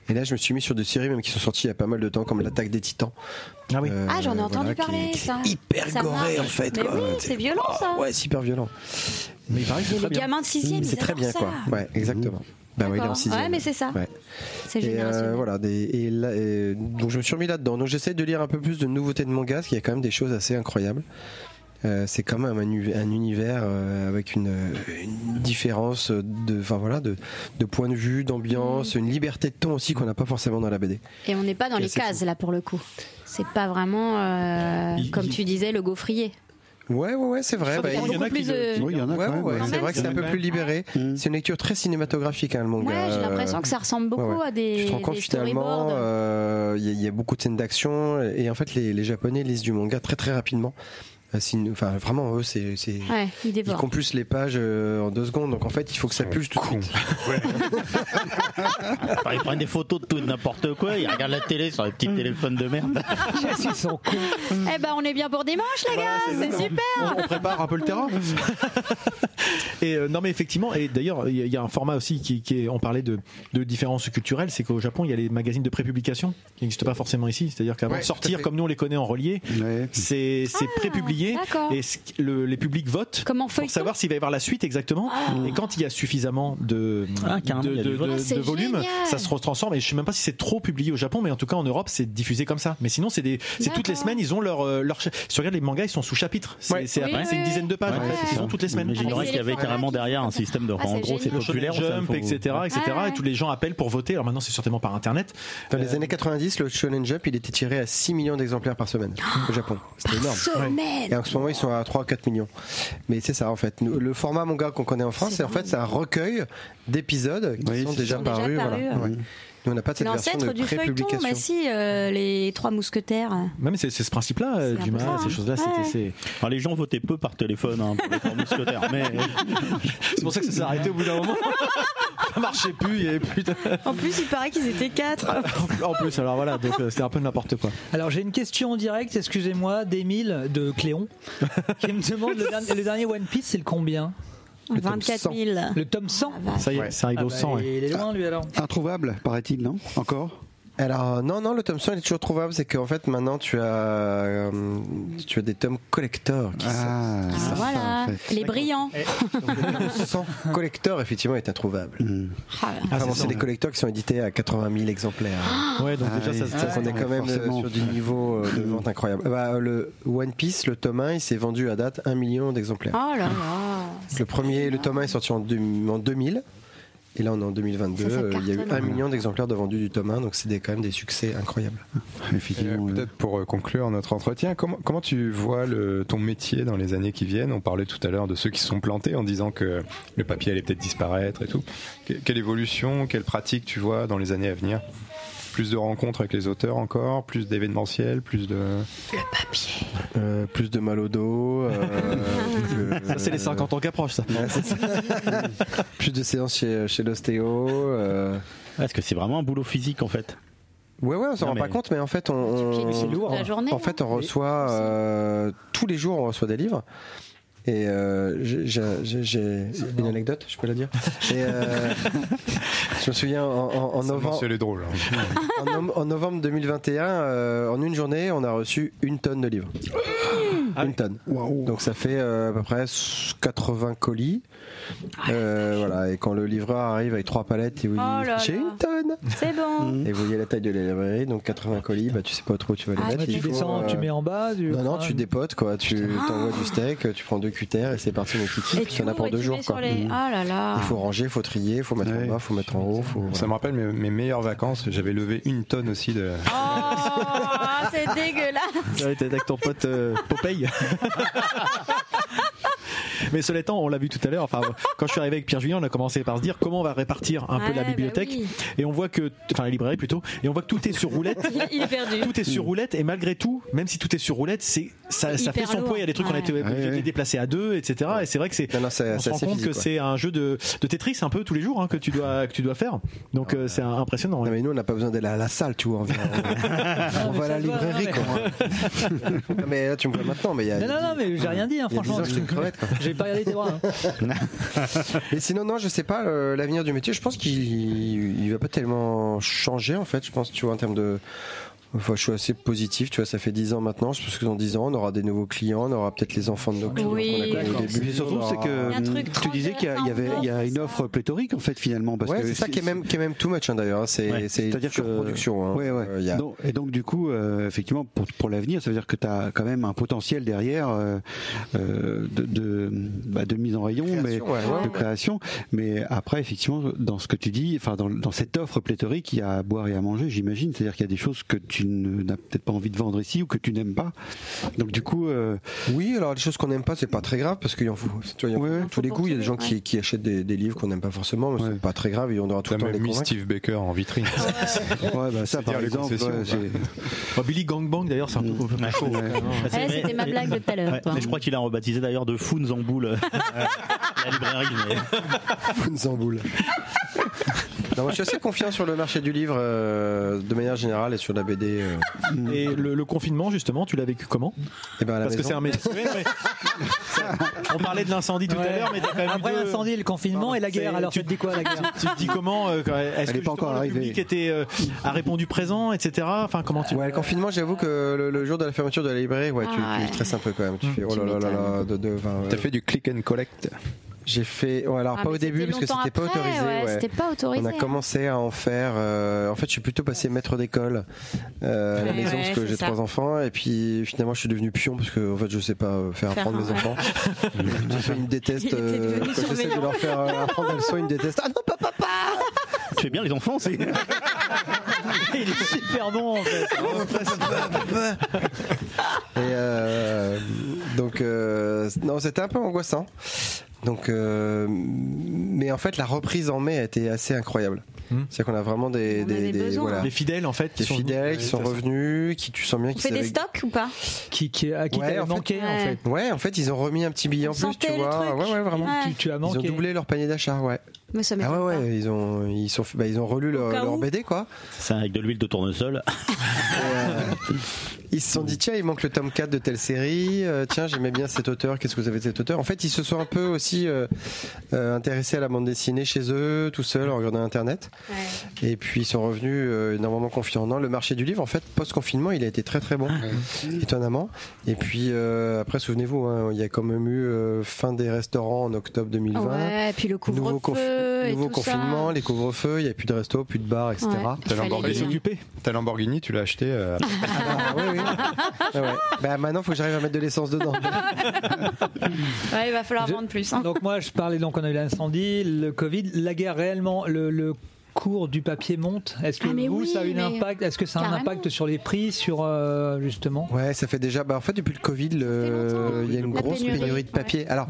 Et là, je me suis mis sur des séries même qui sont sorties il y a pas mal de temps, comme l'attaque des Titans. Euh,
Ah oui.
Ah, j'en ai entendu parler, ça.
hyper
Ça
goré en
marche.
fait.
Mais
quoi.
oui, c'est violent, ça.
Oh, ouais, c'est hyper violent.
Mais il paraît que
c'est Mais très les bien. gamins de sixième, ils
C'est très
adorent
bien
ça.
quoi. Ouais, exactement. Bah ouais, il est en
D'accord.
sixième.
Ouais, mais c'est ça.
Ouais.
C'est
Et,
générationnel.
euh, voilà, des- et là- et donc je me suis remis là-dedans. Donc j'essaie de lire un peu plus de nouveautés de manga, parce qu'il y a quand même des choses assez incroyables. Euh, c'est quand même un, uni- un univers euh, avec une, euh, une différence de, enfin voilà, de, de point de vue,
Mm.
d'ambiance, une liberté de ton aussi qu'on n'a pas forcément dans la BD.
Et on n'est pas dans les cases, là, pour le coup. C'est pas vraiment, euh, comme tu disais, le gaufrier.
Ouais, ouais, ouais, c'est vrai. Bah,
Ça dépend beaucoup plus de- Oui, il y en a
Ouais,
quand
ouais,
même,
ouais,
ouais. Mm.
C'est vrai que c'est un peu plus libéré. C'est une lecture très cinématographique, hein, le manga.
Ouais, j'ai l'impression que ça ressemble beaucoup à des-
Tu te rends compte
des
finalement,
storyboards.
euh, il y, a- il y a beaucoup de scènes d'action et, et en fait, les, les Japonais lisent du manga très très rapidement. Euh, c'est une- Enfin, vraiment, eux, c'est. c'est-
Ouais, il
Ils
dévore.
compulsent les pages euh, en deux secondes, donc en fait il faut que ça pulse tout de suite.
Ah, Ils prennent des photos de tout et de n'importe quoi, ils regardent la télé sur les petits téléphones de merde.
Ils sont cons. Bah,
Eh ben, on est bien pour dimanche, les gars, c'est super.
prépare un peu le terrain.
et euh, non, mais effectivement, et d'ailleurs, il y, a- il y a un format aussi qui, qui est. On parlait de, de différences culturelles, c'est qu'au Japon, il y a les magazines de prépublication qui n'existent pas forcément ici. C'est-à-dire qu'avant
Ouais,
de
tout à
sortir
fait.
comme nous on les connaît en relié, c'est c'est prépublié
d'accord.
et ce qui- le- les publics votent pour savoir s'il va y avoir la suite exactement. Et quand il y a suffisamment de
Ah, carrément,
de,
il y a
de-
du vote.
de-
Ah, c'est
de volume,
génial.
ça se retransforme. Et je sais même pas si c'est trop publié au Japon, mais en tout cas en Europe, c'est diffusé comme ça. Mais sinon, c'est des- c'est toutes les
D'accord.
semaines, ils ont leur euh, leur. cha- Si tu regardes les mangas, ils sont sous chapitre. C'est c'est
Oui,
après,
oui,
c'est une
oui.
dizaine de pages.
Ouais,
en fait.
ouais, c'est
Ils
ça.
sont toutes les semaines.
Mais j'ignorais qu'il y avait carrément derrière un système de.
Ah,
en
c'est
gros, c'est
génial.
populaire,
Shonen
ça,
Jump,
faut-
etc., etc.
Ah ouais.
Et tous les gens appellent pour voter. Alors maintenant, c'est certainement par Internet.
Dans
Euh,
les années 90, le Shonen Jump, il était tiré à 6 millions d'exemplaires par semaine au Japon. C'était énorme.
semaine
Et en ce moment, ils sont à 3-4 millions. Mais c'est ça, en fait. Nous, le format manga qu'on connaît en France, c'est en fait c'est un recueil d'épisodes qui
Qui
sont déjà
sont déjà
parus. voilà.
parus, ouais.
Ouais. Nous, on n'a pas cette version
L'ancêtre
de
du feuilleton,
prépublication.
mais si, euh, les trois mousquetaires. euh,
Non, mais c'est c'est ce principe-là, euh,
C'est un
Dumas,
peu ça,
ces
hein.
choses-là. c'était-
Ouais.
c'est-
Enfin, les gens votaient peu par téléphone hein, pour les trois mousquetaires, mais
C'est pour ça que ça s'est arrêté au bout d'un moment. Ça marchait plus, il y avait plus de...
En plus, il paraît qu'ils étaient quatre. Oh
En plus, alors voilà, donc euh, c'était un peu n'importe quoi.
Alors j'ai une question en direct, excusez-moi, d'Émile de Cléon, qui me demande le, dernier, le dernier One Piece, c'est le combien
Le tome 24 100. 000.
Le tome 100
Ça y est, ça arrive
Ah
au hein.
bah,
100, ouais.
Il est loin, lui, alors.
Introuvable, paraît-il, non Encore
Alors non non le tome 100 il est toujours trouvable c'est qu'en fait maintenant tu as euh, tu as des tomes collector qui
ah,
Voilà, les brillants.
Eh.
Ah,
sont collector effectivement est introuvable.
Mm. Ah,
Enfin, bon, Ah, c'est des collecteurs qui sont édités à 80 000 exemplaires. Ah
Ouais, donc déjà, ça-
oui,
ça-
donc on est quand
ouais,
même euh,
forcément.
sur du niveau euh, de vente incroyable. Ah bah, le One Piece, le tome 1, il s'est vendu à date 1 million d'exemplaires.
Oh là là.
le premier, le tome 1 est sorti en, deux- en 2000. Et là, on est en 2022.
Ça, ça
euh, Il y a eu
cartonne.
1 million d'exemplaires de vendus du tome 1, donc c'est des- quand même des succès incroyables.
Et, euh, Peut-être pour euh, conclure notre entretien, comment, comment tu vois le, ton métier dans les années qui viennent On parlait tout à l'heure de ceux qui se sont plantés en disant que le papier allait peut-être disparaître et tout. Que- quelle évolution, quelle pratique tu vois dans les années à venir Plus de rencontres avec les auteurs encore, plus d'événementiel, plus de...
Euh, plus de mal au dos. euh,
Ça, c'est les 50 ans qui approchent, ça.
Ouais, c'est ça. plus de séances chez, chez l'ostéo. euh.
Est-ce que c'est vraiment un boulot physique en fait
Ouais, ouais, on s'en
Non,
rend pas
mais-
compte, mais en fait, on, on-
C'est lourd,
la hein. journée,
en fait, on
hein.
reçoit euh, tous les jours, on reçoit des livres. Et euh, j'ai- j'ai- j'ai j'ai une anecdote, je peux la dire. Et, euh, je me souviens en, en- en novembre.
Mensuel est drôle. hein.
En, nom- en novembre 2021, euh, en une journée, on a reçu une tonne de livres. une tonne. Donc ça fait euh, à peu près 80 colis. Euh, voilà, et quand le livreur arrive avec trois palettes, il vous dit
Ah, Oh là
J'ai
là.
une tonne
C'est bon. Oh,
Et vous voyez la taille de la librairie, donc 80 colis, bah, tu sais pas trop où tu vas les
Ah,
mettre.
tu
Il faut,
descends,
euh,
tu mets en bas. du-
Non, non, tu dépotes, quoi. Tu t'envoies du steak, tu prends deux cutters et c'est parti, mon kiki.
Et
Puis
tu
t'en as
ouvres
pour
et
deux
tu
jours,
mets sur
quoi. Mhm.
les. Oh
Ah
là là.
Mm-hmm. Il faut ranger, il faut trier, il faut mettre en bas, il faut mettre en haut. Faut...
Ça me rappelle mes, mes meilleures vacances. J'avais levé une tonne aussi de...
Oh, c'est
Ah
dégueulasse.
Ouais, t'es avec ton pote euh, Popeye. Mais cela étant, on l'a vu tout à l'heure. Enfin, quand je suis arrivé avec Pierre Julien, on a commencé par se dire comment on va répartir un
Ouais,
peu la
bah
bibliothèque,
oui.
et on voit que, enfin la librairie plutôt, et on voit que tout est sur roulette.
Il- Il est perdu.
Tout est sur roulette et malgré tout, même si tout est sur roulette, c'est ça, Euh, ça
Hyper
fait son
lourd.
poids. Il y a des trucs qu'on a été
Ouais.
obligé de les déplacer à deux, etc. Et c'est vrai que c'est
Non, non, c'est
on se
c'est
rend
assez
compte
physique,
que
quoi.
c'est un jeu de, de Tetris un peu tous les jours hein, que tu dois que tu dois faire. Donc euh, c'est impressionnant.
Ah, Non, mais nous, on n'a pas besoin d'aller à la salle, tu vois. On, vient- on va à la librairie, quoi. Non, mais là, tu me vois maintenant, mais il y a.
Non, non, non, mais j'ai rien dit, hein,
Il y a dix
franchement.
ans, j'étais une crevette, quoi.
J'ai pas regardé tes bras. hein.
Mais sinon, non, je sais pas, euh, l'avenir du métier, je pense qu'il il va pas tellement changer, en fait, je pense, tu vois, en termes de. Enfin, je suis assez positif, tu vois, ça fait 10 ans maintenant, je pense que dans 10 ans, on aura des nouveaux clients, on aura peut-être les enfants de nos clients
Oui.
qu'on a connus au
D'accord.
début.
Mais surtout,
on
c'est
aura-
que euh,
Il y a un truc
tu disais qu'il y, a- il y avait il y a une offre pléthorique en fait finalement parce
Ouais,
que
c'est ça qui est même, qui est même too much, hein, d'ailleurs, hein, c'est
Ouais.
c'est une
C'est-à-dire que-
surproduction. hein.
Ouais, ouais.
Euh, il y a-
Donc- et donc du coup, euh, effectivement, pour, pour l'avenir, ça veut dire que tu as quand même un potentiel derrière euh, euh, de, de, bah, de mise en rayon, mais
Création, ouais, ouais,
de
ouais.
création. Mais après, effectivement, dans ce que tu dis, enfin dans, dans cette offre pléthorique, il y a à boire et à manger, j'imagine. C'est-à-dire qu'il y a des choses que tu ne- n'as peut-être pas envie de vendre ici ou que tu n'aimes pas. Donc du coup, euh,
Oui, alors les choses qu'on n'aime pas, c'est pas très grave parce qu'il y en faut, tu vois, il y en faut
Ouais.
pour tous les goûts. Il y a des gens qui, qui achètent des, des livres qu'on n'aime pas forcément, mais
Ouais.
c'est pas très grave. Et on aura tout
T'as
le temps de
même
les
mis
convaincre.
Steve Baker en vitrine.
ouais, bah, ça par
les
exemple,
concessions,
ouais,
bah.
c'est-
Enfin, Billy Gangbang d'ailleurs, c'est un peu, un peu chaud.
Mm. Ouais,
c'était ma blague de tout à l'heure.
Ouais, mais je crois qu'il a rebaptisé d'ailleurs de Founes en boule euh, la librairie. mais-
Founes en boule. Non, moi, je suis assez confiant sur le marché du livre euh, de manière générale et sur la BD. euh,
Et le, le confinement justement, tu l'as vécu comment
eh ben, à la
Parce que
maison.
c'est un métier. Ouais, ouais. Ça- On parlait de l'incendie tout à
Ouais.
l'heure, mais t'as quand même
Après
eu deux-
l'incendie, le confinement et la guerre.
C'est-
Alors,
tu-
tu te dis quoi, la guerre
Tu te dis comment euh, quand- Est-ce
Elle
que
est pas encore
justement, le
arrivée.
public était, euh, a répondu présent, etc. Enfin, comment tu
Ouais, le confinement, j'avoue que le, le jour de la fermeture de la librairie, ouais, tu,
Ah
tu
ouais.
stresses un peu quand même. Tu fais oh
Tu
là là là là,
m'étonnes.
de, de, enfin, euh,
T'as fait du click and collect.
j'ai fait. ouais, alors
Ah,
pas
mais
au début
c'était
parce que c'était pas
longtemps
autorisé.
après, ouais,
ouais.
C'était pas autorisé.
On a
hein.
commencé à en faire. euh, en fait, je suis plutôt passé maître d'école euh, à la
Ouais,
maison
ouais,
parce que
c'est
j'ai
ça.
trois enfants. Et puis finalement, je suis devenu pion parce que en fait, je sais pas euh, faire
Faire
apprendre
un-
mes enfants. Mes enfants, ils me détestent.
Il était
euh,
devenu
quand j'essaie de
surveillant.
leur faire euh, apprendre la leçon, ils me détestent. Ah non, papa,
Tu es bien les enfants, c'est.
Ah,
Il est super bon, en fait.
Oh,
Et euh, donc, euh, non, c'était un peu angoissant. Donc, euh, mais en fait, la reprise en mai a été assez incroyable.
Hmm.
C'est-à-dire qu'on a vraiment des,
On a des besoins.
voilà,
les fidèles en fait
des fidèles qui sont revenus, qui tu sens bien
On
qu'ils
fait des
savaient-
stocks ou pas
Qui, qui, à qui
Ouais,
t'avais
en fait.
manqué, en
Ouais.
fait.
Ouais, en fait, ils ont remis un petit billet
On
en plus,
sentait
tu
le
vois.
truc.
Ouais, ouais, vraiment.
Ouais.
Tu, tu as
Ils ont
manqué.
doublé leur panier d'achat, ouais.
Mais ça
Ah ouais,
m'étonne pas.
ouais, ils ont, ils sont, bah, ils ont relu
Au
leur,
cas
leur
où.
BD, quoi.
Ça avec de l'huile de tournesol.
Et, euh, Ils se sont dit, tiens, il manque le tome 4 de telle série. euh, tiens, j'aimais bien cet auteur. Qu'est-ce que vous avez de cet auteur En fait, ils se sont un peu aussi euh, euh, intéressés à la bande dessinée chez eux, tout seuls, en regardant Internet. Et puis, ils sont revenus euh, énormément confiants. Non, le marché du livre, en fait, post-confinement, il a été très très bon, étonnamment. Et puis, euh, après, souvenez-vous, hein, il y a quand même eu euh, fin des restaurants en octobre 2020.
Ouais, et puis le couvre-feu
Nouveau,
et
nouveau
tout ça.
confinement, les couvre-feux, il n'y a plus de resto, plus de bars, etc.
Ouais, il fallait bien.
Ta Lamborghini, tu l'as acheté euh,
Ah ouais. Bah maintenant, faut que j'arrive à mettre de l'essence dedans.
Ouais, il va falloir vendre plus. hein.
Donc moi, je parlais, donc on a eu l'incendie, le Covid, la guerre réellement, le... le cours du papier monte. Est-ce que
Ah, mais
vous,
oui,
ça a eu
mais
un impact Est-ce que ça a un
carrément.
impact sur les prix, sur euh, justement
Ouais, ça fait déjà. Bah, en fait, depuis le Covid, le- il y a une
La
grosse pénurie,
pénurie.
de papier. Alors,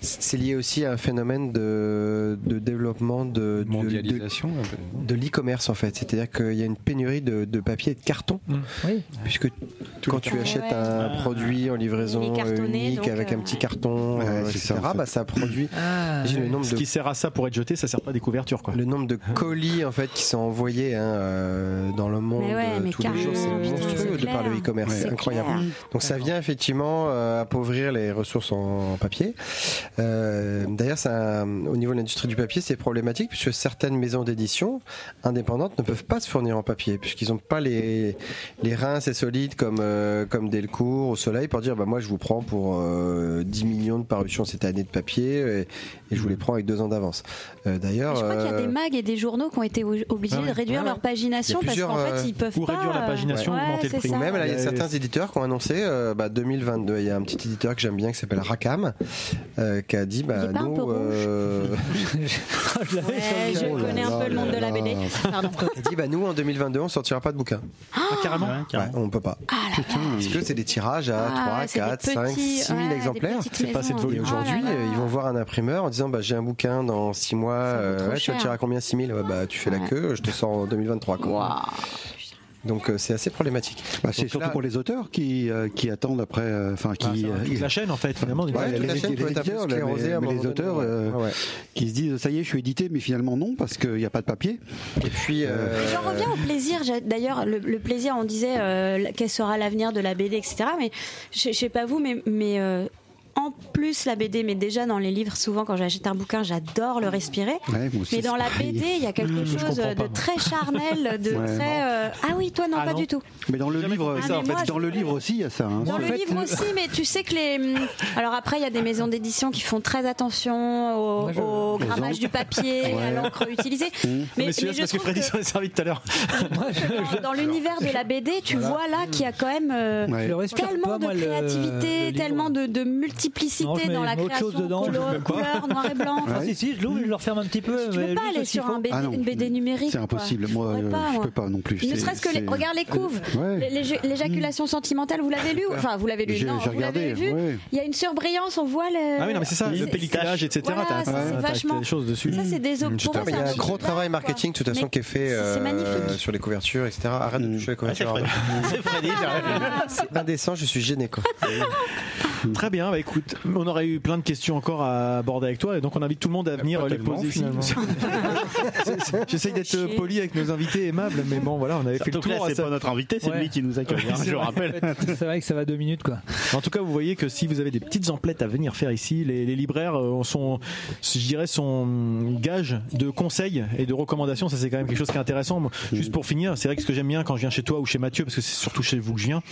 c'est lié aussi à un phénomène de, de développement de de-
mondialisation un peu.
de, de l'e-commerce en fait. C'est-à-dire qu'il y a une pénurie de, de papier et de carton,
Mm.
Oui.
puisque quand tu achètes
Ah.
un produit en livraison
Il est cartonné,
unique
donc,
avec
euh,
un petit carton,
Ouais,
euh,
c'est ça,
etc.
en fait. Ah,
bah, ça produit. J'ai le nombre
Ce
de
qui sert à ça pour être jeté, ça sert pas à des couvertures quoi.
Le nombre de colis en fait qui sont envoyés hein, euh, dans le monde
Mais ouais,
euh,
mais
tous les jours, c'est
carrément, putain,
monstrueux
c'est
de par le
clair.
e-commerce,
Ouais.
c'est
C'est
incroyable.
clair.
Donc ça vient effectivement euh, appauvrir les ressources en, en papier. Euh, D'ailleurs, ça, au niveau de l'industrie du papier, c'est problématique puisque certaines maisons d'édition indépendantes ne peuvent pas se fournir en papier puisqu'ils n'ont pas les les reins assez solides comme euh, comme Delcourt au Soleil pour dire bah moi je vous prends pour euh, 10 millions de parutions cette année de papier et, et je vous les prends avec deux ans d'avance. Euh, D'ailleurs,
Je crois qu'il y a
euh,
des mags et des journaux qui ont été o- obligés
Ah ouais.
de réduire
Ouais,
leur
ouais.
pagination
Il y a
parce qu'en
plusieurs,
fait, ils
euh,
peuvent pas. euh, ouais, c'est
Ou
ça.
Même, là, il y a certains éditeurs qui ont annoncé euh, bah, 2022. Il y a un petit éditeur que j'aime bien qui s'appelle Rakam euh, qui a dit bah,
pas un peu
nous.
rouge
euh,
Ouais, je
Oh là
connais un
là
peu le monde
là
de la
là.
BD. Pardon.
Il dit bah, nous, en 2022, on sortira pas de bouquin.
Ah
carrément On peut pas. Parce que c'est des tirages à
Ah,
3,
c'est des
4, 5,
petits-
6 000
ouais, des
exemplaires.
petites C'est pas maisons. assez de
Et
volume.
aujourd'hui,
Oh là là.
euh, ils vont voir un imprimeur en disant bah, J'ai un bouquin dans 6 mois, euh,
trop
ouais, tu
cher.
vas tirer à combien 6 000 Ouais, bah, Tu fais la queue, je te sors en 2023. quoi. Donc euh, c'est assez problématique.
Bah, c'est
Donc
surtout
là-
pour les auteurs qui, euh, qui attendent après, euh, enfin qui.
Ah, ça va,
euh,
toute
ils-
la chaîne, en fait, finalement, d'une
Ouais,
manière.
les,
Toute la chaîne
les
doit être un peu
éditeurs, mais-
sclérosée à un
mais
moment
les
donné,
auteurs euh, qui se disent ça y est, je suis édité, mais finalement non parce qu'il n'y a pas de papier. Euh,
Et puis.
euh,
J'en reviens au plaisir. J'ai- D'ailleurs, le, le plaisir, on disait euh, quel sera l'avenir de la BD, etc. Mais je je sais pas vous, mais, mais euh, en plus la BD, mais déjà dans les livres, souvent quand j'achète un bouquin, j'adore le respirer.
Ouais, moi aussi,
mais dans
c'est
la
pareil.
BD, il y a
Mmh,
quelque
je
chose
comprends pas,
de
moi.
très charnel, de
Ouais,
très. euh, Ah oui, toi, non,
Ah
pas
non.
du tout.
Mais dans le livre,
compris ça, Ah, en mais fait. moi,
dans
je-
le livre aussi, il y a ça. hein.
Dans le livre aussi, mais tu sais que les. hmm, Alors après, il y a des maisons d'édition qui font très attention au, au
Aux
grammage
encres.
du papier, à
Ouais.
l'encre
Mmh.
utilisée.
Mais,
Mais,
celui-là,
mais
c'est
je
parce que
trouve
Freddy
que
s'en est servi tout à l'heure.
dans l'univers de la BD, tu
Voilà.
vois là qu'il y a quand même euh,
Ouais. Je le respire
tellement
pas,
de
moi, le- le
créativité,
livre.
tellement de, de multiplicité
Non, je mets
dans la
autre
création,
chose dedans, je
couleur,
le mets pas.
couleur, noir et blanc.
Enfin, si, si, je l'ouvre, je le referme un petit peu.
Tu peux pas aller sur un BD,
Ah non,
une BD numérique.
C'est
quoi.
impossible. Moi,
pourrais
euh,
pas,
je
moi.
peux pas non plus.
Ne
C'est-
serait-ce que
c'est- Euh,
les, regarde les couves,
Ouais.
Les- les- l'éjaculation sentimentale, vous l'avez lu ou- Enfin, vous l'avez lu,
J'ai-
non,
j'ai
vous l'avez
regardé,
vu.
ouais.
Il y a une surbrillance, on voit le.
Ah oui, non, mais c'est ça, le pelliculage, etc.
Voilà, ça,
t'as-
c'est
t'as- t'as
vachement-
des choses Mm, dessus.
Ça, c'est des autres. Pour moi,
Il y
c'est
a un
truc
gros travail marketing de toute façon
Mais
qui est fait euh,
magnifique.
sur les couvertures, etc. Arrête
Mm.
de toucher les couvertures.
C'est Freddy,
C'est indécent, je suis gêné quoi.
Très bien, bah écoute, on aurait eu plein de questions encore à aborder avec toi, et donc on invite tout le monde à venir les
tellement,
poser finalement. C'est- c'est- J'essaye d'être euh, poli avec nos invités aimables, mais bon voilà, on avait fait le
Surtout que là,
tour.
c'est pas notre invité, c'est lui qui nous accueille, hein, je le rappelle.
C'est vrai que ça va deux minutes quoi.
En tout cas, vous voyez que si vous avez des petites emplettes à venir faire ici, les, les libraires euh, sont, je dirais, sont gage de conseils et de recommandations. Ça, c'est quand même quelque chose qui est intéressant. Moi, Juste pour finir, c'est vrai que ce que j'aime bien quand je viens chez toi ou chez Mathieu, parce que c'est surtout chez vous que je viens,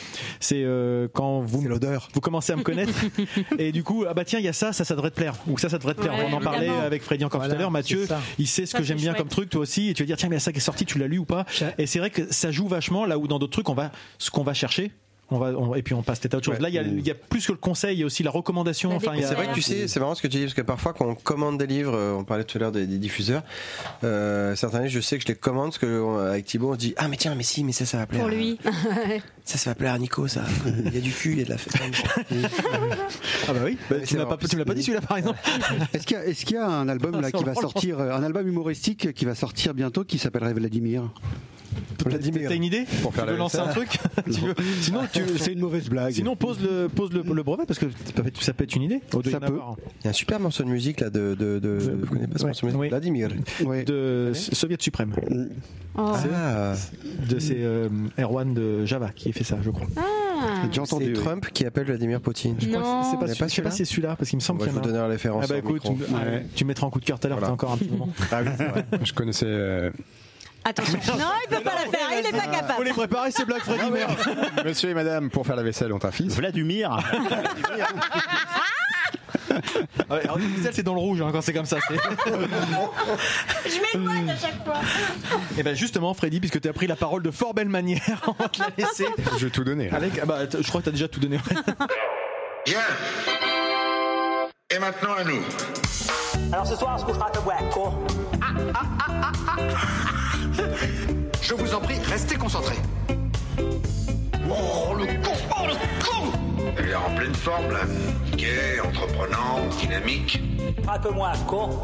c'est euh, quand vous l'odeur. Vous commencez à me connaître et du coup, ah bah tiens, il y a ça, ça, ça devrait te plaire ou ça, ça devrait te plaire.
Ouais,
on en
évidemment.
parlait avec Freddy encore
Voilà,
tout à l'heure. Mathieu,
c'est ça.
il sait ce
Ça,
que
c'est
j'aime bien
chouette.
comme truc, toi aussi, et tu vas dire tiens, mais il y a ça qui est sorti, tu l'as lu ou pas Et c'est vrai que ça joue vachement là où dans d'autres trucs, on va ce qu'on va chercher. On va, on- et puis on passe tête à autre chose. Là, il y a- il y, a plus que le conseil, il y a aussi la recommandation. Enfin, il y a-
c'est vrai que tu sais, c'est marrant ce que tu dis parce que parfois quand on commande des livres, euh, on parlait tout à l'heure des, des diffuseurs, euh, certains livres, je sais que je les commande parce que euh, avec Thibaut on se dit ah mais tiens mais si mais ça ça va plaire.
Pour lui.
Ça ça va plaire à Nico ça. Il y a du cul, il y a de la fête.
ah bah oui.
tu me l'as pas,
dit celui-là par exemple.
Est-ce qu'il y, a- est-ce qu'il y a un album là qui va sortir, euh, un album humoristique qui va sortir bientôt qui s'appellerait Vladimir
T'as une idée
Pour faire
Tu veux
la
lancer un
vaisselle.
truc Tu veux- Sinon, tu-
C'est une mauvaise blague.
Sinon, pose le, pose le, le brevet parce que ça peut être- ça peut être une idée. Au
Ça peut. Il y a un super morceau de musique là de de de. Vous connaissez pas ce morceau de musique Vladimir.
De Soviet suprême.
Oh.
euh, C'est- De c'est euh, Erwan de Java qui a fait ça, je crois.
Ah. Ah.
J'ai entendu,
C'est
oui.
Trump qui appelle Vladimir Poutine.
Je crois que c'est- c'est pas
On n'est
celui- je sais pas si c'est celui-là, parce qu'il me semble
On va
qu'il y en
vous
a un.
donner la référence
Ah bah
au
écoute,
micro.
tu me- ouais, tu mettras en coup de cœur tout à l'heure,
Voilà. Ah
t'as encore un petit moment.
Je connaissais. euh,
Attention. Non, il peut pas la faire, il est pas capable.
les préparer ces blagues, Freddy.
Monsieur et madame, pour faire la vaisselle, ont un fils.
Vladimir
c'est dans le rouge hein, quand c'est comme ça. c'est-
Je m'éloigne à chaque fois.
Et ben justement, Freddy, puisque tu as pris la parole de fort belle manière, on va te la laisser.
Je vais tout donner. là.
Avec, ah bah, t- je crois que t'as déjà tout donné.
Bien. Et maintenant à nous.
Alors ce soir, on se couchera comme Waco.
Je vous en prie, restez concentrés. Oh, le con Oh, le con Il est en pleine forme, là. Gay, entreprenant, dynamique.
Pas comme Waco.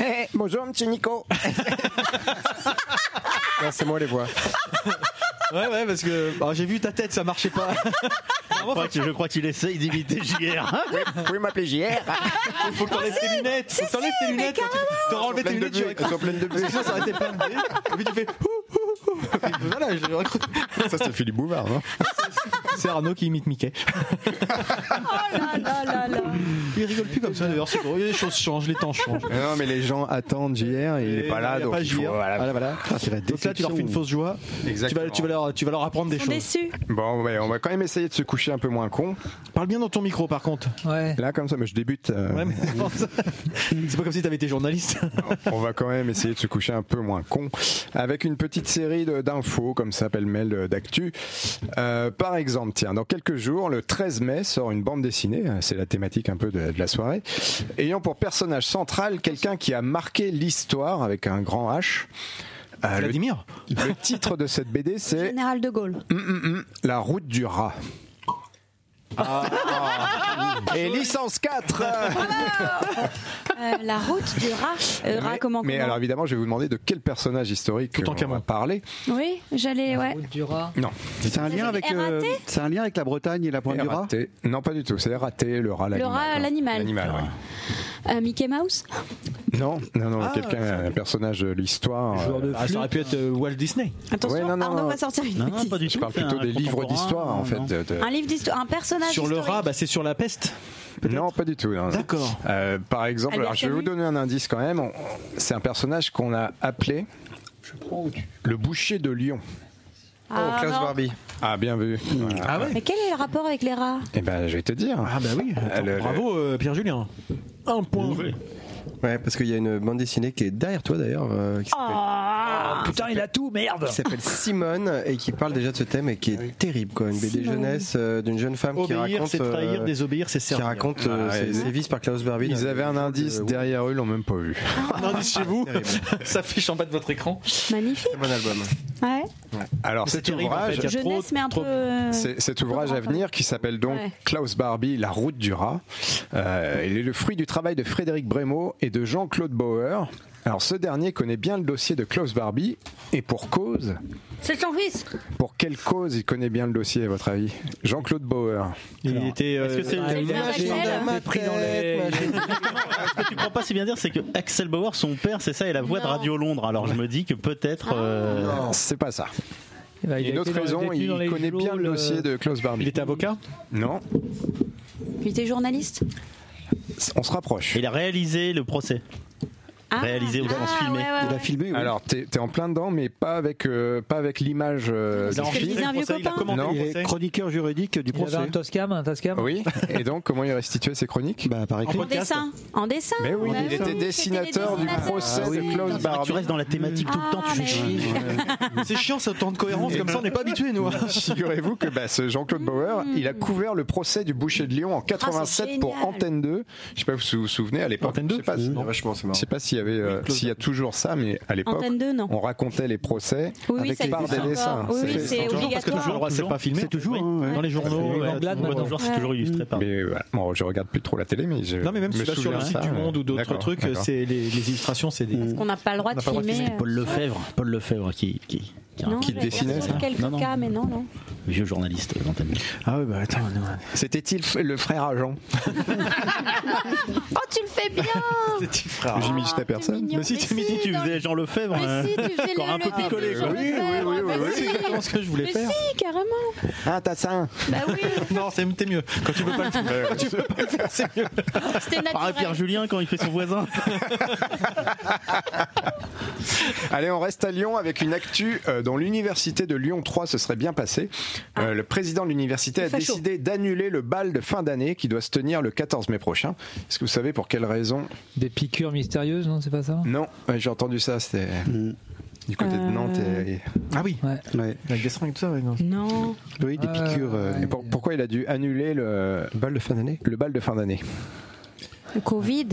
Eh,
bonjour, monsieur Nico. Non, c'est moi les voix.
Ouais, ouais, parce que alors, j'ai vu ta tête, ça marchait pas.
Je crois qu'il- Je crois qu'il essaye d'imiter JR.
Vous pouvez m'appeler JR.
Faut que t'enlèves tes lunettes. Faut que t'enlèves tes lunettes. quand tu- T'auras enlevé tes
pleines de
lunettes,
buées,
j'aurais cru.
elles sont pleines de
Parce que
buées.
sinon, ça aurait été plein de buées. Et puis tu fais. Ouh, ouh, ouh. Et puis, voilà, j'aurais cru.
Ça, c'est Philippe Bouvard. hein. non
C'est Arnaud qui imite Mickey.
Oh là là là là.
Il rigole plus comme ça d'ailleurs, c'est drôle. Les choses changent, les temps changent.
Mais Eh non, mais les gens attendent JR et il
Et
est pas
non,
là,
il y a
donc
pas
il faut-
JR.
voilà.
Voilà, voilà.
Ah, c'est la
Donc là, tu leur fais une
déception.
fausse joie. Tu vas,
Exactement.
tu vas leur, tu vas leur apprendre des
Ils sont
choses.
déçus.
Bon, ouais, on va quand même essayer de se coucher un peu moins con.
Parle bien dans ton micro, par contre.
Ouais.
Là, comme ça, mais je débute. euh,
Ouais, mais c'est pas comme si t'avais été journaliste.
on va quand même essayer de se coucher un peu moins con avec une petite série de- d'infos comme ça pêle-mêle euh, d'actu. Euh, par exemple, tiens, dans quelques jours, le 13 mai sort une bande dessinée, euh, c'est la thématique un peu de, de la soirée, ayant pour personnage central quelqu'un qui a marqué l'histoire avec un grand H. Euh, le,
Vladimir.
le titre de cette BD, c'est
Général de Gaulle.
Hum, hum, hum, La route du rat.
Ah.
Et licence 4
Euh, la route du rat. Euh, rat
Mais-
comment
Mais
comment
alors évidemment, je vais vous demander de quel personnage historique
Tout en
on
Camon.
va parler.
Oui, j'allais. Ouais.
Non,
C'est un lien
avez
avec, euh,
raté
c'est un lien avec la Bretagne et la pointe du Rat.
raté. Non, pas du tout. C'est raté, le rat, l'animal.
rat, l'animal.
L'animal, ouais.
Euh, Mickey Mouse.
Ah.
Non, non, non, quelqu'un, un personnage de l'histoire.
Joueur de
euh,
Ah, ça aurait pu être euh, Walt Disney.
Attention,
Ouais, non, non,
Arnaud
non.
va sortir une
Non, non,
bêtise.
pas du tout.
Je parle
c'est
plutôt
un
des livres
contemporain,
d'histoire, en fait.
non.
de- de-
Un livre d'histoire, un personnage
Sur le
historique.
rat, bah, c'est sur la peste.
Non, pas du tout. non, non.
D'accord.
Euh, par exemple,
Albert
alors, je vais vous
Camus.
donner un indice quand même. On- C'est un personnage qu'on a appelé le boucher de Lyon.
Ah,
Classe
non.
Barbie.
Ah, bien vu. Voilà.
Ah ouais
Mais quel est le rapport avec les rats
Eh ben, je vais te dire.
Ah bah oui. Attends,
Le- le-
bravo, euh, Pierre-Julien. Un point.
Ouais, parce qu'il y a une bande dessinée qui est derrière toi d'ailleurs, euh, qui s'appelle-
Ah.
Ah, Putain, il a tout, merde.
qui s'appelle Simone et qui parle déjà de ce thème et qui est terrible quoi. Une BD
Simone.
jeunesse euh, d'une jeune femme qui
Obéir,
raconte.
c'est trahir,
euh,
désobéir, c'est
qui
servir.
raconte euh,
Ah,
ses
ouais.
sévices par Klaus Barbie. Euh,
Ils avaient un indice derrière eux, ils l'ont même pas vu.
Un indice chez vous. Ça affiche en bas de votre écran.
Magnifique.
Très bon album.
Ouais.
Alors,
C'est
cet
terrible, en fait.
ouvrage,
Il y a
Jeunesse,
trop-
mais un
trop-
peu. euh,
C'est- cet ouvrage à venir qui s'appelle donc
Ouais.
Klaus Barbie, La route du rat. Euh, il est le fruit du travail de Frédéric Brémaud et de Jean-Claude Bauer. Alors ce dernier connaît bien le dossier de Klaus Barbie et pour cause.
C'est son fils.
Pour quelle cause il connaît bien le dossier à votre avis Jean-Claude Bauer.
Il était. euh,
Est-ce que c'est-
C'est le frère d'Axel.
T'es pris dans les.
Ce que tu crois pas si bien dire, c'est que Axel Bauer, son père, c'est ça, est la voix de
Non.
Radio Londres. Alors je me dis que peut-être. euh,
C'est pas ça.
Il a
Il y a une
été
autre
dans-
raison,
détenu
il
dans les
connaît bien
geôles,
le dossier
euh,
de Klaus Barbie.
Il était avocat.
Non,
Il était journaliste.
on se rapproche.
Il a réalisé le procès.
Ah.
Réalisé au
ah,
sens filmé.
ouais, ouais,
Il a
ouais.
filmé. oui.
Alors t'es t'es en plein dedans, mais pas avec euh, pas avec l'image. euh,
que je
Il a enregistré
disais un
le
vieux
procès, Il a
copain.
commenté
Non.
il
le
est
procès.
chroniqueur juridique du
Il avait
procès.
un Toscam, un Toscam.
Oui. Et donc comment il restituait ses chroniques
Bah, par écrit.
En
podcast.
dessin. En dessin.
Mais oui,
Bah
il était dessinateur du
dessinateurs.
procès
Ah oui.
de Klaus
Ah, tu
Barbie.
restes dans la thématique tout le temps,
Ah,
tu fais
mais
chier.
C'est chiant, ça autant de cohérence. Comme ça, on n'est pas habitué, nous. hein.
Figurez-vous que bah, ce Jean-Claude Bauer, il a couvert le procès du boucher de Lyon en 87 pour
Hmm. Ah, génial.
Antenne 2. Je sais pas si vous vous souvenez à l'époque.
Antenne 2?
Je sais pas, je
Vachement, c'est marrant.
sais pas s'il y avait, euh, s'il y a toujours ça, mais à l'époque,
Antenne 2, non.
on racontait les procès
Oui, oui,
avec
ça
par
existe
des
encore.
dessins.
Oui, oui,
C'est-
c'est
parce que toujours le
obligatoire.
droit, c'est pas filmé.
C'est toujours,
Oui.
hein, ouais.
Dans les journaux,
Oui,
euh,
ouais,
Anglade,
tout le monde voit
maintenant.
toujours, c'est toujours illustré par.
Mais voilà, bon, je regarde plus trop la télé, mais je
Non, mais même
me
si tu vas sur
souviens
le
de
site
ça,
du
ouais.
Monde ou d'autres
D'accord,
trucs,
d'accord.
c'est les, les illustrations, c'est des.
Parce qu'on n'a pas le droit de filmer.
Paul Lefebvre. Paul Lefebvre qui. qui... qui est un
Non,
qui
je vais
dessinait,
dire
ça
sur quelques
Non, non.
cas, mais non, non.
vieux journaliste euh, d'antenne.
Ah ouais, bah attends, non.
C'était-il le frère agent
Oh, tu le fais
fais bien
Tu feras.
J'imite ta personne.
Mais si, tu- mais si tu faisais Jean Lefebvre, hein,
Ah,
euh.
si, tu faisais
encore
le-
un peu
le- le-
picolé,
Jean
quoi.
Lefebvre, Oui, oui, oui, oui.
C'est exactement ce que je voulais
Mais
faire.
si, carrément.
Ah, t'as
hein.
ça
Bah
Non, c'est t'es mieux. Quand tu peux pas le faire, quand tu peux pas le faire, c'est mieux.
C'était
Par Pierre
naturel.
Julien quand il fait son voisin.
Allez, on reste à Lyon avec une actu euh, dont l'université de Lyon 3 se serait bien passée.
Ah.
Euh, le président de l'université
Le
a
facho.
décidé d'annuler le bal de fin d'année qui doit se tenir le 14 mai prochain. Est-ce que vous savez pour quelle raison
Des piqûres mystérieuses, non, c'est pas ça
Non, ouais, j'ai entendu ça, c'était du côté
Euh,
de Nantes. et-
Ah oui
Mm. Euh. Ouais.
Avec des seringues et tout ça, ouais, non.
Non.
Oui, des piqûres. euh,
Et pour- pourquoi il a dû annuler le bal de fin d'année Le bal de fin d'année.
Le Covid.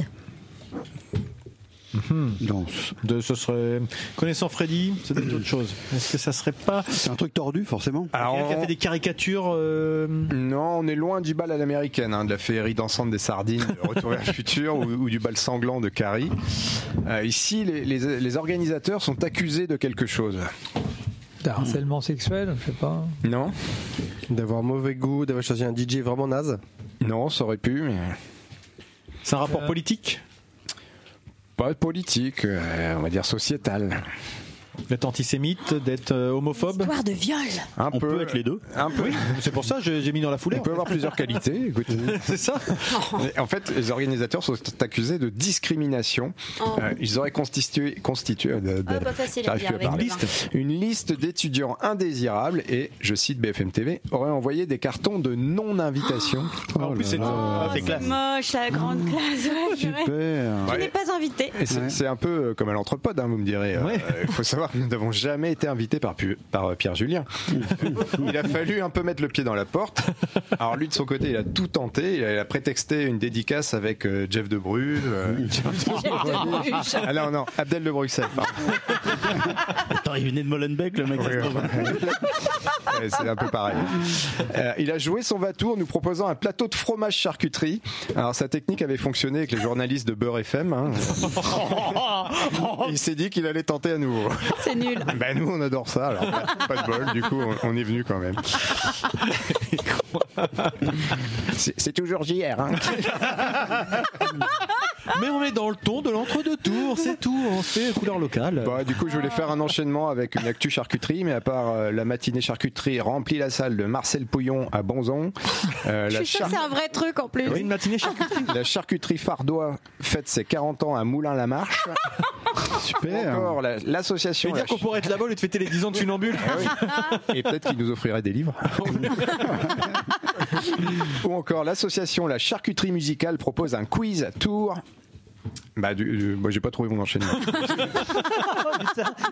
Non.
De, ce serait. Connaissant Freddy, c'est peut-être autre chose. Est-ce que ça serait pas.
C'est un truc tordu, forcément.
Alors,
Quelqu'un qui a
on-
fait des caricatures. euh,
Non, on est loin du bal à l'américaine, hein, de la féerie dansante des sardines, de Retour vers le futur, ou, ou du bal sanglant de Carrie. Euh, ici, les, les- les organisateurs sont accusés de quelque chose.
D'un harcèlement sexuel, je sais pas.
Non
D'avoir mauvais goût, d'avoir choisi un DJ vraiment naze.
Non, ça aurait pu, mais
C'est un rapport politique
pas politique, euh, on va dire sociétal.
D'être antisémite, d'être euh, homophobe
Histoire de viol.
Un
On peut être les deux.
Un peu.
C'est pour ça que j'ai j'ai mis dans la foulée.
On peut avoir plusieurs qualités, écoute.
C'est ça
Mais En fait, les organisateurs sont accusés de discrimination.
Oh.
Euh, ils auraient constitué, constitué euh, de- de-
Ah, bah, facile à
j'arrive
dire
plus à
avec
parler.
le liste.
une liste d'étudiants indésirables et, je cite BFM TV, auraient envoyé des cartons de non-invitation. Oh
En plus, c'est
Oh,
ah, c'est classe.
Moche, la grande classe. Ouais, c'est vrai.
Super.
Tu
Ouais.
n'es pas invité.
Et c'est c'est un peu euh, comme à l'entrepode, hein, vous me direz. Il
Ouais.
faut savoir que nous n'avons jamais été invités par, Pu- par euh, Pierre Julien. il a fallu un peu mettre le pied dans la porte. Alors lui, de son côté, il a tout tenté. Il a, il a prétexté une dédicace avec euh, Jeff de Bruges. euh, ah non, non, Abdel de Bruxelles. pardon.
Attends, il venait de Molenbeek, le mec. ça se trouve.
Ouais, c'est un peu pareil. Euh, il a joué son vatour nous proposant un plateau de fromage charcuterie. Alors sa technique avait fonctionné avec les journalistes de Beurre FM. hein. Il s'est dit qu'il allait tenter à nouveau.
C'est nul.
Ben nous on adore ça, alors pas de bol, du coup on- on est venu quand même. C'est c'est toujours JR. Hein.
Mais on est dans le ton de l'entre-deux tours, c'est tout. On fait couleur locale.
Bah, du coup je voulais faire un enchaînement avec une actu charcuterie, mais à part euh, la matinée charcuterie remplit la salle de Marcel Pouillon à Bonzon, euh,
Je
la,
suis sûre
char-
que c'est un vrai truc en plus.
Oui, une matinée charcuterie.
la charcuterie Fardois fête ses 40 ans à Moulin-la-Marche.
Super.
Encore la-
Je
l'association.
veux dire
la
qu'on pourrait être là-bas au lieu de fêter les 10 ans de funambule.
Eh Et peut-être qu'il nous offrirait des livres. Ou encore l'association La Charcuterie Musicale propose un quiz à Tours. Bah, du, du- moi, j'ai pas trouvé mon enchaînement.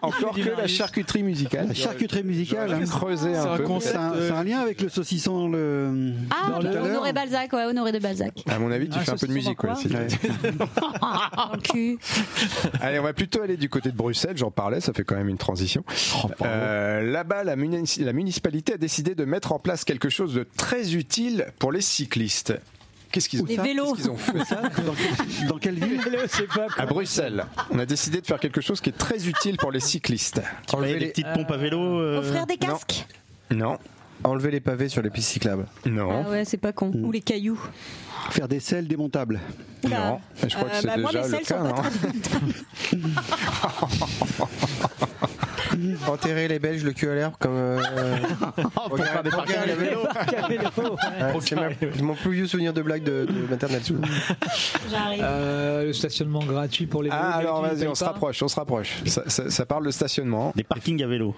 encore que la charcuterie musicale.
La charcuterie musicale. hein.
Creuser
C'est
un
un
peu.
concept.
C'est un, c'est
euh,
un lien avec le saucisson dans le.
Ah,
tout à l'heure.
Honoré Balzac, ouais, Honoré de Balzac.
À mon avis, tu
Ah,
fais un peu de
saucisson
musique.
dans quoi
ouais, c'est-
Ouais.
Dans le cul.
Allez, on va plutôt aller du côté de Bruxelles. J'en parlais, ça fait quand même une transition.
Oh,
Euh, Là-bas, la, munici- la municipalité a décidé de mettre en place quelque chose de très utile pour les cyclistes. Qu'est-ce qu'ils ont,
Des
qu'est-ce
vélos.
qu'ils ont fait
Dans quelle ville
C'est pas
À Bruxelles, on a décidé de faire quelque chose qui est très utile pour les cyclistes.
Tu mets des petites pompes à vélo. euh,
Offrir des casques.
Non,
Enlever les pavés sur les pistes cyclables.
non,
Ah ouais, c'est pas con. Ou les cailloux.
Euh, Faire des selles démontables.
Oula.
non. Je crois
Euh,
que c'est
bah, moi,
déjà
mes
le
selles sont
cas.
pas
non
Enterrer les Belges le cul à l'herbe comme. euh,
Oh,
regarde- regarde les vélos.
Ah,
Ouais, C'est ma- mon plus vieux souvenir de blague de, de maternelle.
J'arrive.
Euh, le stationnement gratuit pour les
Ah,
vélos,
alors
les vélos,
vas-y, on
ils
se
payent pas.
rapproche, on se rapproche. Ça, ça- ça parle de stationnement.
Des parkings à vélo.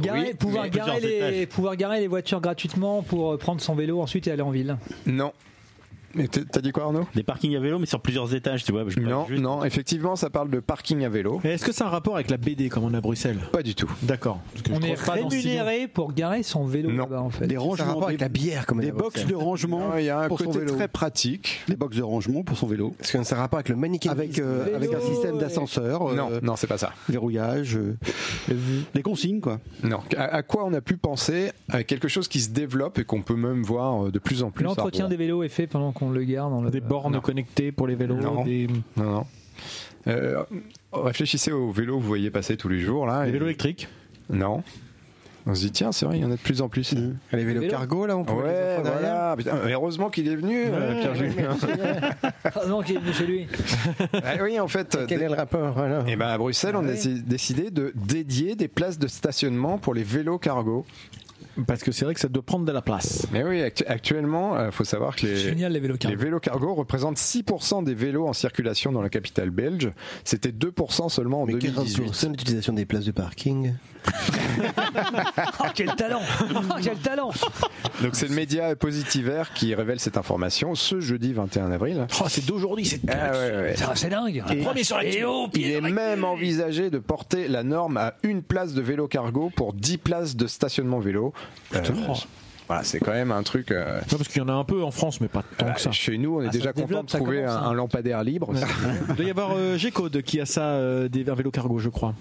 Garer-
Oui,
pouvoir,
mais
garer
plusieurs
les,
étages.
pouvoir garer les voitures gratuitement pour euh, prendre son vélo ensuite et aller en ville.
Non. Mais t'as t'as dit quoi, Arnaud
Des parkings à vélo, mais sur plusieurs étages, tu vois. je parle
Non,
juste-
non, effectivement, ça parle de parking à vélo.
Mais Est-ce que c'est un rapport avec la BD comme on a à Bruxelles
Pas du tout.
D'accord. Parce que je
On est
crois pas dans Sillon.
rémunéré pour garer son vélo
Non.
là-bas en fait.
Des rangements. Des,
bière comme
des box de rangement
Non, Il y a un
pour son
côté
vélo.
très pratique.
Des box de rangement pour son vélo.
Parce que ça a rapport avec le mannequin.
Avec, euh,
Vélo
avec un système
et-
d'ascenseur, euh,
Non, non, c'est pas ça.
verrouillage, euh, des consignes quoi.
Non. À, à quoi on a pu penser À quelque chose qui se développe et qu'on peut même voir euh, de plus en plus.
L'entretien
Arnaud.
des vélos est fait pendant qu'on le garde. Dans le...
Des bornes connectées pour les vélos.
Non.
Des...
Non, non. Euh, réfléchissez aux vélos que vous voyez passer tous les jours là.
des
Et-
vélos électriques.
Non. On se dit, tiens, c'est vrai, il y en a de plus en plus.
Les vélos cargo, là, on pourrait les
Ouais,
offrir
voilà.
derrière.
Putain, mais heureusement qu'il est venu, euh, Pierre Julien.
Heureusement qu'il est venu chez lui.
Ah oui, en fait.
Quel est le rapport Ah alors
Et ben à Bruxelles, on a déci- décidé de dédier des places de stationnement pour les vélos cargo.
Parce que c'est vrai que ça doit prendre de la place.
Mais oui, actu- actuellement, il faut savoir que les,
Génial, les vélos cargo.
les vélos cargo représentent 6% des vélos en circulation dans la capitale belge. C'était 2% seulement en
Mais
2018.
15% d'utilisation des places de parking.
Oh, quel talent Oh, Quel talent
Donc c'est le média Positivaire qui révèle cette information ce jeudi 21 avril.
Oh, c'est d'aujourd'hui, c'est
Ah ouais, ouais.
Ça, C'est dingue
Et-
Premier sur la
et
télé.
oh, Il est même envisagé de porter la norme à une place de vélo cargo pour 10 places de stationnement vélo. Euh, voilà, c'est quand même un truc. euh,
Non, parce qu'il y en a un peu en France, mais pas tant que ça.
Bah, Chez nous, on est
Ah, ça
déjà
se développe,
content de
ça
trouver
commence,
un,
hein.
un lampadaire libre.
Il doit y avoir euh, G-Code qui a ça, euh, des un vélo cargo, je crois.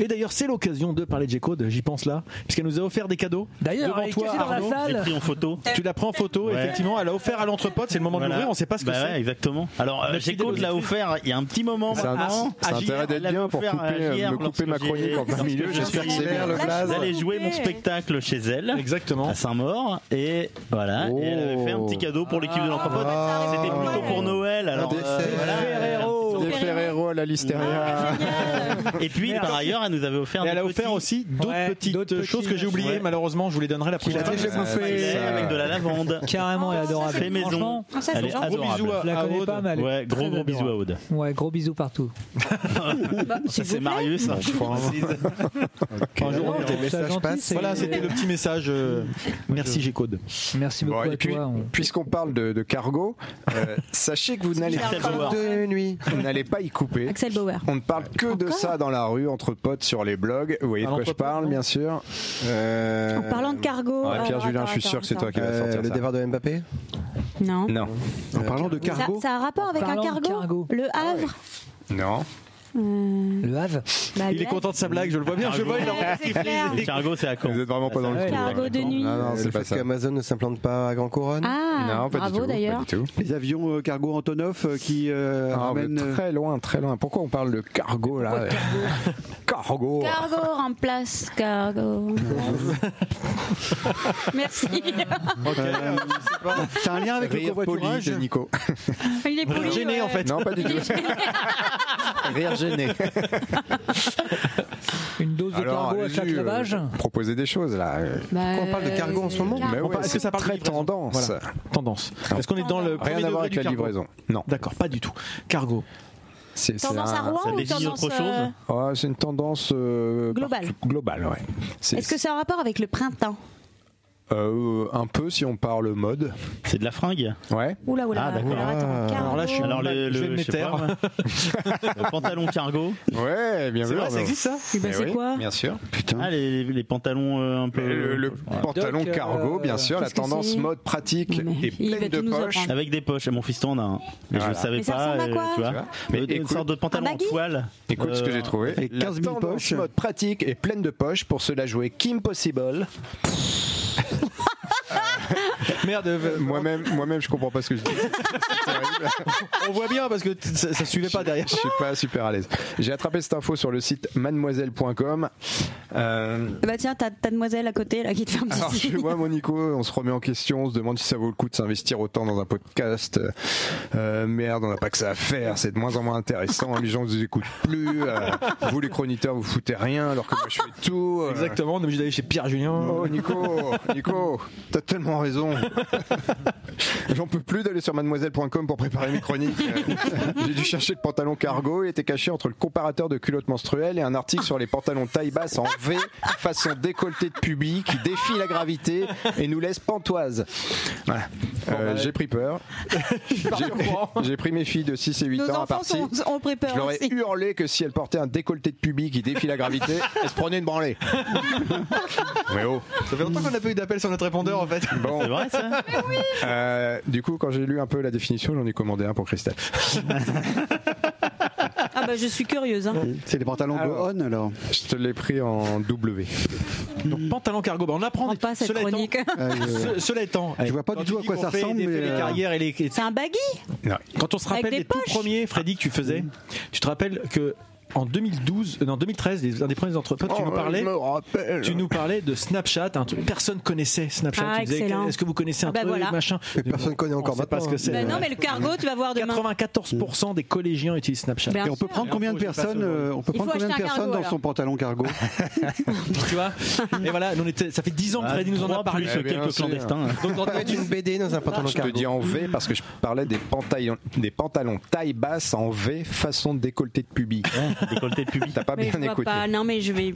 Et d'ailleurs, c'est l'occasion de parler de G-Code, j'y pense là, puisqu'elle nous a offert des cadeaux.
D'ailleurs,
devant
elle est
toi,
cassée dans la
Arnaud,
salle.
Pris en photo.
tu la prends en photo,
Ouais.
effectivement, elle a offert à l'entrepôt, c'est le moment
Voilà.
de l'ouvrir, on sait pas ce que
Bah ouais,
c'est.
exactement. Alors,
Bah,
euh,
Merci
j'ai compte
de
l'a
nous
offert il y a un petit moment.
C'est un-
maintenant.
c'est
À
Ah,
intérêt
JR,
d'être
elle l'avait
bien pour
offert à
couper, euh,
JR
me couper ma
lorsque j'ai-
chronique en plein
lorsque
milieu. J'espère que c'est
j'ai-
bien, le blaze.
J'allais jouer mon spectacle chez elle.
Exactement.
À Saint-Maur. Et voilà. Et elle avait fait un
Oh.
petit cadeau pour l'équipe de l'entrepôt. C'était plutôt pour Noël. Alors,
Des
euh,
Ferrero.
voilà.
Des Ferrero à la listeria.
Et puis, par ailleurs, elle nous avait offert
Et
des
elle a offert
petits-
aussi d'autres
Ouais,
petites
d'autres
choses
petits-
que j'ai oubliées,
Ouais.
malheureusement, je vous les donnerai la prochaine fois.
Smiley avec de la lavande.
Carrément, elle est adorable.
Fait maison.
Franchement,
Ah, ça, c'est
Elle est
gentil.
Gros bisous
adorable.
à,
je la
à
connais
Aude.
pas, mais elle est
Ouais, gros
très
gros bisous à
adorable.
Aude.
Ouais, gros bisous partout. Bah,
Ça, c'est Marius. hein.
Un jour, on
Alors,
était-
c'est gentil, c'est-
Voilà, c'était le petit message. euh, merci G-Code.
Merci beaucoup
Bon,
à
et puis,
toi. on-
puisqu'on parle de, de cargo, euh, sachez que vous n'allez
Pierre Bauer.
de nuit, vous n'allez pas y couper.
Axel Bauer.
On ne parle que de ça dans la rue, entre potes, sur les blogs. Vous voyez de
À
Ah,
quoi je
l'entrepôt,
parle,
non
bien sûr. Euh,
En parlant de cargo.
ouais, Pierre
alors,
Julien,
attends,
je suis sûr
attends,
que c'est toi qui vas
Euh,
sortir
le
ça.
départ de Mbappé Euh,
attends. Non.
Non,
En parlant de
Ça,
cargo,
ça a un rapport avec un
Parlant de
cargo, Ah
cargo.
Le Havre.
non.
Euh,
Le Havre.
bah,
Il est
le
content de sa blague, je le vois bien, je vois, il en-
Havre, c'est clair.
Le cargo, c'est à Ah, Caen.
Vous êtes vraiment pas dans le hein.
Ouais.
coup.
Cargo de nuit.
Non, non,
Euh,
c'est
Le
pas
fait
ça.
qu'Amazon ne s'implante pas à Grand Couronne
Ah,
non, pas du
bravo
tout, pas
d'ailleurs.
du tout.
les avions euh, cargo Antonov euh, qui euh,
Ah, mais
ramènent. euh,
très loin, très loin. Pourquoi on parle de cargo là Cargo.
Cargo remplace cargo.
Merci.
euh, c'est un lien avec le
Rire poli
covoiturage.
de Nico.
Il est poli.
gêné
ouais.
en fait.
Non, pas du tout. Rire gêné.
Une dose de cargo à chaque
allez-y, euh,
lavage.
Proposez des choses là.
Bah,
Pourquoi on parle de
euh,
cargo en ce moment
Mais
On
ouais,
parle- Est-ce que ça parle de
très
livraison
tendance.
Voilà. Tendance. Est-ce qu'on est dans le premier
Rien à voir
degré
avec
du
la
cargo
livraison. Non.
D'accord, pas du tout. Cargo.
C'est c'est
Tendance à
un-
Rouen
ça
ou
désigne
tendance
autre chose
euh,
Ouais, Ah, c'est une tendance euh,
Globale.
partout- Globale, ouais. C'est
Est-ce que c'est un rapport avec le printemps
euh, un peu si on parle mode.
C'est de la fringue.
Ouais.
Oula, oula,
Ah, d'accord.
alors, attends, cargo.
Alors là, je suis
Alors le,
je
le,
vais me
je sais pas,
taire.
moi. le pantalon cargo.
Ouais, bien
C'est
sûr.
vrai, ça
mais-
existe ça
Eh ben,
Mais
c'est
oui,
quoi
Bien sûr.
Putain.
Ah, les, les pantalons euh, un peu.
Le, le pantalon
Donc, euh,
cargo, bien sûr, la
qu'est-ce que
tendance
c'est
mode pratique
Mais
et
il va
pleine de
tout nous
poches.
apprendre.
Avec des poches, Et mon fiston en a un. Mais je
Voilà.
le savais
Mais ça
pas,
ressemble à
euh,
quoi
tu vois.
Tu vois
Mais
Mais
une
écoute-
sorte de pantalon
Un
en
baggy
toile. Euh,
Écoute ce que j'ai trouvé.
Euh,
Et 15 000
la tendance
poches.
mode pratique est pleine de poches pour se la jouer Kim Possible.
Merde, euh,
Moi-même, moi-même, je comprends pas ce que je dis.
on voit bien parce que t- ça, ça suivait pas derrière.
Je suis pas super à l'aise. J'ai attrapé cette info sur le site mademoiselle.com. Euh,
Eh ben,
Bah tiens, t'as ta demoiselle à côté là qui te fait un petit
alors, tu
signe.
vois, Monico, on se remet en question, on se demande si ça vaut le coup de s'investir autant dans un podcast. Euh, merde, on n'a pas que ça à faire, c'est de moins en moins intéressant, les gens ne nous écoutent plus. euh, vous, les chroniqueurs, vous foutez rien alors que moi je fais tout. euh.
Exactement, on est obligé d'aller chez Pierre Julien.
Oh, Nico, Nico, t'as tellement raison. J'en peux plus d'aller sur mademoiselle.com pour préparer mes chroniques. J'ai dû chercher le pantalon cargo. Il était caché entre le comparateur de culottes menstruelles et un article sur les pantalons taille basse en V, façon décolleté de pubis, qui défie la gravité et nous laisse pantoise. Voilà. Euh, J'ai pris peur. J'ai- J'ai pris mes filles de 6 et 8
Nos
ans à
enfants
partie.
sont, ont pris peur
Je leur ai
aussi.
hurlé que si elle portait un décolleté de pubis qui défie la gravité, elle se prenait une branlée. Mais oh.
Ça fait longtemps qu'on n'a pas eu d'appel sur notre répondeur en fait.
Bon,
C'est vrai ça
euh, du coup, quand j'ai lu un peu la définition, j'en ai commandé un pour Christelle.
Ah bah je suis curieuse. Hein.
C'est les pantalons
Alors.
go-on alors.
Je te l'ai pris en W.
Donc pantalon cargo, bah, on apprend.
On
des-
passe Mm. cette
cela étant-
chronique.
Ah, je-
ce- Cela étant,
Je vois pas
quand
du
tu
tout à
dis
quoi
qu'on
ça
fait
ressemble,
des-
mais,
des
euh,
carrières et les- et
C'est un baggy
Non.
Quand on se
Avec
rappelle
des
les tout
poches.
premiers, Freddy, que tu faisais, tu te rappelles que en 2012, euh, non 2013, les- un des premiers entrepôts, tu
Oh,
nous parlais,
je me rappelle.
tu nous parlais de Snapchat. un truc- personne connaissait Snapchat.
Ah,
tu disais,
excellent.
Est-ce que vous connaissez un
Ah, bah
truc
voilà.
machin
Mais personne connaît encore
sait pas ce
maintenant,
que
hein.
c'est. euh,
Bah non, mais le cargo, tu vas voir demain.
94% des collégiens utilisent Snapchat.
Bien
Mm. Et on peut
sûr.
prendre combien de
J'ai pas ce
personnes
mot.
euh, On peut
Il
prendre
faut
combien de
acheter un
personnes
cargo,
dans
alors.
son pantalon cargo
tu vois Et voilà, nous, on était, ça fait 10 ans que
Ah,
Freddy nous en a
trois
parlé.
plus
Eh bien,
quelques
c'est-
clandestins. hein.
Donc, dans-
Ça va être une BD dans un pantalon
Je te
cargo.
dis en V parce que je parlais des pantalons, des pantalons taille basse en V façon décolleté de pubis.
Décolleté de pubis.
T'as pas
Mais je
bien
vois
écouté.
pas. Non, mais je vais.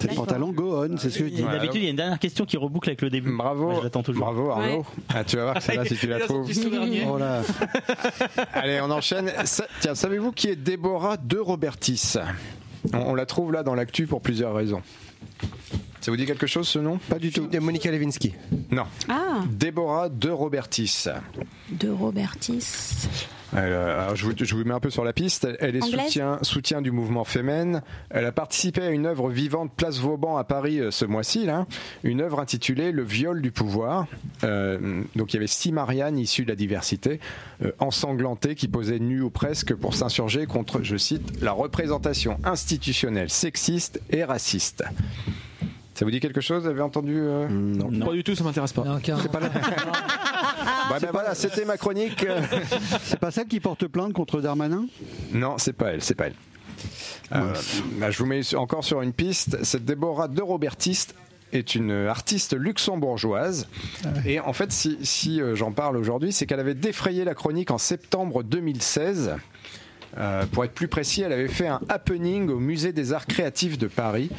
C'est le pantalon go on, c'est ce que je dis.
Ouais.
D'habitude, il y a une dernière question qui reboucle avec le début. Moi,
Bravo,
je l'attends toujours.
bravo Arnaud.
Ouais.
Ah, tu vas voir que celle-là, si tu la trouves.
Oh là.
Allez, on enchaîne. Sa- Tiens, savez-vous qui est Déborah de Robertis on, on la trouve là dans l'actu pour plusieurs raisons. Ça vous dit quelque chose ce nom
Pas du tout. De Monica Lewinsky.
Non.
Ah,
Déborah de Robertis.
de Robertis.
Elle, euh, alors, je, vous, je vous mets un peu sur la piste. Elle- Elle est
Anglaise
soutien, soutien du mouvement Femen. Elle a participé à une œuvre vivante Place Vauban à Paris euh, ce mois-ci, là. une œuvre intitulée Le viol du pouvoir. Euh, donc il y avait six Mariannes issues de la diversité, euh, ensanglantées, qui posaient nues ou presque pour s'insurger contre, je cite, la représentation institutionnelle sexiste et raciste. Ça vous dit quelque chose Vous avez entendu euh
Non.
Pas du tout, Ah, ça m'intéresse pas.
Non, car-
Bah, bah, Voilà, c'était ma chronique.
C'est pas celle qui porte plainte contre Darmanin
Non, c'est pas elle, c'est pas elle. Euh, bah, je vous mets sur- encore sur une piste. Cette Déborah de Robertiste est une euh, artiste luxembourgeoise. Et en fait, si, si, euh, j'en parle aujourd'hui, c'est qu'elle avait défrayé la chronique en septembre 2016. Euh, pour être plus précis, elle avait fait un happening au Musée des Arts Créatifs de Paris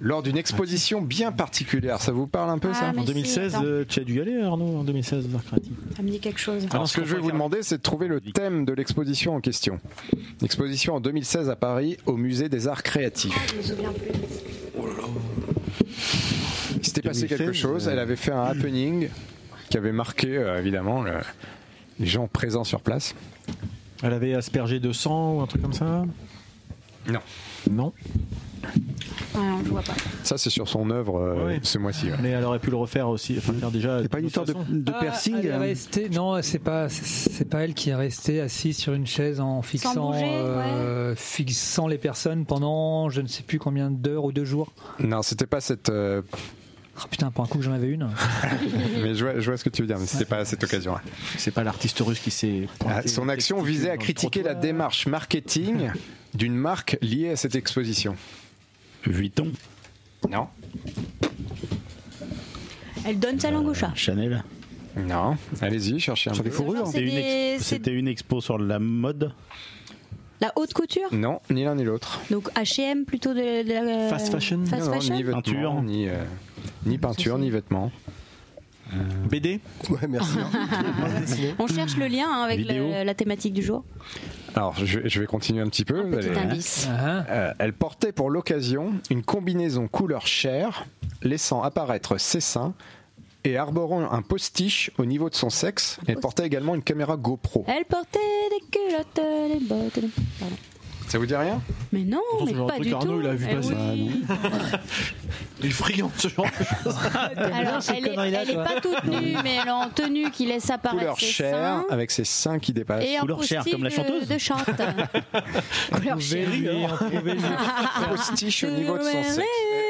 lors d'une exposition bien particulière. Ça vous parle un peu ça
Ah, mais
Ah, En
si,
2016,
attends,
euh, tu as dû y aller, Arnaud, en 2016, aux Arts Créatifs.
ça me dit quelque chose.
Alors, ce que je vais vous demander, c'est de trouver le thème de l'exposition en question. L'exposition en 2016 à Paris, au Musée des Arts Créatifs. Oh Il s'était passé
2016,
quelque chose,
euh,
elle avait fait un happening qui avait marqué, euh, évidemment, le- les gens présents sur place.
Elle avait aspergé de sang ou un truc comme ça
Non.
Non.
Ouais, on le voit pas.
Ça, c'est sur son œuvre euh,
Ouais.
ce mois-ci. ouais.
Mais elle aurait pu le refaire aussi. Enfin, faire déjà.
C'est pas une histoire de,
façon.
de
Ah,
piercing
elle est
euh,
hein.
restée- Non, c'est pas, c'est pas elle qui est restée assise sur une chaise en fixant, euh,
bouger,
fixant les personnes pendant je ne sais plus combien d'heures ou de jours.
Non, c'était pas cette. euh,
Ah putain, pour un coup que j'en avais une.
mais je vois, je vois ce que tu veux dire, mais c'était pas à cette occasion.
C'est pas l'artiste russe qui s'est.
Ah, Son action visait à critiquer la démarche marketing d'une marque liée à cette exposition.
Vuitton,
Non.
Elle donne sa langue au chat.
Chanel.
Non. Allez-y, cherchez un
Sur
peu.
les fourrures.
Non,
C'était
c'est
une,
des-
ex-
c'est
c'était une expo sur la mode.
la haute couture.
Non, ni l'un ni l'autre.
Donc H&M plutôt de, de la
Fast fashion.
Euh, Fast
Non, non,
fashion.
ni vêtements,
Peinture.
ni, euh, ni peinture, ni vêtements.
Euh,
BD
Ouais, merci.
On cherche le lien hein, avec
Vidéo.
le- la thématique du jour.
Alors, je, vais- je vais continuer un petit peu.
Un
vous allez-
petit indice.
Ah,
Euh, elle portait pour l'occasion une combinaison couleur chair, laissant apparaître ses seins et arborant un postiche au niveau de son sexe. Elle portait également une caméra GoPro.
Elle portait des culottes, des bottes. des- Pardon.
Ça vous dit rien
Mais non,
Pourtant,
Oh, mais
ce genre de
pas
truc,
du
Arnaud,
tout.
il a vu
Eh
passer.
oui.
Du friand, ce genre.
Alors, elle est, elle est pas toute nue, mais elle est en tenue qui laisse apparaître
Couleur
ses
chair,
seins.
avec ses seins qui dépassent.
Et en
couleur chair,
post-it
comme la
de-
chanteuse.
De chante. couleur chair.
Un postiche au niveau de son sexe.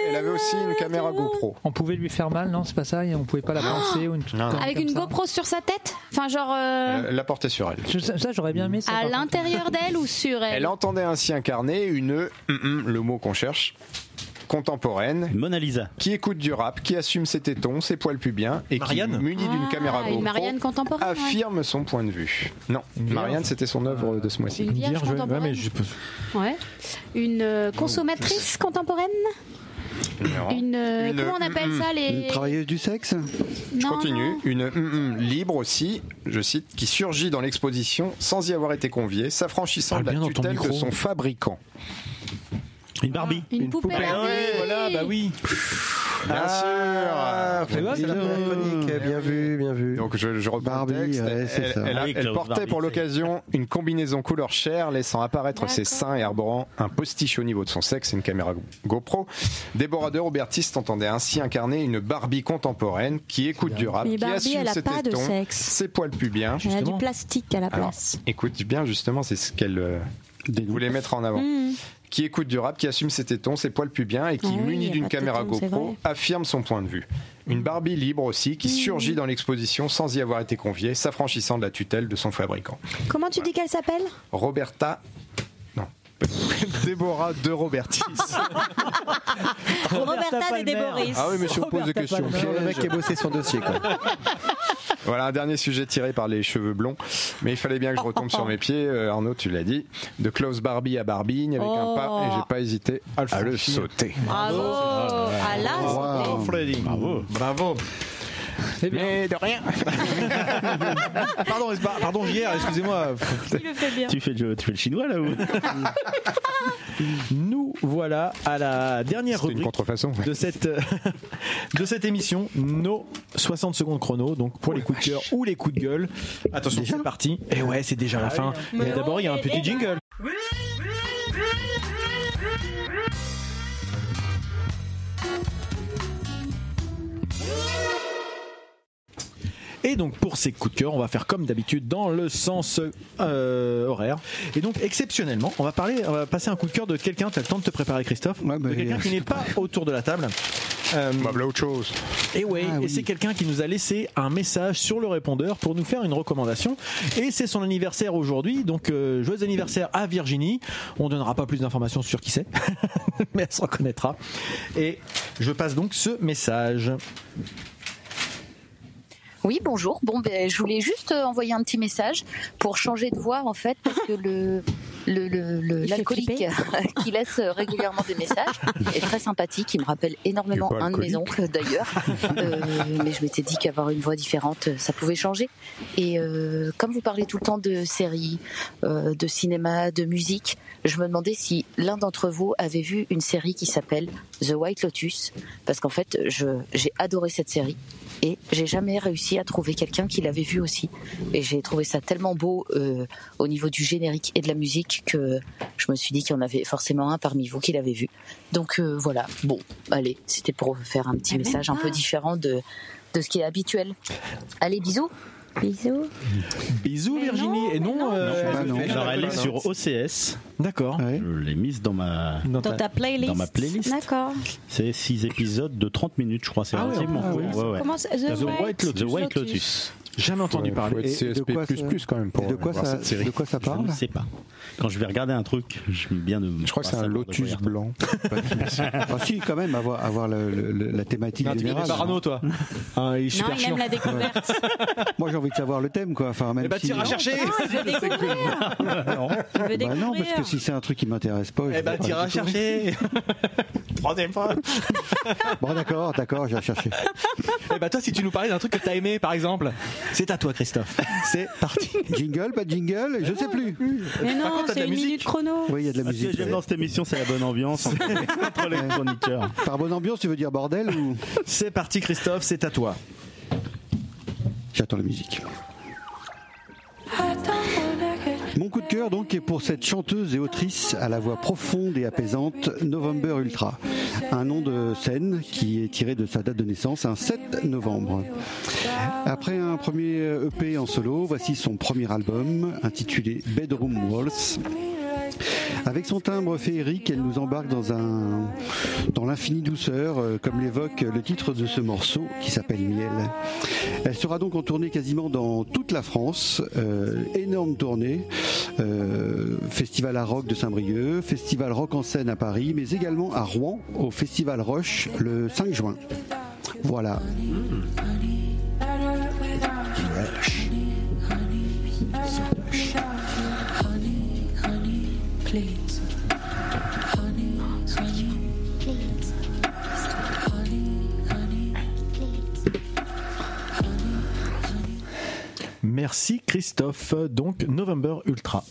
Elle avait aussi une caméra GoPro.
on pouvait lui faire mal, non C'est pas ça et On pouvait pas la penser ou une
Non, non.
connerie
Avec
comme
une
ça
GoPro sur sa tête Enfin, genre euh,
Elle la portait sur elle.
Je- ça, ça, j'aurais bien aimé. Ça,
à
par contre.
l'intérieur d'elle ou sur elle
Elle entendait ainsi incarner une, hum, hum, le mot qu'on cherche, contemporaine,
Mona Lisa.
qui écoute du rap, qui assume ses tétons, ses poils pubiens et
Marianne
qui, munie d'une
Ah,
caméra
Une
GoPro,
Marianne contemporaine. ouais.
affirme son point de vue. Non, Marianne, c'était son œuvre de ce mois-ci.
Une vierge
ouais,
contemporaine.
mais je
Ouais. Une euh, consommatrice contemporaine
Non.
Une, euh,
Une- mm,
Comment on appelle ça
Une
les.
travailleuse du sexe
Je
Non,
continue.
non.
Une hum, hum, libre aussi, je cite, qui surgit dans l'exposition sans y avoir été conviée, s'affranchissant
Parle
de la
bien dans ton
tutelle de
micro.
son fabricant.
Une Barbie.
Une, poupée.
Ah
Barbie.
bah oui.
Bien
Ah,
Ah,
sûr.
c'est la première chronique. Bien vu, bien vu.
Donc je, je reprends
Barbie,
le texte.
Ah, ouais, c'est
elle,
ça.
elle a-
Ah oui,
elle
Klaus
portait
Barbie,
pour
c'est-
l'occasion une combinaison couleur chair laissant apparaître ses
D'accord.
seins et arborant un postiche au niveau de son sexe et une caméra Go- GoPro. Déborah de Robertiste entendait ainsi incarner une Barbie contemporaine qui écoute du rap,
Mais
qui
Barbie,
assume
elle a
ses
pas de
tétons,
sexe.
ses poils pubiens.
Elle a
Justement.
du plastique à la
Alors,
place.
écoute bien justement, c'est ce qu'elle euh,
Des noms.
voulait mettre en avant.
Mmh.
qui écoute du rap, qui assume ses tétons, ses poils pubiens et qui,
Ah oui, il y
muni
a
d'une
pas de
caméra
tétons, c'est
GoPro,
vrai. Mm.
affirme son point de vue. Une Barbie libre aussi qui surgit dans l'exposition sans y avoir été conviée, s'affranchissant de la tutelle de son fabricant.
Comment tu dis qu'elle s'appelle
Roberta. Non. Déborah de Robertis.
Roberta de Déboris.
Ah oui, mais si on pose des questions.
Toujours le mec qui a bossé son dossier, quoi.
Voilà, un dernier sujet tiré par les cheveux blonds. Mais il fallait bien que je retombe sur mes pieds. Euh, Arnaud, tu l'as dit. De Klaus Barbie à Barbigne, avec un pas, et j'ai pas hésité à le, sauter.
Bravo à la santé.
Freddy. Bravo. Bravo. Mais de rien.
pardon, est-ce pas- pardon, JR, excusez-moi.
Il le fait bien.
Tu fais, le, tu fais le chinois là ou
Nous voilà à la dernière rubrique de cette de cette émission, nos 60 secondes chrono, donc pour les coups de cœur ou les coups de gueule. Attention, c'est parti. Et ouais, c'est
Ah
déjà la fin. Mais
Mais
d'abord, il y a un
non,
Eh
petit
ben,
ben
mais-
jingle. Et donc pour ces coups de cœur, on va faire comme d'habitude dans le sens euh, horaire. Et donc exceptionnellement, on va parler, on va passer un coup de cœur de quelqu'un. T'as le temps de te préparer, Christophe
bah,
De quelqu'un qui n'est pas autour de la table.
Bah, autre chose.
Et ouais,
Ah
et c'est quelqu'un qui nous a laissé un message sur le répondeur pour nous faire une recommandation. Et c'est son anniversaire aujourd'hui, donc euh, joyeux anniversaire à Virginie. On donnera pas plus d'informations sur qui c'est, mais elle se reconnaîtra. Et je passe donc ce message.
Oui, bonjour. Bon, ben, je voulais juste euh, envoyer un petit message pour changer de voix, en fait, parce que le le- le- le-
Il fait
l'alcoolique qui laisse euh, régulièrement des messages est très sympathique. Il me rappelle énormément
Il est pas
un de mes
alcoolique.
oncles, d'ailleurs. Euh, mais je m'étais dit qu'avoir une voix différente, ça pouvait changer. Et euh, comme vous parlez tout le temps de séries, euh, de cinéma, de musique, je me demandais si l'un d'entre vous avait vu une série qui s'appelle The White Lotus, parce qu'en fait, je- j'ai adoré cette série et j'ai jamais réussi à trouver quelqu'un qui l'avait vu aussi. Et j'ai trouvé ça tellement beau euh, au niveau du générique et de la musique que je me suis dit qu'il y en avait forcément un parmi vous qui l'avait vu. Donc euh, voilà, bon, allez, c'était pour vous faire un petit
Mais même
message un peu
pas.
différent de, de ce qui est habituel. Allez, bisous Bisous
Bisous Virginie. et non, euh,
Non, Alors elle est sur OCS.
D'accord.
Je l'ai mise dans ma
Dans ta playlist.
Dans ma playlist. Euh,
D'accord.
C'est 6 épisodes de 30 minutes, je crois. C'est
Ah ouais,
relativement
ah
court.
ouais. Comment c'est- The White
The
Lotus.
White Lotus.
Jamais entendu
Ouais, faut
parler.
être
Et- et de
CSP++
quoi ça-
quand même pour
et de quoi
voir
ça-
cette série.
de quoi ça
Je
parle
ne sais pas. Quand je vais regarder un truc, j'aime bien de. Je
crois que c'est un lotus
blanc.
Ah si, quand même, avoir, avoir le- le- le- la thématique
T'es intimidé
générale.
par Arnaud, toi Ah, il est super chiant.
Moi, j'ai envie de savoir le thème, quoi. Enfin, même
Eh ben,
si- hein.
t'iras chercher.
Bah non, parce que si c'est un truc qui m'intéresse pas, je
Eh ben,
vais pas
t'iras
du tout.
chercher. Troisième fois.
Bon, d'accord, d'accord, j'irai chercher.
Eh ben, toi, si tu nous parlais d'un truc que t'as aimé, par exemple, c'est à toi, Christophe. C'est parti.
Jingle, pas de jingle,
Ah
je sais plus.
Mais non, c'est une minute chrono.
Oui, il y a de la
Ce que
musique.
Ah, j'aime dans cette émission, c'est la bonne ambiance entre entre les chroniqueurs.
Par bonne ambiance, tu veux dire bordel ou
C'est parti, Christophe, c'est à toi.
J'attends la musique. Mon coup de cœur donc est pour cette chanteuse et autrice à la voix profonde et apaisante November Ultra, un nom de scène qui est tiré de sa date de naissance, un 7 novembre. Après un premier EP en solo, voici son premier album intitulé Bedroom Waltz. Avec son timbre féerique, elle nous embarque dans un dans l'infinie douceur, euh, comme l'évoque le titre de ce morceau qui s'appelle Miel. Elle sera donc en tournée quasiment dans toute la France. euh, énorme tournée, euh, festival à rock de Saint-Brieuc, festival rock en scène à Paris, mais également à Rouen au festival Roche le 5 juin. Voilà.
Merci, Christophe. Donc, November Ultra,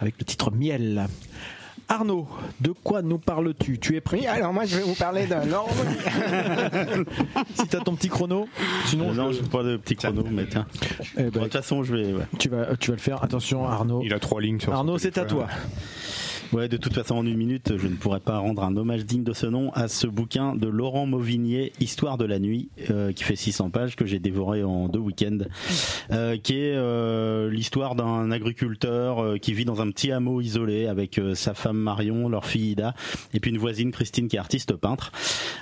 avec le titre Miel. Arnaud, de quoi nous parles-tu Tu es prêt
alors moi, je vais vous parler d'un
Si t'as ton petit chrono, sinon.
non, je n'ai pas de petit chrono, mais tiens.
Eh ben,
De toute façon, je vais. ouais.
Tu vas, tu vas le faire. Attention, Arnaud.
Il a trois lignes sur
Arnaud, c'est à toi.
Ouais, de toute façon, en une minute, je ne pourrais pas rendre un hommage digne de ce nom à ce bouquin de Laurent Mauvignier, Histoire de la nuit, euh, qui fait 600 pages, que j'ai dévoré en deux week-ends, euh, qui est euh, l'histoire d'un agriculteur euh, qui vit dans un petit hameau isolé avec euh, sa femme Marion, leur fille Ida, et puis une voisine Christine qui est artiste peintre.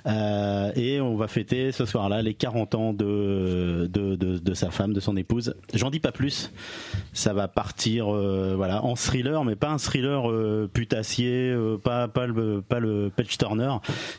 Euh, et on va fêter ce soir-là les 40 ans de, de, de, de sa femme, de son épouse. J'en dis pas plus. Ça va partir euh, voilà, en thriller, mais pas un thriller euh, putassier, euh, pas, pas le, pas le patch turner.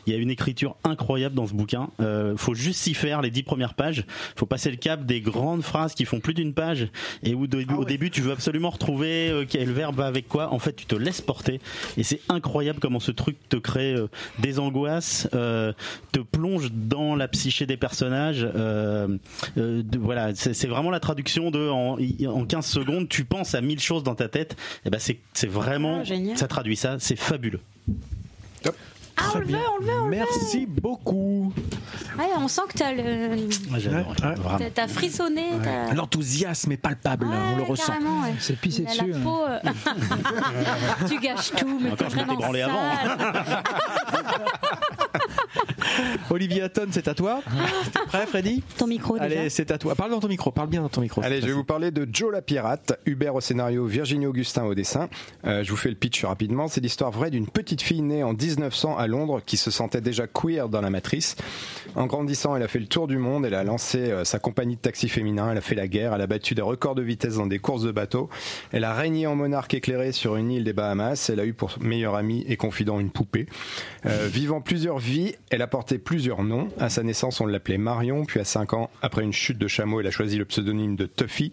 Il y a une écriture incroyable dans ce bouquin. Euh, faut juste s'y faire les 10 premières pages. faut passer le cap des grandes phrases qui font plus d'une page et où de-
Ah
au début tu veux absolument retrouver euh, quel verbe va avec quoi. En fait, tu te laisses porter et c'est incroyable comment ce truc te crée euh, des angoisses, euh, te plonge dans la psyché des personnages. euh, euh, de- voilà, c'est c'est vraiment la traduction de en, en 15 secondes, tu penses à mille choses dans ta tête. Et ben c'est c'est vraiment
Ah, génial.
ça traduit ça, c'est fabuleux.
Ah, on le veut, on le veut, on le veut.
Merci beaucoup.
Ouais, on sent que t'as le.
Ah, J'adore.
t'as- T'as frissonné. t'as-
L'enthousiasme est palpable, on le ressent.
carrément, ouais. La- la
hein.
peau, euh, tu gâches tout, mais
Encore,
t'es
je m'étais
vraiment
branlé avant. hein.
sale.
Olivier Hatton, c'est à toi. T'es prêt, Freddy
Ton micro, déjà.
Allez, c'est à toi. Parle dans ton micro, parle bien dans ton micro.
Allez, je vais vous parler de Joe la pirate, Hubert au scénario, Virginie Augustin au dessin. Euh, je vous fais le pitch rapidement. C'est l'histoire vraie d'une petite fille née en 1900 à Londres qui se sentait déjà queer dans la matrice. En grandissant, elle a fait le tour du monde, elle a lancé euh, sa compagnie de taxi féminin, elle a fait la guerre, elle a battu des records de vitesse dans des courses de bateaux, elle a régné en monarque éclairé sur une île des Bahamas, elle a eu pour meilleur ami et confident une poupée. Euh, vivant plusieurs vies, elle a porté plusieurs noms. À sa naissance, on l'appelait Marion, puis à 5 ans, après une chute de chameau, elle a choisi le pseudonyme de Tuffy.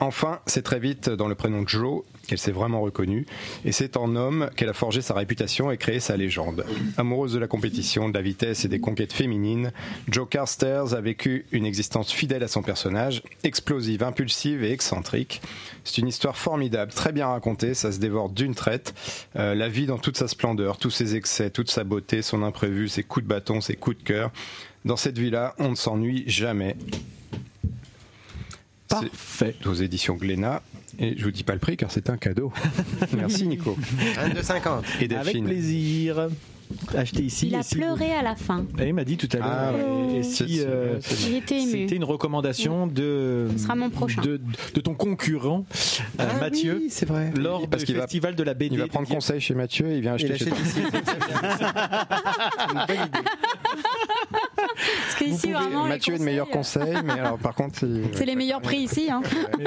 Enfin, c'est très vite dans le prénom Joe qu'elle s'est vraiment reconnue, et c'est en homme qu'elle a forgé sa réputation et créé sa légende. Amoureuse de la compétition, de la vitesse et des conquêtes féminines, Joe Carstairs a vécu une existence fidèle à son personnage, explosive, impulsive et excentrique. C'est une histoire formidable, très bien racontée, ça se dévore d'une traite. Euh, la vie dans toute sa splendeur, tous ses excès, toute sa beauté, son imprévu, ses coups de bâton, ses coups de cœur. Dans cette vie-là, on ne s'ennuie jamais.
Parfait.
Aux éditions Glénat. Et je vous dis pas le prix car c'est un cadeau. Merci Nico.
22,50.
Et
Avec
Delphine.
plaisir. Achetez ici. Ah,
Il
et
a
si
pleuré à la fin.
vous- Et il m'a dit tout à l'heure. et- et si, euh,
Il était ému.
C'était une recommandation de,
sera mon prochain.
de, de ton concurrent, euh, Mathieu.
c'est vrai.
Lors
Parce
du
qu'il va-
festival de la BD.
Il va prendre conseil chez Mathieu et il vient acheter
Il
chez toi.
achète
Parce qu'ici, vraiment, les
Mathieu est de
conseils,
meilleurs
euh,
conseils, mais alors par contre, il-
C'est les meilleurs prix ici. Hein.
Eh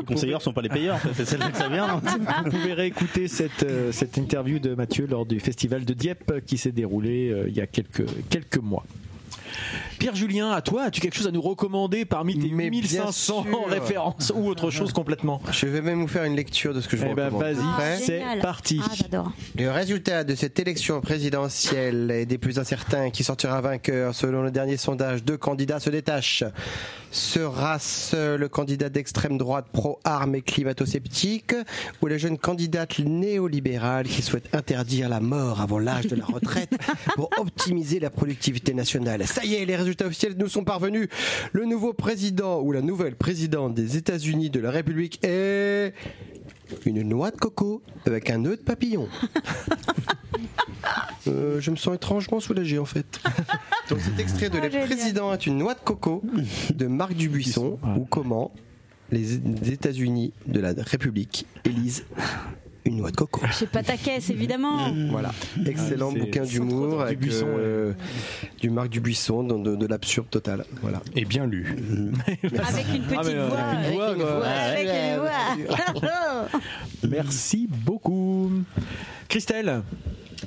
Les conseilleurs sont pas les payeurs, c'est celle que ça vient.
Vous pouvez réécouter cette, euh, cette interview de Mathieu lors du festival de Dieppe euh, qui s'est déroulé euh, il y a quelques, quelques mois. Pierre-Julien, à toi, as-tu quelque chose à nous recommander parmi tes
Mais bien
1500
sûr.
références ou
Ah,
autre chose complètement
Je vais même vous faire une lecture de ce que je vous
Eh ben,
recommande.
vas-y,
Prêt
c'est
Génial.
parti.
Ah, j'adore.
Le résultat de cette élection présidentielle est des plus incertains. Qui sortira vainqueur Selon le dernier sondage, deux candidats se détachent. Sera-ce le candidat d'extrême droite pro-armes et climato-sceptique ou la jeune candidate néolibérale qui souhaite interdire la mort avant l'âge de la retraite pour optimiser la productivité nationale Ça y est, les résultats officiels nous sont parvenus. Le nouveau président ou la nouvelle présidente des États-Unis de la République est une noix de coco avec un nœud de papillon. Euh, je me sens étrangement soulagé en fait. Donc cet extrait de
Oh,
Les
génial.
présidents est une noix de coco de Marc Dubuisson ou comment les États-Unis de la République élisent une noix de coco.
J'ai pas ta caisse, évidemment.
Voilà, excellent
Ah, c'est-
bouquin
c'est trop
d'humour
drôle.
avec,
Dubuisson,
euh, du Marc Dubuisson, de, de, de l'absurde total. Voilà.
Et bien lu.
Avec une petite
Ah, mais, euh,
voix.
avec une voix, bah, quoi.
Avec une voix. Oh,
Merci beaucoup. Christelle,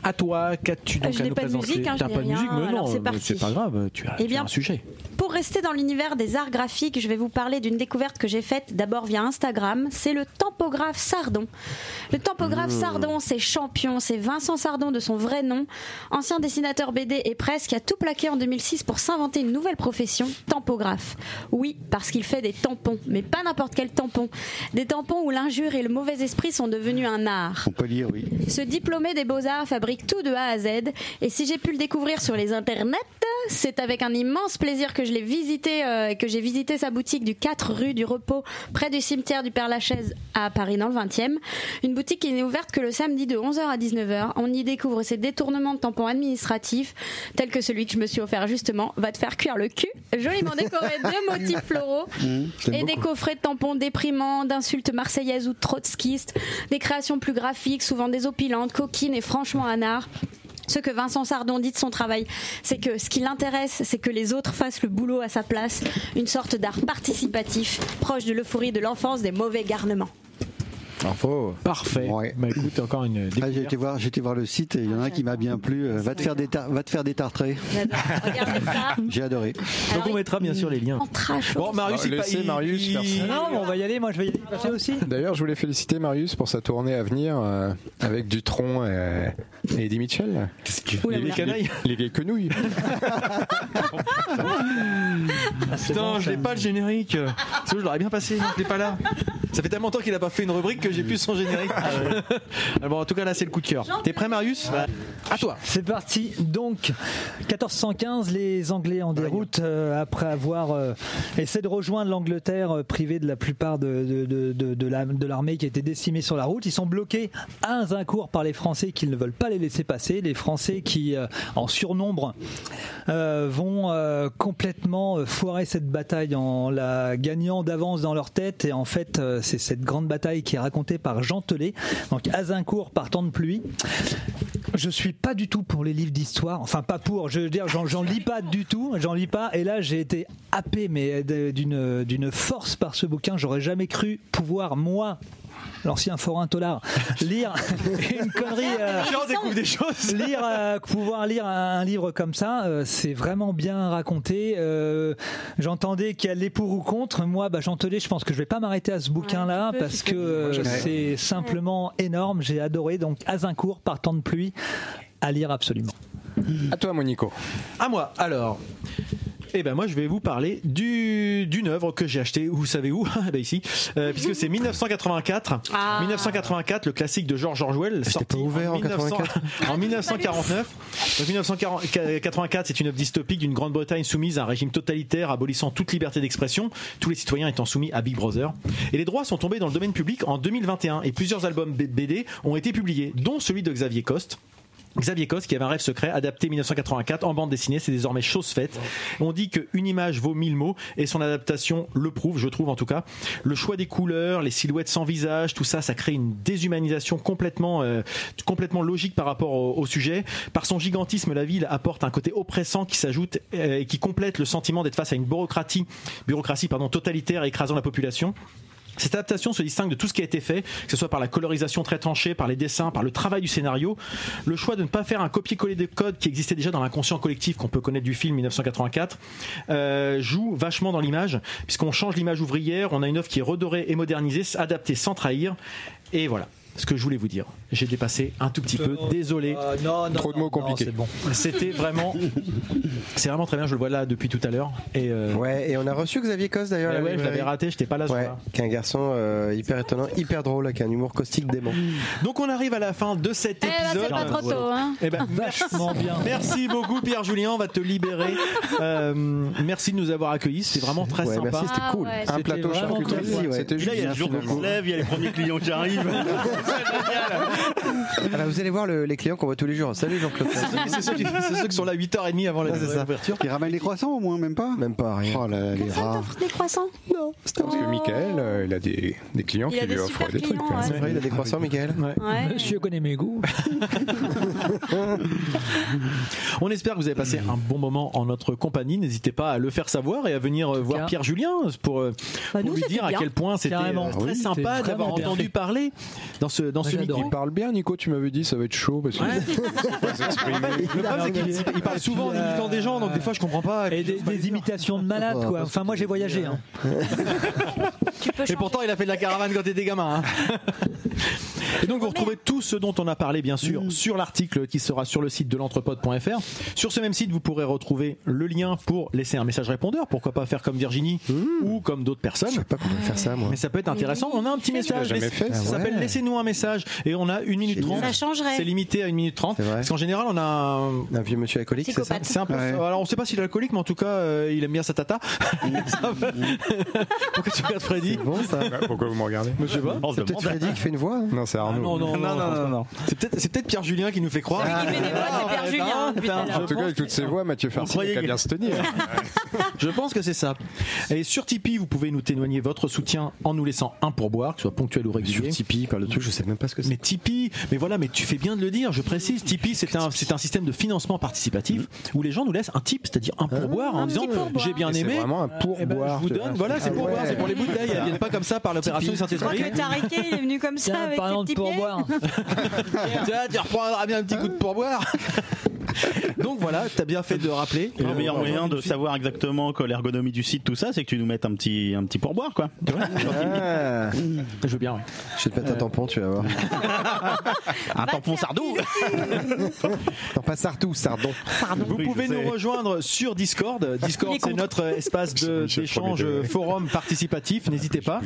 à toi, qu'as-tu donc
je
à
n'ai
nous
pas de
présenter
musique, hein, je
T'as
n'ai
pas de
rien,
musique, mais
alors
non,
c'est
mais
parti.
c'est pas grave, tu as,
Eh
tu
bien,
as un sujet.
Pour rester dans l'univers des arts graphiques, je vais vous parler d'une découverte que j'ai faite d'abord via Instagram. C'est le tampographe Sardon. Le tampographe Sardon, c'est champion, c'est Vincent Sardon de son vrai nom, ancien dessinateur BD et presque a tout plaqué en 2006 pour s'inventer une nouvelle profession, tampographe. Oui, parce qu'il fait des tampons, mais pas n'importe quel tampon. Des tampons où l'injure et le mauvais esprit sont devenus un art.
On peut lire, oui.
Ce diplômé des beaux-arts fabrique tout de A à Z et si j'ai pu le découvrir sur les internets, c'est avec un immense plaisir que je l'ai visité, euh, que j'ai visité sa boutique du 4 rue du Repos, près du cimetière du Père Lachaise à Paris dans le 20e. Une boutique qui n'est ouverte que le samedi de 11h à 19h. On y découvre ses détournements de tampons administratifs, tels que celui que je me suis offert justement, va te faire cuire le cul, joliment décoré de motifs floraux
Mmh, je l'aime
et des
beaucoup.
coffrets de tampons déprimants, d'insultes marseillaises ou trotskistes, des créations plus graphiques, souvent désopilantes, coquines et franchement un art. Ce que Vincent Sardon dit de son travail, c'est que ce qui l'intéresse, c'est que les autres fassent le boulot à sa place, une sorte d'art participatif, proche de l'euphorie de l'enfance des mauvais garnements.
Parfait. Bah écoute, encore une
Ah, j'ai été voir, j'ai été voir le site et il y en a un qui m'a bien plu. euh, va te faire des tar- va te faire des tartrés. J'ai adoré.
Donc on mettra bien sûr les liens. Bon, Marius,
Non,
il
Bah, laissez
il-
Marius
il-
faire ça.
Non, mais on va y aller, moi je vais y aller passer aussi.
D'ailleurs, je voulais féliciter Marius pour sa tournée à venir euh, avec Dutron et, et Eddie Mitchell.
Oula,
les,
oula.
vieilles- les vieilles quenouilles.
Ah,
Putain, je l'ai pas le générique. C'est où je l'aurais bien passé, non, je l'ai pas là. Ça fait tellement longtemps qu'il a pas fait une rubrique que j'ai plus son générique. Ah bon, en tout cas là c'est le coup de cœur. T'es prêt Marius À toi.
C'est parti. Donc, 1415, les Anglais en déroute euh, après avoir euh, essayé de rejoindre l'Angleterre euh, privée de la plupart de, de- de- de- de la- de l'armée qui était décimée sur la route. Ils sont bloqués à Azincourt par les Français qui ne veulent pas les laisser passer. Les Français qui, euh, en surnombre, euh, vont euh, complètement euh, foirer cette bataille en la gagnant d'avance dans leur tête. Et en fait, euh, c'est cette grande bataille qui est racontée par Jean Telet. Donc, Azincourt par temps de pluie. Je suis pas du tout pour les livres d'histoire, enfin pas pour, je veux dire, j'en, j'en lis pas du tout, j'en lis pas, et là j'ai été happé, mais euh, de- d'une, d'une force par ce bouquin, j'aurais jamais cru pouvoir, moi, l'ancien forain Tollard, lire une connerie.
euh,
on découvre des choses.
Lire, euh, pouvoir lire un, un livre comme ça, euh, c'est vraiment bien raconté. Euh, j'entendais qu'il y allait pour ou contre, moi, bah, j'en tenais, je pense que je vais pas m'arrêter à ce bouquin-là,
tu peux,
parce
tu
que
peux.
euh,
Moi, j'aime bien.
c'est c'est simplement énorme, j'ai adoré. Donc Azincourt par temps de pluie à lire absolument.
À toi, Monico.
À moi, alors. Eh ben moi je vais vous parler du- d'une œuvre que j'ai achetée, vous savez où Eh ben ici, Euh, puisque c'est 1984. 1984, le classique de George Orwell, sorti
Ah, ouvert en
1900 en 1949. Donc 1984, c'est une œuvre dystopique d'une Grande-Bretagne soumise à un régime totalitaire abolissant toute liberté d'expression, tous les citoyens étant soumis à Big Brother. Et les droits sont tombés dans le domaine public en 2021 et plusieurs albums B- BD ont été publiés, dont celui de Xavier Coste. Xavier Coste qui avait un rêve secret adapté 1984 en bande dessinée, c'est désormais chose faite. On dit qu'une image vaut mille mots et son adaptation le prouve, je trouve en tout cas. Le choix des couleurs, les silhouettes sans visage, tout ça, ça crée une déshumanisation complètement, euh, complètement logique par rapport au, au sujet. Par son gigantisme, la ville apporte un côté oppressant qui s'ajoute euh, et qui complète le sentiment d'être face à une bureaucratie, bureaucratie pardon, totalitaire écrasant la population. Cette adaptation se distingue de tout ce qui a été fait, que ce soit par la colorisation très tranchée, par les dessins, par le travail du scénario. Le choix de ne pas faire un copier-coller des codes qui existait déjà dans l'inconscient collectif qu'on peut connaître du film 1984 euh, joue vachement dans l'image, puisqu'on change l'image ouvrière, on a une œuvre qui est redorée et modernisée, adaptée sans trahir. Et voilà ce que je voulais vous dire. J'ai dépassé un tout petit peu,
Euh,
désolé.
Trop de mots compliqués.
C'était vraiment, c'est vraiment très bien. Je le vois là depuis tout à l'heure. Et euh,
Ouais, et on a reçu Xavier Coste d'ailleurs.
Eh
à la
ouais, je
librairie.
l'avais raté, j'étais pas là ce
Ouais,
jour-là.
qui est un garçon euh, hyper étonnant, hyper drôle, avec un humour caustique dément.
donc on arrive à la fin de cet
ben, c'est
épisode.
pas trop tôt, hein.
Eh ben,
Vachement bien.
Merci beaucoup Pierre Julien, on va te libérer. Euh, merci de nous avoir accueillis, c'était vraiment très
Ouais,
sympa.
merci, c'était cool.
Ah, ouais,
Un
c'était
plateau
vraiment
charcuterie.
cool.
Ouais.
C'était
Puis là, il y a le
juste.
jour qu'on se lève, il y a les premiers clients qui arrivent.
Ah bah, vous allez voir le- les clients qu'on voit tous les jours. Salut Jean-Claude.
C'est ceux, qui- c'est ceux qui sont là 8h30 avant la
Ouais, c'est ça.
ouverture.
Il ramène les croissants au moins, même pas
Même pas rien.
Oh là là, les rats.
Des croissants Non.
Parce que Michael, euh, il a des, des clients
Il a
qui
des
lui
super
offrent des trucs.
clients,
hein.
ouais.
C'est vrai, il a des croissants, Michael.
Ouais.
Monsieur connaît mes goûts.
On espère que vous avez passé un bon moment en notre compagnie. N'hésitez pas à le faire savoir et à venir euh, voir
cas.
Pierre Julien pour, euh,
Bah,
pour
nous,
lui
c'était
dire à
bien.
quel point c'était
Carrément.
euh, très
Oui,
sympa
c'était
d'avoir
vraiment bien
entendu
fait.
parler dans ce, dans ce
j'adore.
micro.
Il parle bien, Nico, tu m'avais dit, ça va être chaud parce que
Le problème, c'est qu'il il parle souvent en imitant des gens, donc des fois je comprends pas.
Et des, des imitations de malades, quoi. Enfin, moi j'ai voyagé. hein.
Tu peux
Et pourtant, il a fait de la caravane quand t'étais gamin. hein. Et donc vous retrouvez tout ce dont on a parlé bien
Mm.
sûr sur l'article qui sera sur le site de l'entrepode.fr. Sur ce même site, vous pourrez retrouver le lien pour laisser un message répondeur. Pourquoi pas faire comme Virginie ou comme d'autres personnes. Je sais
Mm. pas comment faire ça moi.
Mais ça peut être intéressant. On a un petit message.
jamais
laisse-
fait,
ça
ça.
s'appelle
Ouais.
Laissez-nous un message et on a une minute
Génial.
30.
Ça changerait.
C'est limité à une minute 30 parce qu'en général on a un,
Un vieux monsieur alcoolique, c'est ça
c'est un peu- Alors on sait pas s'il est alcoolique, mais en tout cas euh, il aime bien sa tata. Ça va. Pourquoi tu regardes Freddy
bon ça.
Pourquoi vous me regardez
Je sais pas.
C'est peut-être Freddy qui fait une voix. hein.
Non, c'est Arnaud.
Ah, Non, non, non, non, non. Ah. C'est peut-être c'est peut-être Pierre Julien qui nous fait croire.
Pierre
Julien, depuis tout à l'heure.
En tout cas, avec toutes ces voix, Mathieu Farsi,
croyez
il a
que-
bien se tenir.
Je pense que c'est ça. Et sur Tipeee, vous pouvez nous témoigner votre soutien en nous laissant un pourboire, que ce soit ponctuel ou régulier.
Sur Tipeee, par le truc, je sais même pas ce que c'est.
Mais Tipeee, mais voilà, mais tu fais bien de le dire, je précise, Tipeee c'est un, c'est un système de financement participatif
Mm.
où les gens nous laissent un tip, c'est-à-dire un
Ah.
pourboire en disant j'ai bien
Et c'est
aimé.
vraiment
eh
un
ben,
pourboire,
je vous
tu vois.
donne, voilà, c'est
Ah
pourboire,
ouais.
c'est pour les bouteilles, elles viennent pas comme ça par l'opération du
Je crois
Saint-Esprit.
que Tariquet, il est venu comme ça avec ses petits pieds.
Tiens, tu reprendras bien un petit coup de pourboire. Donc voilà, t'as bien fait de rappeler.
Et le meilleur moyen de savoir exactement que l'ergonomie du site, tout ça, c'est que tu nous mettes un petit, un petit pourboire, quoi. Tu vois
Ah.
Je veux bien.
Je vais te mettre un tampon, tu vas voir.
un tampon sardou
non, pas Sartou, Sardon.
Oui,
Vous
je
pouvez
sais.
nous rejoindre sur Discord. euh, Discord, c'est notre espace de- d'échange
premier degré.
forum participatif. N'hésitez pas.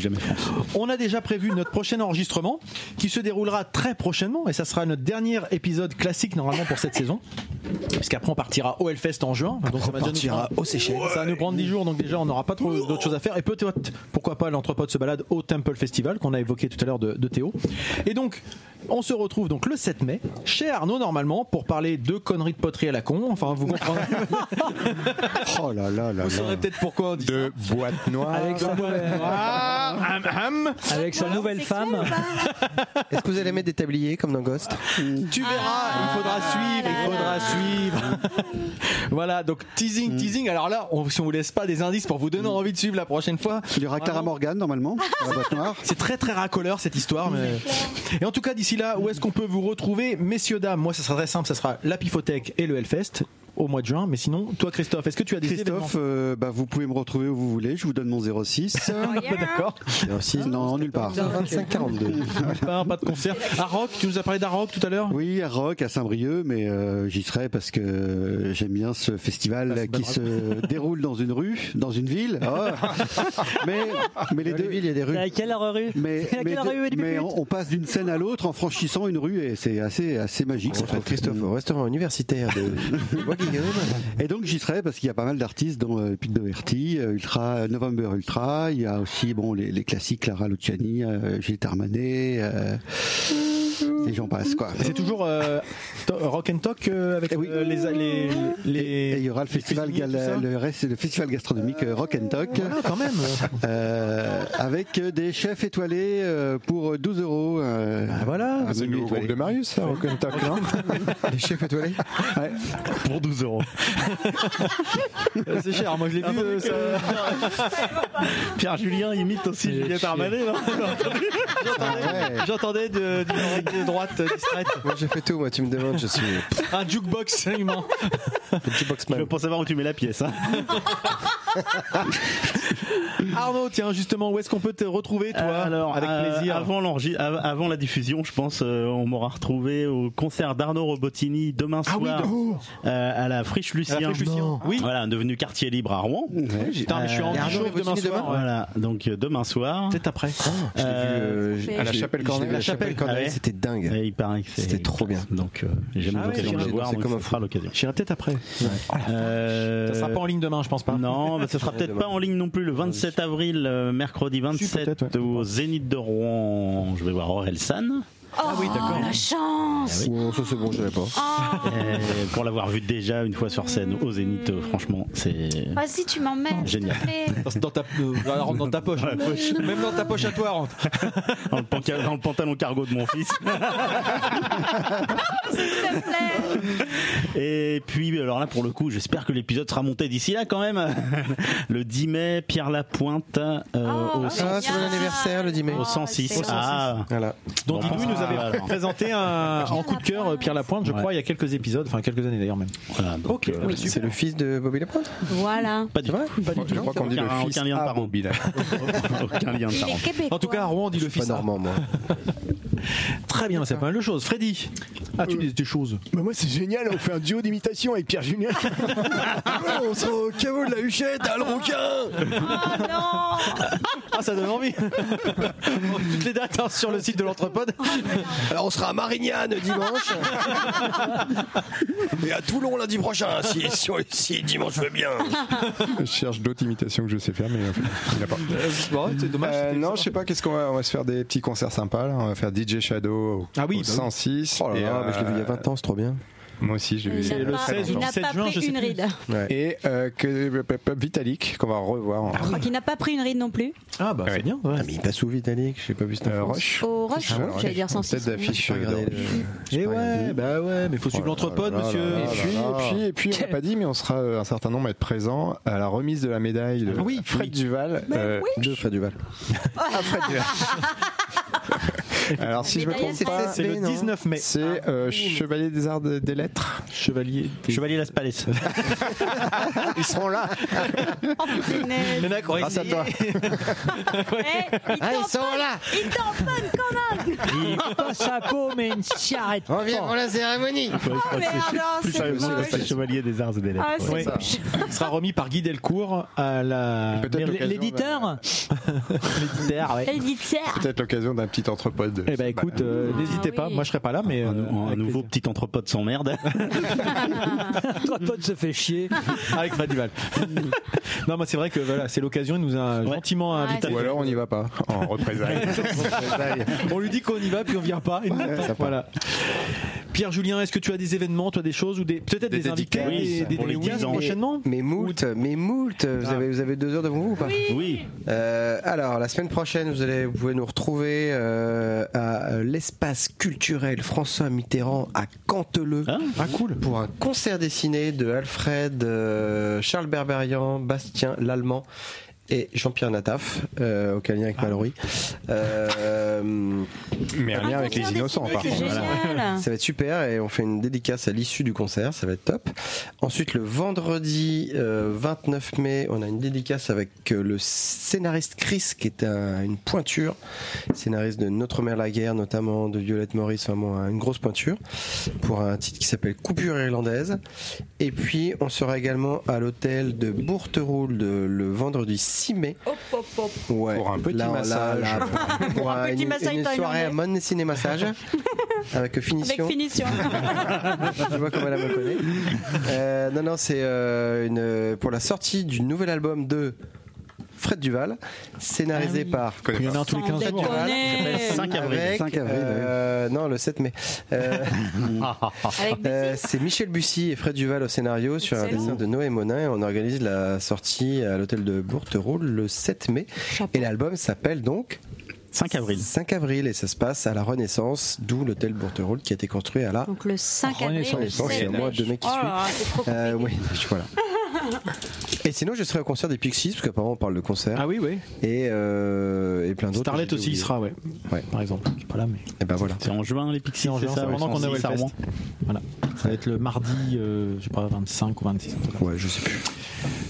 On a déjà prévu notre prochain enregistrement qui se déroulera très prochainement et ça sera notre dernier épisode classique normalement pour cette saison. Parce qu'après on partira au Hellfest en juin. Donc ça va déjà nous
partira
prendre-
aux Seychelles.
Ça va nous prendre 10 jours donc déjà on n'aura pas trop d'autres choses à faire. Et peut-être pourquoi pas l'entrepôt se balade au Temple Festival qu'on a évoqué tout à l'heure de, de Théo. Et donc on se retrouve donc le 7 mai chez Arnaud normalement pour parler de conneries de poterie à la con. Enfin vous comprendrez.
Oh là là là
Vous saurez
là.
peut-être pourquoi on dit
De boîte noire.
Avec sa nouvelle,
Ah,
avec sa nouvelle femme.
Ah,
Est-ce que vous allez mettre des tabliers comme dans Ghost
Tu verras, il faudra suivre, il faudra suivre. voilà, donc teasing,
Mm.
teasing. Alors là, on, si on vous laisse pas des indices pour vous donner envie de suivre la prochaine fois,
Il y aura Clara Morgan normalement, dans la boîte noire.
c'est très très racoleur cette histoire. Mais... Et en tout cas, d'ici là, où est-ce qu'on peut vous retrouver, messieurs dames Moi, ça sera très simple, ça sera la Pifothèque et le Hellfest au mois de juin. Mais sinon, toi, Christophe, est-ce que tu as des
Christophe, euh, bah, vous pouvez me retrouver où vous voulez, je vous donne mon 06.
Oh,
événements D'accord.
Aussi,
non, nulle part.
25-42.
Pas, pas de concert. À Rock, tu nous as parlé d'Aroc tout à l'heure.
Oui, à Rock, à Saint-Brieuc, mais euh, j'y serai parce que euh, j'aime bien ce festival
c'est
qui
pas
se déroule dans une rue, dans une ville. Oh. mais, mais les deux
villes, il y a des rues.
C'est à quelle heure rue
Mais,
C'est à
mais
quelle
de-
rue, Elie
mais
Puput
on, on passe d'une scène à l'autre en franchissant une rue et c'est assez, assez magique.
On retrouve Christophe au restaurant universitaire de Wagigan.
Et donc j'y serai parce qu'il y a pas mal d'artistes dont euh, Pete Doherty, euh, Ultra, euh, November Ultra. Il y a aussi bon les, les classiques Clara Luciani, euh, Gilles Tarmanet, euh, et j'en passe quoi.
C'est toujours euh, to- Rock and Talk euh, avec
Eh oui.
euh, les, les, les-
Et il y aura le
les
festival,
cuisiniers,
gal-
tout ça.
le, reste- le festival gastronomique euh, Rock and Talk.
Voilà, quand même.
Euh, avec euh, des chefs étoilés euh, pour 12 euros. euh,
voilà.
un
C'est le
menu
nouveau groupe
étoilé.
de Marius, ça, Rock and
hein.
Talk, non
Les chefs étoilés
Ouais.
Pour 12 euros.
Euh, C'est cher, moi je l'ai vu. euh, ça-
Pierre Julien imite aussi Juliette Armanet, non
hein.
ouais.
J'entendais de- d'une oreille de droite euh, distraite.
Moi j'ai fait tout, moi tu me demandes, je suis le
Un jukebox, il ment.
Je
petit boxman.
veux pas savoir où tu mets la pièce. Hein.
Arnaud, tiens, justement, où est-ce qu'on peut te retrouver, toi avec
euh,
plaisir.
Avant, l'enregistre- av- avant la diffusion, je pense, euh, on m'aura retrouvé au concert d'Arnaud Robotini demain
Ah oui,
soir euh, à la Friche Lucien.
À la Friche Lucien.
Non.
Oui.
Voilà, devenu quartier libre à Rouen. Euh,
Ouais, j'ai-
Putain, mais je suis en
Et Arnaud
chauve demain
Robotini
soir. ouais.
Voilà, donc euh, demain soir.
Peut-être après.
Je l'ai vu, euh, je-
À la chapelle
je l'ai vu
Corneille.
à la chapelle Corneille,
Ah ouais.
c'était dingue.
Et il paraît que c'est-
C'était trop bien.
Donc euh, j'ai
Ah
jamais
ouais,
l'occasion de
j'irai
le
danser
voir, donc
comme un
ce sera
fou.
l'occasion.
J'irai peut-être après.
Euh,
Ça sera pas en ligne demain, je pense pas.
Non, mais ce sera peut-être pas en ligne non plus
Ah,
le 27 avril, euh, mercredi
peut-être,
27 au Zénith de Rouen. Je vais voir Aurel San
Ah oui, d'accord. La chance
Oh, ça c'est bon, je l'ai pas.
Euh, pour l'avoir vu déjà une fois sur scène au Zénith. euh, Franchement, c'est
Ah,
Vas-y, tu m'emmènes. s'il te
Génial.
plaît.
Dans, dans ta, euh, elle rentre dans ta poche. Même dans ta poche à toi, rentre.
dans le, panca- dans le pantalon cargo de mon fils.
Ah
Et puis, alors là, pour le coup, j'espère que l'épisode sera monté d'ici là quand même. Le 10 mai, Pierre Lapointe euh, au, cent-
Ah, c'est mon anniversaire le 10 mai.
au 106.
c'est
Ah,
Voilà.
Donc,
Bon,
Didou
bah,
nous avait
voilà.
présenté un, en coup de cœur euh, Pierre Lapointe, je
Ouais.
crois, il y a quelques épisodes, enfin quelques années d'ailleurs même.
voilà, donc,
Ok,
euh,
oui.
C'est le fils de Bobby Lapointe
Voilà.
pas du tout.
Je crois qu'on dit le
Aucun-
fils
aucun lien de
à
parent.
Bobby, là.
Aucun lien de
Il
parent.
est québécois.
En tout cas, à Rouen, on dit le
Pas
fils.
normand, moi.
Très bien, c'est pas mal de choses. Freddy, as-tu des, des choses
Bah moi c'est génial, on fait un duo d'imitation avec Pierre Julien. on sent au caveau de la huchette, à le
Oh,
Ah Ah, ça donne envie Toutes les dates hein, sur le site de l'Entrepode.
Alors on sera à Marignane dimanche. Et à Toulon lundi prochain, Ah, si, si, on- si dimanche veut bien.
Je cherche d'autres imitations que je sais faire, mais en fait, il n'y en a pas.
Euh, c'est dommage.
Euh, non, je sais pas, qu'est-ce qu'on va, on va se faire des petits concerts sympas là. On va faire DJ Shadow au,
oui,
au
bah oui.
106.
Oh là
et, euh,
là, mais je l'ai vu il y a 20 ans, c'est trop bien.
Moi aussi, je l'ai vu.
Il n'a pas, il n'a pas pris une ride.
Et euh, que Vitalik, qu'on va revoir. En...
Je crois qu'il n'a pas pris une ride non plus.
Ah bah c'est bien.
mais il passe où Vitalik Je sais pas vu cette
Rush.
Au Rush, j'allais dire 106.
Tête d'affiche. euh,
Et ouais, bah ouais, mais faut suivre l'entrepode,
Oh
monsieur.
Et puis, et puis, et puis, on l'a pas dit, mais on sera euh, un certain nombre à être présent à la remise de la médaille de
Ah Oui,
Fred Duval. euh,
De Fred Duval.
Ah, bah,
Alors, si je me
médaille
trompe pas,
SSB, C'est le non 19 mai. Ah.
C'est euh, Chevalier des Arts de- des Lettres.
Chevalier.
Chevalier Las Palais.
Ils seront là.
Oh,
Il y en a qui ont
Grâce à
essayé.
toi.
Ah, ils sont là
Eh, Il tamponne quand même
Il passe sa peau, mais il ne s'y arrête pas.
Reviens pour la cérémonie
crois que c'est Ah, Oh, merde, non, plus c'est sérieusement, moche. c'est le
Chevalier des Arts et des
Ah, c'est
Ouais.
moche.
Il sera remis par Guy Delcourt à la.
Peut-être
mairie-
l'occasion
L'éditeur
L'éditeur, ouais.
Elle dit tiens.
Peut-être l'occasion d'un petit entrepode.
Eh ben écoute, euh, n'hésitez pas. Moi, je serai pas là, mais
Un,
euh,
un
avec
nouveau petit entrepôt sans merde.
Notre pote se fait chier.
plaisir. avec Fred Duval. non, mais c'est vrai que voilà, c'est l'occasion. Il nous a gentiment invité.
Ou alors on n'y va pas en représailles.
On lui dit qu'on y va, puis on vient pas. Il nous attend.
ça part.
voilà. Pierre Julien, est-ce que tu as des événements, toi, des choses ou des peut-être des,
Des
invités,
dédicaces,
des, des
pour les
dédicaces
dix ans.
prochainement
Mais moult, mais moult euh, vous, avez, vous avez deux heures devant vous ou pas
Oui.
Euh, alors, la semaine prochaine, vous, allez, vous pouvez nous retrouver euh, à l'espace culturel François Mitterrand à Canteleu.
Ah cool.
Pour un concert dessiné de Alfred, euh, Charles Berberian, Bastien l'Allemand et Jean-Pierre Nataf, euh, aucun lien
Ah.
avec Mallory. Euh,
Mais un lien
Un
avec les
concert
innocents,
dessiné,
par
c'est
contre.
génial.
ça va être super et on fait une dédicace à l'issue du concert, ça va être top. Ensuite, le vendredi euh, 29 mai, on a une dédicace avec euh, le scénariste Chris, qui est un- une pointure, scénariste de Notre Mère la Guerre, notamment de Violette Maurice, vraiment une grosse pointure, pour un titre qui s'appelle Coupure irlandaise. Et puis, on sera également à l'hôtel de Bourteroule de- le vendredi 6 mai. Ouais.
Pour un petit
Là, on- là,
massage.
là, pour- pour
un petit
une-
massage
une soirée
thaïlandais.
à Mon Ciné Massage avec
Avec
finition.
finition.
Je vois comment elle me connaît. Euh, non, non, c'est euh, une, euh, pour la sortie du nouvel album de Fred Duval, scénarisé
Ah
par
Il y en a un tous les 15
Sans
jours. hein.
déconner.
5 avril.
avec,
5 avril.
euh, non, le 7 mai. Euh,
Avec des-
euh, c'est Michel Bussy et Fred Duval au scénario sur un
Excellent.
dessin de Noé Monin. Et on organise la sortie à l'hôtel de Bourteroule le 7 mai. Et l'album s'appelle donc
5 avril.
5 avril et ça se passe à la Renaissance, d'où l'hôtel Bourteroule qui a été construit à la
Donc le 5 avril, le
Ah. Renaissance,
7
il y a moi, deux mecs qui
Oh
suivent.
là là, c'est trop
Euh,
compliqué.
oui, je- voilà. Et sinon, je serai au concert des Pixies, parce qu'apparemment, on parle de concert.
Ah oui, oui.
Et, euh, et plein d'autres.
Starlet
j'ai
aussi, il
oublié.
sera, ouais.
Ouais.
Par exemple. Je suis pas là, mais.
Et ben voilà.
C'est en juin les Pixies,
C'est en
c'est
juin,
ça,
c'est
le
pendant qu'on a
106 à
Wellfest.
Rouen.
Voilà. Ça va être le mardi, euh, je sais pas, 25 ou 26. un truc comme ça.
Ouais, je sais plus.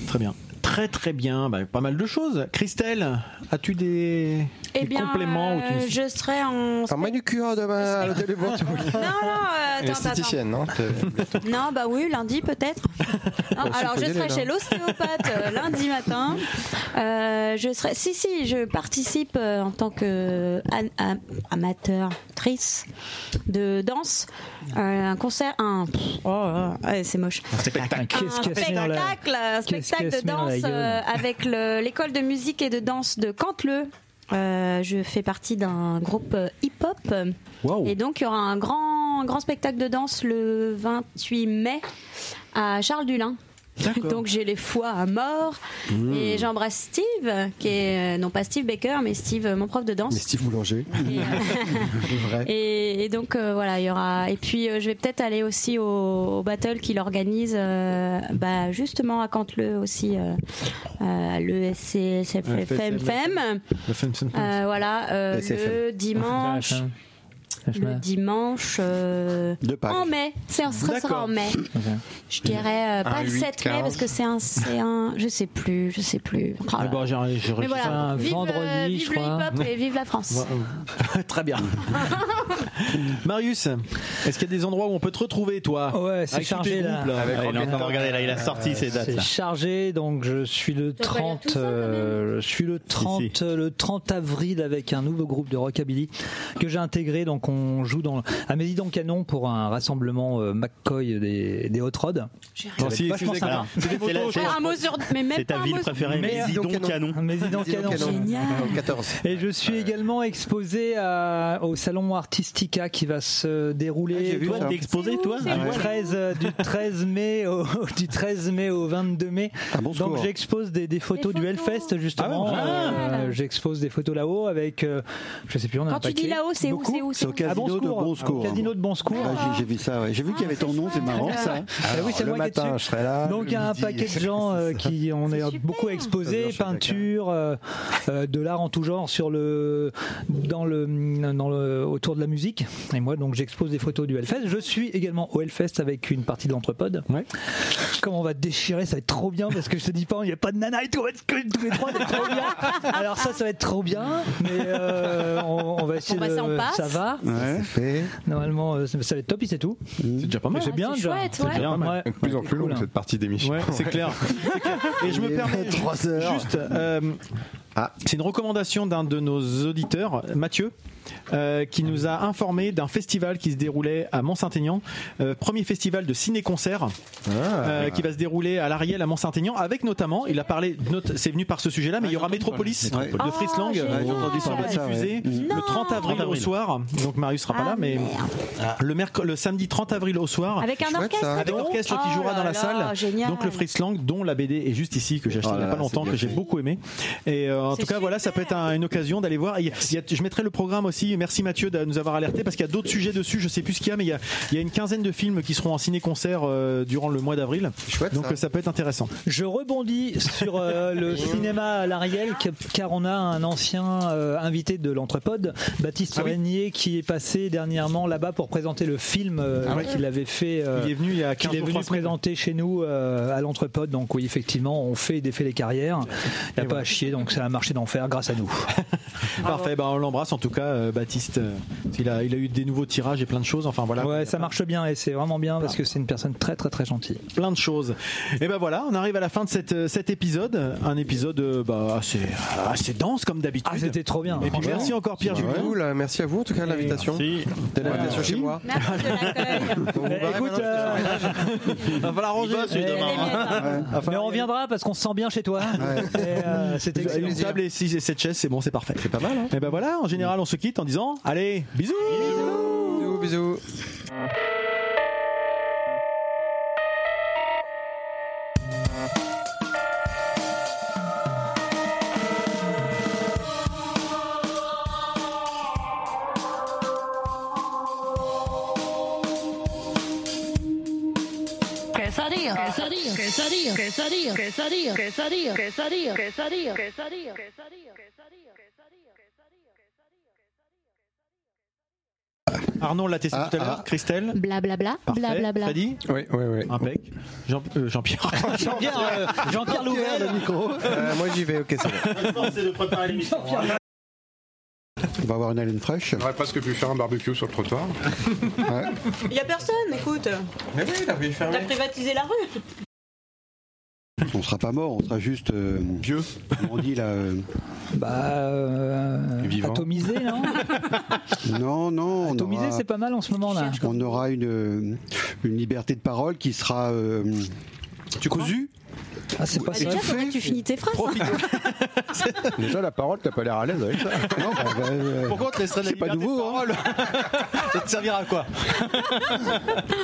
Très bien. Très très bien. Bah, pas mal de choses. Christelle, as-tu des,
Eh
des
bien,
compléments ou
euh,
tu-
je serai en.
Un manucure demain à l'hôtel de Bourteroule.
Non, non, euh, attends, attends, attends.
Esthéticienne, non
Non, bah oui, lundi peut-être. Non, alors je serai chez l'ostéopathe euh, lundi matin. Euh, je serai, si si, je participe euh, en tant que an- am- amateurtrice de danse à un concert, un pff, oh, là là, ouais, c'est moche.
Ah, Qu'est-ce
Un
qu'elle se met dans la-
spectacle, un spectacle
qu'elle se
de
met dans la
danse
gueule
euh, avec le- l'école de musique et de danse de Canteleu. Euh, je fais partie d'un groupe euh, hip-hop.
Waouh.
Et donc, il y aura un grand, grand spectacle de danse le 28 mai à Charles Dulin. Donc, j'ai les foies à mort.
Mmh.
Et j'embrasse Steve, qui est, euh, non pas Steve Baker, mais Steve, euh, mon prof de danse.
Mais Steve Boulanger.
Et, euh, et, et donc euh, voilà, il y aura. Et puis euh, je vais peut-être aller aussi au, au battle qu'il organise, euh, bah, justement à Cantleu aussi, euh, euh, le SCFM.
Le FSM.
Euh, voilà, euh,
SFM.
le dimanche.
le dimanche euh,
De Pâques.
en mai. C'est un- Ce sera en mai. Je dirais euh, pas
Un
le
8,
7 mai
15.
parce que c'est un, c'est un. Je sais plus, je sais plus. Oh là
Ah
là.
bah, j'ai- j'ai
Mais
réussi
voilà,
ça.
vive, euh, vive le hip-hop et vive la France.
Ouais. Très bien. Marius, est-ce qu'il y a des endroits où on peut te retrouver, toi
Ouais, c'est
Avec tous tes
chargé, là.
groupes,
Avec
Ah, il est en train de regarder, là, il a sorti ses dates.
C'est
là.
chargé, donc je suis le 30, euh, je suis le 30, le 30 avril avec un nouveau groupe de rockabilly que j'ai intégré. Donc on joue dans à Mésidon Canon pour un rassemblement euh, McCoy des, des Hot Rods.
J'ai
Ça va
rien. Ah,
être vachement sympa.
un mot sur, mais même pas un mot sur-
Mésidon Canon. Et je suis également exposé à- au salon Artistica qui va se
Ah,
dérouler.
vu Toi, ça. t'es exposé, C'est toi où, c'est
Du
où
13, euh, du 13 mai au, du 13 mai au 22 mai.
Ah,
Donc
secours.
j'expose des, des photos du
Ah,
Hellfest justement. Euh, j'expose des photos là-haut avec, euh, je sais plus, on a un
Quand tu dis
paquet.
là-haut, c'est où C'est où
C'est au casino
À
de
Bonsecours.
Bon Secours.
Au casino de Bon Secours.
Ah, j'ai- j'ai vu ça, ouais. J'ai vu qu'il y avait ton nom, c'est marrant ça.
Ah oui, c'est moi qui est dessus. Donc il y a un paquet de gens euh, qui on est beaucoup exposés, peinture, euh, euh, de l'art en tout genre sur le dans le dans le autour de la musique. Et moi donc j'expose des photos du Hellfest. Je suis également au Hellfest avec une partie de l'entrepode. Comme on va déchirer, ça va être trop bien parce que je te dis pas, il n'y a pas de nana et tout, on va être que tous les trois, c'est trop bien. Alors ça, ça va être trop bien, mais euh, on, on va essayer
Bon, bah,
de
ça, on passe.
ça va. Normalement, euh, ça ça va être top, et c'est tout. C'est déjà pas
mal.
C'est bien,
C'est
déjà.
chouette, ouais.
bien, ouais.
De plus en plus longue cette partie d'émission.
Ouais, c'est clair. C'est clair. Et je me
Il est
permets
23 heures. Ah.
juste, euh, c'est une recommandation d'un de nos auditeurs, Mathieu, euh, qui nous a informé d'un festival qui se déroulait à Mont-Saint-Aignan, euh, premier festival de ciné-concert,
Ah.
Ah.
euh, qui va se dérouler à l'Ariel à Mont-Saint-Aignan, avec notamment, il a parlé, de notre- c'est venu par ce sujet-là, mais il y aura Métropolis
Ah, parler.
de
Ouais.
Fritz Lang,
Ah, génial.
qui
J'ai entendu
sera
parler de ça,
diffusé
ouais.
le 30 avril,
30 avril. Ah,
au soir. Donc Marius sera pas là, mais le, merc- le samedi 30 avril au soir.
Avec un Chouette, ça. orchestre,
Avec
donc.
l'orchestre qui
Oh
jouera dans la
là là,
salle.
génial.
Donc le Fritz Lang, dont la BD est juste ici, que j'ai acheté
Oh
il n'y
là
a pas
là,
longtemps,
c'est
que
bien
j'ai
fait.
beaucoup aimé. Et euh, en tout cas, voilà, ça peut être un- une occasion d'aller voir. Il y a- il y a- je mettrai le programme aussi. Merci Mathieu de nous avoir alerté parce qu'il y a d'autres sujets dessus. Je sais plus ce qu'il y a, mais il y a, il y a une quinzaine de films qui seront en ciné-concert euh, durant le mois d'avril. Donc
ça.
euh, ça peut être intéressant.
Je rebondis sur euh, le cinéma à l'Ariel, que- car on a un ancien euh, invité de l'entrepode,
Ah
Baptiste Régnier, qui est passé dernièrement là-bas pour présenter le film euh,
Ah oui.
qu'il avait fait. euh,
Il est venu il y a 15
qu'il est
jours,
venu
trois semaines.
présenter chez nous euh, à l'entrepode. Donc oui, effectivement, on fait des faits les carrières. Il n'y a pas à chier, donc c'est un marché d'enfer grâce à nous.
Parfait, ben, on l'embrasse en tout cas, euh, Baptiste. euh, il, a, il a eu des nouveaux tirages et plein de choses. Enfin voilà. Ah.
Ouais, ça marche bien et c'est vraiment bien parce que c'est une personne très très très gentille.
plein de choses. Et ben voilà, on arrive à la fin de cette, euh, cet épisode, un épisode euh, bah, assez, assez dense comme d'habitude.
Ah, c'était trop bien.
Et puis merci encore Pierre Julien.
Cool, euh, merci à vous en tout cas de l'invitation. De l'invitation chez moi.
Écoute,
va falloir ranger hein.
mais on reviendra parce qu'on se sent bien chez toi. Et, euh, c'était
Une
excellent.
table et 6 et 7 chaises, c'est bon, c'est parfait. C'est pas
hein.
mal. Et ben voilà, en général, on se quitte en disant allez, bisous.
Bisous, bisous.
euh,
Quesadilla, quesadilla, quesadilla, quesadilla, quesadilla, quesadilla, quesadilla, quesadilla, quesadilla, quesadilla.
Arnaud l'a testé
Ah,
tout à l'heure, Christelle.
Blablabla,
Parfait.
blablabla.
Freddy Oui, oui, oui. Impec. Jean- euh, Jean-Pierre.
Jean-Pierre, euh, Jean-Pierre Louvel.
Euh, moi j'y vais, ok, c'est bon.
de préparer l'émission.
On va avoir une haleine fraîche.
J'aurais presque pu faire un barbecue sur le trottoir.
Il y a personne, écoute.
Mais oui, la rue est
T'as privatisé la rue.
On sera pas mort, on sera juste euh, vieux. Comment On dit là. euh,
Bah, euh,
Vivant.
atomisé, non
Non, non. on
Atomisé,
aura-
c'est pas mal en ce moment là.
On aura une, euh, une liberté de parole qui sera. euh, cousue
Ah, c'est
pas
Bah, déjà, faudrait que tu finis tes phrases. hein.
Déjà, la parole, t'as pas l'air à l'aise avec ça.
Non, bah, bah, euh,
Pourquoi on te laisserait de la
C'est pas nouveau. hein.
Ça te servira à quoi